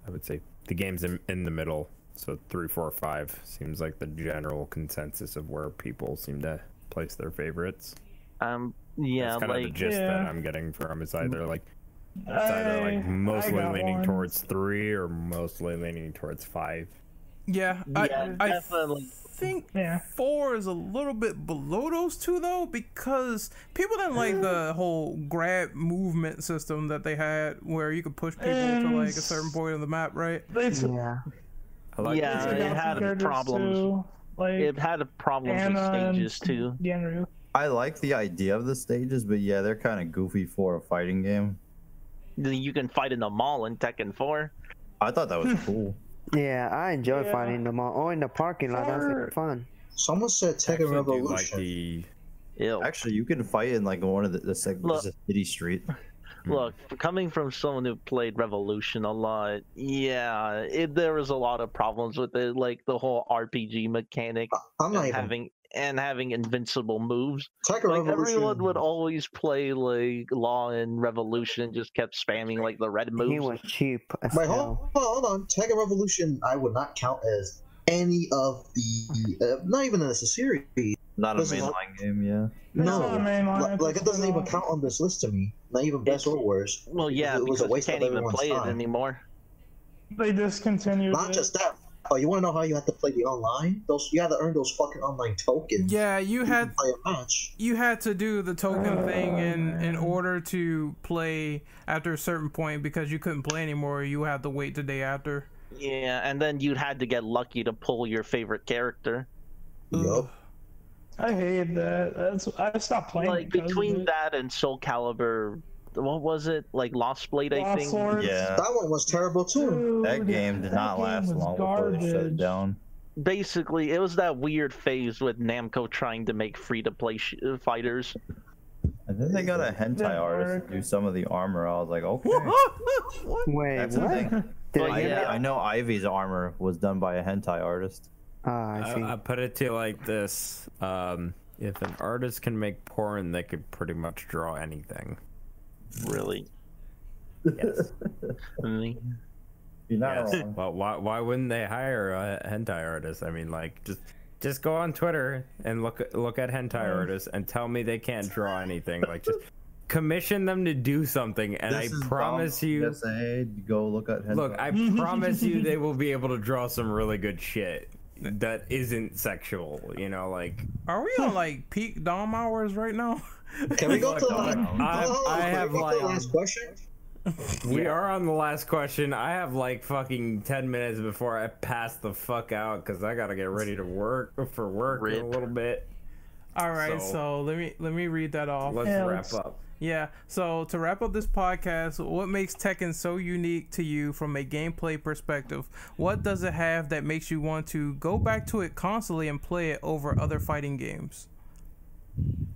G: I would say the games in in the middle. So three, four, five seems like the general consensus of where people seem to place their favorites.
D: Um, yeah,
G: That's kind of the
D: like
G: gist that
C: Yeah.
G: I'm getting from is either like it's either
C: I-
G: like
C: I
G: mostly
C: got
G: leaning
C: one.
G: towards three or mostly leaning towards five.
E: yeah.
D: Yeah,
E: I,
D: definitely.
E: I think
C: Yeah.
E: four is a little bit below those two though because people didn't like the whole grab movement system that they had where you could push people to
C: And-
E: like a certain point on the map right
C: They took
H: Yeah.
G: I like
D: Yeah,
G: the-
D: it
C: out some
D: had
C: characters
D: problems.
C: Too. Like
D: it had problems
C: Anna
D: with
C: and-
D: stages too.
C: Genryu.
F: I like the idea of the stages, but yeah, they're kind of goofy for a fighting game.
D: You can fight in the mall in Tekken 4.
F: I thought that was cool.
H: Yeah, I enjoy
C: Yeah.
H: fighting them all. Oh, in the parking lot, that's
C: Or-
H: fun.
B: Someone said Tekken
G: actually do
B: Revolution.
G: like the
D: Ew.
F: Actually, you can fight in like one of the, the sec-
D: Look.
F: just a city street.
B: Hmm.
D: Look, coming from someone who played Revolution a lot, yeah, it, there was a lot of problems with it, like the whole RPG mechanic
B: I'm not
D: and
B: even.
D: having and having invincible moves.
B: Tekken
D: Like everyone
B: Revolution.
D: would always play like Law and Revolution, just kept spamming like the red
H: He
D: moves.
H: was cheap as
B: Wait, hold,
H: hell.
B: hold on. Tekken Revolution, I would not count as any of the, uh, not even as a series.
F: Not a
B: Listen, I'll-
F: mainline game, yeah.
B: No, Like, like, it doesn't even count on this list to me. Not even best or worst.
D: Well, yeah,
B: It was
D: because
B: a
D: you
B: waste of
D: can't even
B: everyone's
D: play
B: time.
D: it anymore.
C: They discontinued.
B: Not
C: it.
B: just that. Oh, you want to know how you have to play the online? Those you had to earn those fucking online tokens.
E: Yeah, you
B: You can
E: had
B: play a match.
E: you had to do the token thing in in order to play after a certain point because you couldn't play anymore. You had to wait the day after.
D: Yeah, and then you had to get lucky to pull your favorite character.
B: Yup.
C: I hate that. That's I stopped playing.
D: Like
C: because of
D: between
C: it.
D: that and Soul Calibur, what was it? Like Lost Blade, I
C: Lost
D: think.
C: Swords,
F: Yeah.
B: That one was terrible too.
C: dude,
F: That game did
C: that
F: not
C: game
F: last
C: was
F: long before they shut it
C: garbage.
F: down.
D: Basically, it was that weird phase with Namco trying to make free-to-play sh- uh, fighters.
F: I think they got a hentai
C: Didn't
F: artist
C: work.
F: to do some of the armor. I was like, okay.
H: Wait,
F: That's the
H: what?
F: thing.
H: Did
D: Well,
H: I,
F: Ivy,
H: get
D: yeah.
F: I know Ivy's armor was done by a hentai artist.
H: Ah, I see.
G: I, I put it to you like this: um, if an artist can make porn, they could pretty much draw anything.
D: Really?
G: Yes.
D: I mean,
F: You're not
G: yes.
F: wrong.
G: Well, why why wouldn't they hire a hentai artist? I mean, like just just go on Twitter and look look at hentai
F: Mm.
G: artists and tell me they can't draw anything. Like just commission them to do something, and
F: This is
G: I promise
F: Dom's
G: you.
F: PSA. Go look at hentai.
G: Look, I promise you they will be able to draw some really good shit that isn't sexual, you know, like
E: Are we on like peak dom hours right now?
B: Can we go to the
G: I-
B: last? Hold on,
G: I
B: can we
G: have
B: go to
G: like
B: the last question?
G: we are on the last question. I have like fucking 10 minutes before I pass the fuck out cuz I got to get ready to work for work in a
D: Rip.
G: little bit.
E: All right, so,
G: So-
E: let me let me read that off.
G: Let's
C: Yeah,
G: wrap
C: let's-
G: up.
E: Yeah. So to wrap up this podcast, what makes Tekken so unique to you from a gameplay perspective? What does it have that makes you want to go back to it constantly and play it over other fighting games?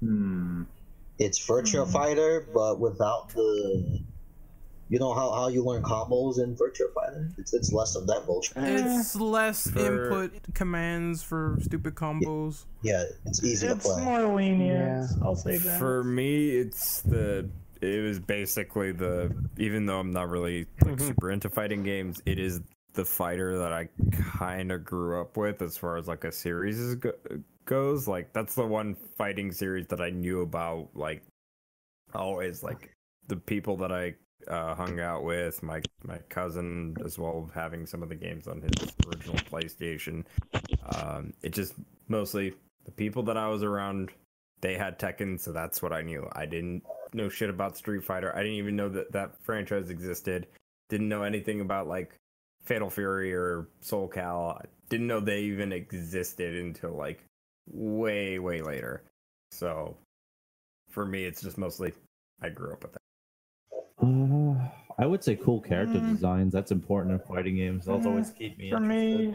F: Hmm.
B: It's Virtua Fighter, but without the. You know how, how you learn combos in Virtua Fighter? It's, it's less of that bullshit.
E: It's less
G: For-
E: input commands for stupid combos.
B: Yeah, it's easy to
C: It's
B: play.
C: more lenient. I'll say that.
G: For me, it's the it was basically the even though I'm not really like super into fighting games, it is the fighter that I kind of grew up with as far as like a series is go- goes. Like that's the one fighting series that I knew about. Like always, like the people that I uh, hung out with, my my cousin as well, having some of the games on his original PlayStation. Um, it just mostly the people that I was around they had Tekken, so that's what I knew. I didn't know shit about Street Fighter. I didn't even know that that franchise existed. Didn't know anything about like Fatal Fury or Soul Cal. I didn't know they even existed until like way, way later. So for me, it's just mostly I grew up with that.
F: Uh, I would say cool character designs. That's important in fighting games. Those always keep me.
C: For me,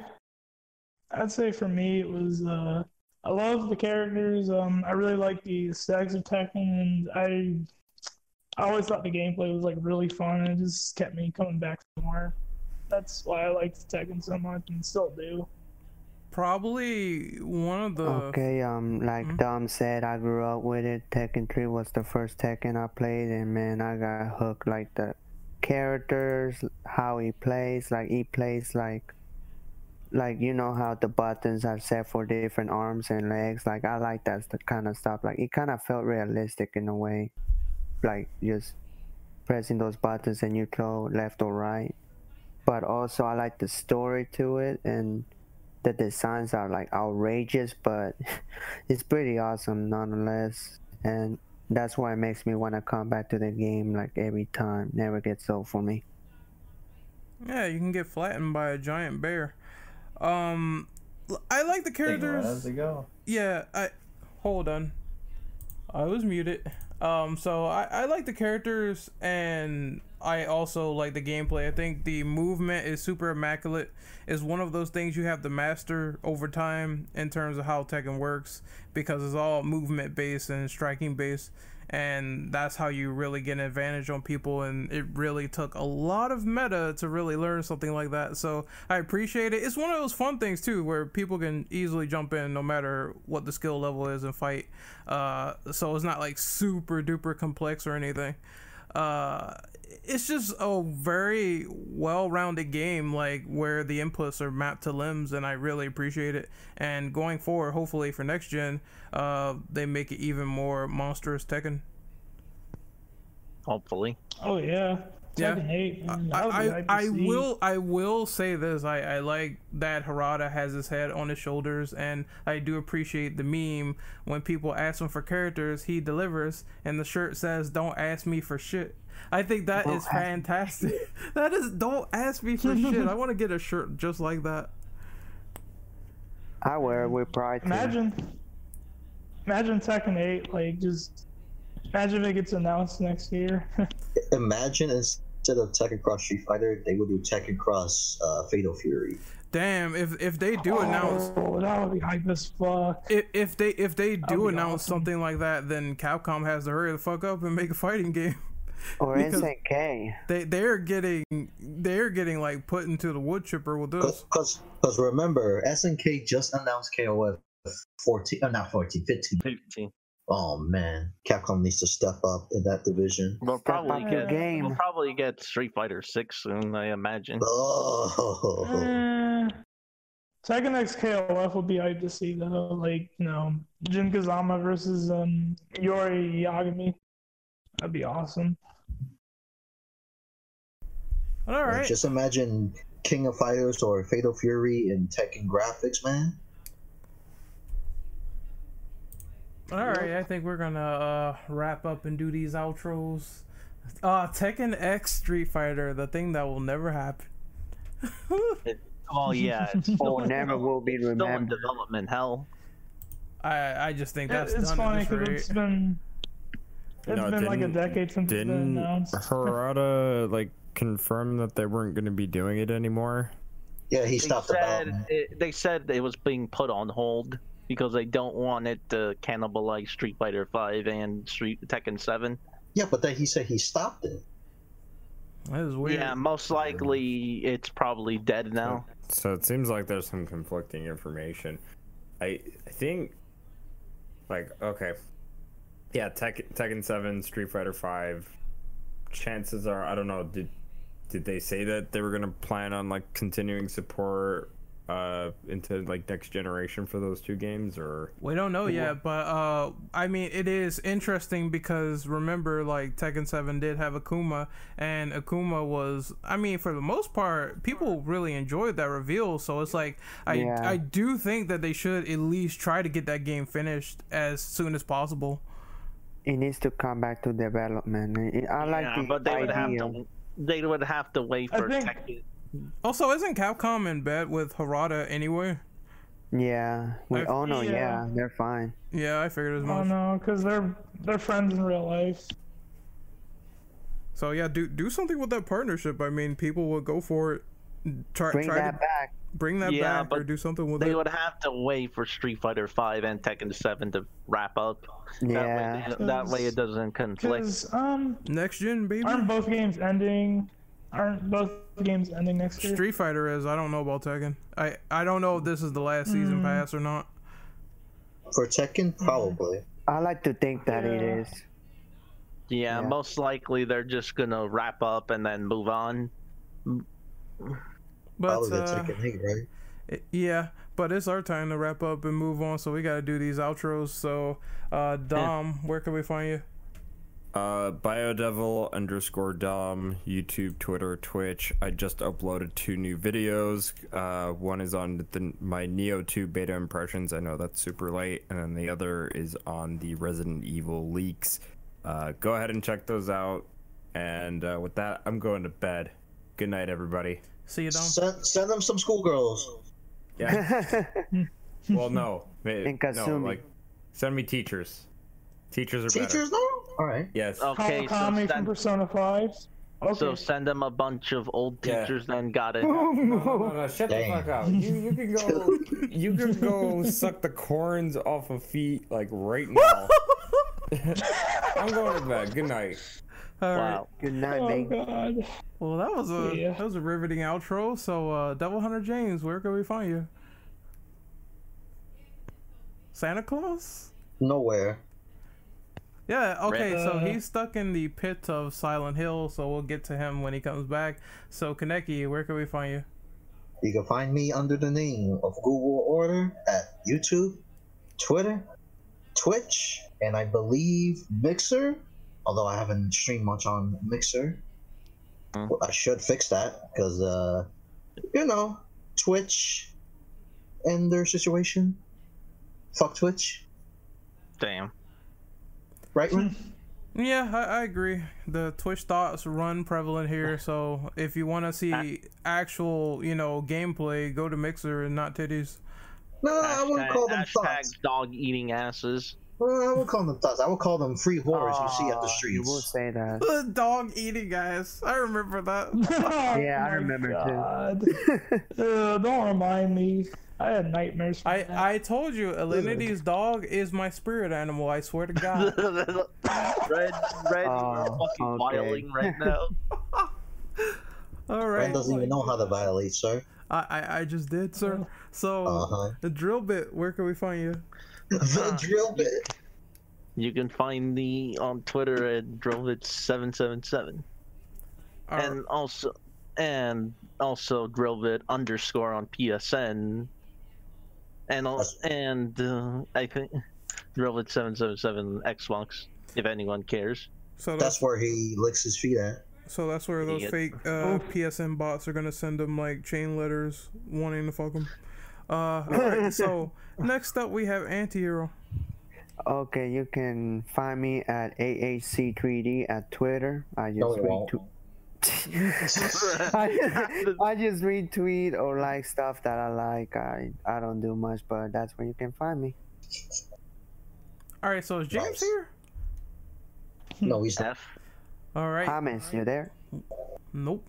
C: I'd say for me it was uh, I love the characters. Um, I really like the stacks of Tekken, and I I always thought the gameplay was like really fun, and it just kept me coming back for more. That's why I liked Tekken so much, and still do.
E: Probably one of the
H: Okay, um, like
E: Mhm.
H: Dom said, I grew up with it. Tekken 3 was the first Tekken I played, and man, I got hooked. Like the characters, how he plays, like he plays like, like you know how the buttons are set for different arms and legs. Like I like that st- kind of stuff. Like it kind of felt realistic in a way, like just pressing those buttons and you go left or right. But also, I like the story to it and the designs are like outrageous, but it's pretty awesome nonetheless. And that's why it makes me want to come back to the game like every time. Never gets old for me.
E: Yeah, you can get flattened by a giant bear. Um l- I like the characters.
F: go.
E: yeah i hold on i was muted um so i i like the characters and i also like the gameplay i think the movement is super immaculate is one of those things you have to master over time in terms of how tekken works because it's all movement based and striking based and that's how you really get an advantage on people and it really took a lot of meta to really learn something like that so i appreciate it it's one of those fun things too where people can easily jump in no matter what the skill level is and fight uh, so it's not like super duper complex or anything uh, it's just a very well-rounded game like where the inputs are mapped to limbs and i really appreciate it and going forward hopefully for next gen uh, they make it even more monstrous tekken
D: Hopefully.
C: Oh yeah.
E: Yeah.
C: Tekken 8, man, that would be
E: I,
C: hype to
E: I, I
C: see.
E: will I will say this I, I like that Harada has his head on his shoulders and I do appreciate the meme when people ask him for characters he delivers and the shirt says don't ask me for shit I think that is fantastic that is don't ask me for shit I want to get a shirt just like that
H: I wear it with pride. too.
C: Imagine, imagine Tekken 8, like just imagine if it gets announced next year.
B: Imagine instead of Tekken Cross Street Fighter, they would do Tekken Cross uh, Fatal Fury.
E: damn if if they do announce
C: Oh, that would be hype as fuck.
E: if, if they if they do
C: be
E: announce
C: awesome.
E: something like that then Capcom has to hurry the fuck up and make a fighting game
H: Or
E: because-
H: SNK.
E: They they're getting they're getting like put into the wood chipper with this.
B: Because remember, SNK just announced KOF 14, uh, not 14, 15.
D: 15.
B: Oh man, Capcom needs to step up in that division.
D: We'll probably
C: up your
D: get
H: game.
D: We'll probably get Street Fighter 6 soon, I imagine.
E: Uh,
B: Oh,
C: Eh, Tekken X KOF would be hype to see though. Like you know, Jin Kazama versus um Yori Yagami. That'd be awesome.
E: All right,
B: just imagine King of Fighters or Fatal Fury in Tekken graphics, man.
E: all right. I think we're gonna uh, wrap up and do these outros. Uh, Tekken X Street Fighter, the thing that will never happen.
D: Oh yeah, it's still,
H: Or never will be
D: still in
H: remembered.
D: development hell.
E: I I just think
C: It-
E: that's
C: it's
E: done
C: funny
E: at this
C: because
E: rate.
C: it's been it's
G: No,
C: been like a
G: didn't-
C: decade since it's been
G: Didn't
C: announced.
G: Harada like confirm that they weren't going to be doing it anymore?
B: Yeah, he
D: They
B: stopped about.
D: said, it, they said it was being put on hold because they don't want it to cannibalize Street Fighter 5 and Street Tekken 7.
B: Yeah, but then he said he stopped it.
E: That is weird.
D: Yeah, most likely it's probably dead now.
G: So it seems like there's some conflicting information. I I think like okay. Yeah, Tek- Tekken 7, Street Fighter 5. Chances are, I don't know, did did they say that they were going to plan on like continuing support uh into like next generation for those two games or
E: We don't know yet, but uh, I mean, it is interesting because remember, like Tekken Seven did have Akuma, and Akuma was, I mean, for the most part, people really enjoyed that reveal. So it's like, I
H: Yeah.
E: I do think that they should at least try to get that game finished as soon as possible.
H: It needs to come back to development. I- I like
D: yeah,
H: the
D: but they would have
H: idea.
D: to they would have to wait
C: I
D: for
C: think-
D: Tekken.
E: Also, isn't Capcom in bed with Harada anyway?
H: Yeah. We
E: I've-
H: all know.
C: yeah.
H: Yeah, they're fine.
E: Yeah, I figured as
C: I
E: much.
C: don't know because they're they're friends in real life.
E: So yeah, do do something with that partnership. I mean, people will go for it. Try
H: Bring
E: try
H: that
E: to
H: back.
E: bring that
D: Yeah,
E: back or
D: but
E: do something with
D: They
E: it.
D: would have to wait for Street Fighter 5 and Tekken 7 to wrap up.
H: Yeah.
D: That way, that way it doesn't conflict.
C: Because um,
E: Next gen, baby.
C: aren't both games ending? Aren't both games ending next year?
E: Street Fighter is. I don't know about Tekken. I I don't know if this is the last season pass or not.
B: For
E: Mm.
B: Tekken, probably.
H: I like to think that it
C: Yeah.
H: is.
D: Yeah,
H: Yeah.
D: most likely they're just gonna wrap up and then move on.
E: But
B: Probably the
E: uh,
B: Tekken 8, right?
E: it- yeah, but it's our time to wrap up and move on. So we gotta do these outros. So uh, Dom, where can we find you?
G: Uh, biodevil underscore dom youtube twitter twitch i just uploaded two new videos uh, one is on the, my neo 2 beta impressions i know that's super late and then the other is on the resident evil leaks uh, go ahead and check those out and uh, with that i'm going to bed good night everybody
E: See you, Dom.
B: Send, send them some schoolgirls.
G: yeah well no, ma-
H: And
G: no
H: Kasumi.
G: like send me teachers teachers are better
B: Teachers, now? All right.
G: yes
D: Okay, so
C: Kawakami from
D: send,
C: Persona 5. Okay.
D: so send them a bunch of old
G: Yeah.
D: teachers, then got it.
G: No, no, shut
B: Dang.
G: the fuck up. You, you can go you can go suck the corns off of feet like right now. I'm going to bed. Good night.
E: All right.
D: Wow.
H: Good night,
C: Oh
H: mate.
C: God.
E: Well, that was a
C: Yeah.
E: that was a riveting outro. So, uh, Devil Hunter James, where can we find you? Santa Claus?
B: Nowhere.
E: Yeah. Okay. So
C: Uh,
E: he's stuck in the pit of Silent Hill. So we'll get to him when he comes back. So Kaneki, where can we find you?
B: You can find me under the name of Google Order at YouTube, Twitter, Twitch, and I believe Mixer. Although I haven't streamed much on Mixer,
D: Hmm.
B: Well, I should fix that because, uh, you know, Twitch and their situation. Fuck Twitch,
D: Damn.
B: right? Ren?
E: Yeah, I, I agree. The Twitch thoughts run prevalent here, so if you want to see actual, you know, gameplay, go to Mixer and not titties.
B: no, no, I wouldn't
D: Hashtag-
B: call them
D: hashtag
B: thoughts.
D: dog eating asses.
B: Well, I would call them thoughts. I would call them free horrors you see at the
H: Aw, You will
B: streets.
H: say that.
E: The dog eating guys. I remember that.
C: Oh,
H: Yeah, I remember too.
C: too. Uh, don't remind me. I had nightmares. from that.
E: I I told you, Elenity's dog is my spirit animal. I swear to God.
D: red, red,
H: Oh,
D: you're fucking
H: okay.
D: violating right now.
B: Ren
E: All right,
B: doesn't even know how to violate, sir.
E: I, I I just did, sir. So
B: Uh huh.
E: the drill bit. Where can we find you?
B: The drill bit.
D: You can find me on Twitter at Drovitz777.
E: All right.
D: and also and also drillbit underscore on PSN, and al- and uh, I think drillbit seven seven seven Xbox. If anyone cares,
E: so that's
B: That's where he licks his feet at.
E: so that's where those
D: Idiot.
E: fake uh, PSN bots are gonna send them like chain letters wanting to fuck them. Uh, all right. So next up we have Antihero.
H: Okay, you can find me at AAC3D at Twitter. I just
B: No, you won't.
H: retweet. I, I just retweet or like stuff that I like. I, I don't do much, but that's where you can find me.
E: All right. So is James
B: Nice.
E: here?
B: No, Oh, he's not.
D: F.
E: All right.
H: Thomas, you there?
E: nope.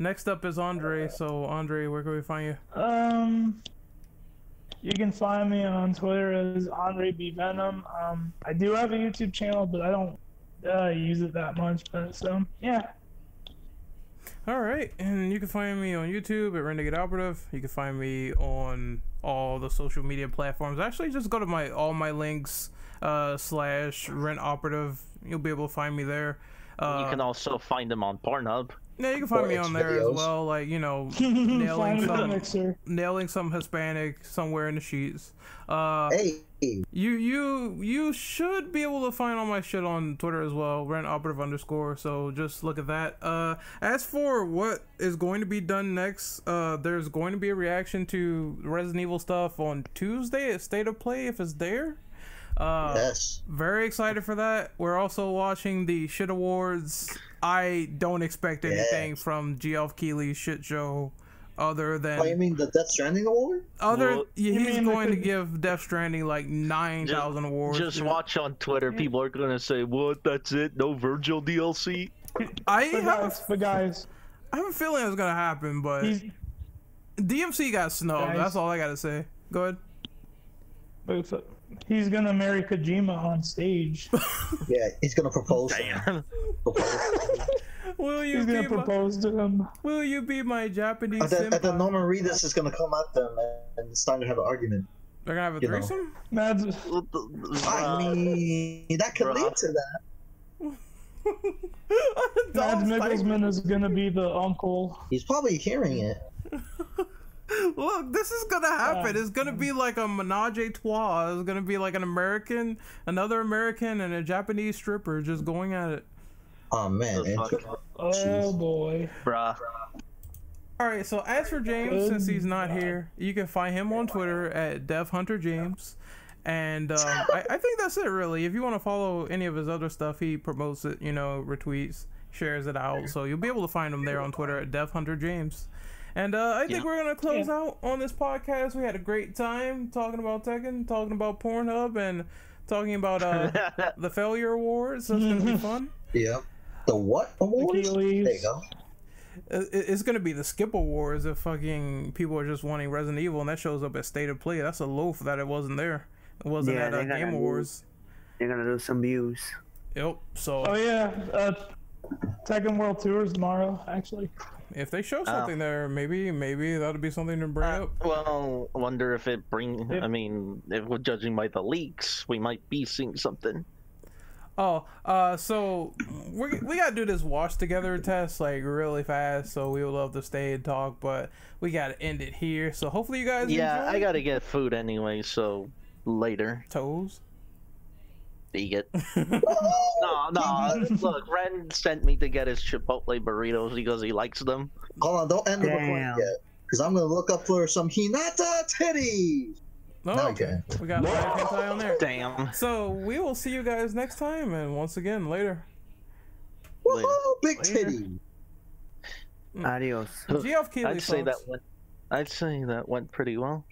E: Next up is Andre. So Andre, where can we find you?
C: Um, you can find me on Twitter as Andre B Venom. Um, I do have a YouTube channel, but I don't uh, use it that much. But so yeah,
E: All right, and you can find me on YouTube at Renegade Operative. You can find me on all the social media platforms. Actually, just go to my all my links uh, slash Rent Operative. You'll be able to find me there. Uh,
D: you can also find them on Pornhub.
E: yeah, you can find
B: Or
E: me
B: X
E: on there as
B: videos.
E: well. Like you know,
C: find
E: nailing
C: me on
E: some
C: Mixer.
E: nailing some Hispanic somewhere in the sheets. Uh,
B: Hey,
E: you you you should be able to find all my shit on Twitter as well, rent operative underscore. So just look at that. Uh, as for what is going to be done next, uh, there's going to be a reaction to Resident Evil stuff on Tuesday at State of Play if it's there. Uh,
B: yes.
E: very excited for that. We're also watching the Shit Awards. I don't expect anything from Geoff Keighley's shit show, other than
B: Claiming Oh, the Death Stranding award?
E: other
D: Well-
E: yeah,
C: You
E: he's
C: mean
E: going to
C: because-
E: give Death Stranding like nine thousand awards.
D: Just
E: Yeah.
D: watch on Twitter. People are gonna say, "What? That's it? No Virgil DLC?"
E: I
C: But
E: have,
C: guys, but guys,
E: I have a feeling it's gonna happen, but
C: he's
E: DMC got snubbed.
C: Guys.
E: That's all I gotta say. Go ahead.
C: but he's gonna marry Kojima on stage.
B: Yeah, he's gonna propose. to him.
D: Damn.
B: Propose.
E: Will you
C: He's
E: be
C: gonna
E: my,
C: propose to him.
E: Will you be my Japanese
B: and, then, and then
E: senpai?
B: Norman Reedus is gonna come at them and start to have an argument.
E: They're gonna have a
B: you know.
E: threesome.
C: That's
B: I
D: Uh,
B: mean, that could lead to that.
C: Mads
E: Dom's like,
C: Mikkelsen is gonna be the uncle.
B: He's probably hearing it.
E: Look, this is gonna happen. It's gonna be like a menage a trois. It's gonna be like an American, another American, and a Japanese stripper just going at it.
B: Oh man,
D: The
B: and
D: fuck?
C: Oh
B: Jeez.
C: boy.
D: bruh.
E: All right, so as for James, since he's not here, you can find him on Twitter at Dev Hunter James, and um, I, I think that's it really. If you want to follow any of his other stuff, he promotes it, you know, retweets, shares it out, so you'll be able to find him there on Twitter at Dev Hunter James. And uh, I think
D: Yeah.
E: we're gonna close out on this podcast. We had a great time talking about Tekken, talking about Pornhub, and talking about uh, the Failure Awards. That's gonna be fun.
B: yeah. The what award? There you
C: Achilles.
B: go.
E: it- it's gonna be the skip awards if fucking people are just wanting Resident Evil and that shows up at State of Play. That's a loaf that it wasn't there. It wasn't
H: Yeah,
E: at uh,
H: they gotta
E: Game
H: move.
E: Awards.
H: You're gonna lose some views.
E: Yep. So
C: Oh yeah, uh, Tekken World Tour is tomorrow. Actually,
E: if they show something there, maybe maybe that'd be something to bring
D: Uh,
E: up.
D: well, wonder if it bring.
C: Yep.
D: I mean, if we're judging by the leaks, we might be seeing something.
E: Oh, uh, so we we gotta do this wash together test like really fast. So we would love to stay and talk, but we gotta end it here. So hopefully you guys.
D: Yeah, I
E: enjoyed.
D: gotta get food anyway, so later.
E: toes.
D: Vegan. no, no. Look, Ren sent me to get his Chipotle burritos because he likes them.
B: Hold on, don't end the recording
H: Damn.
B: yet. Because I'm going to look up for some Hinata titties.
E: No,
B: Okay.
E: we got a right hand tie on there.
D: Damn.
E: So we will see you guys next time, and once again later.
D: Later.
B: Woohoo, big
E: Later.
B: titty.
H: Adios.
E: Geoff Keighley
D: I'd say that
E: folks.
D: went. I'd say that went pretty well.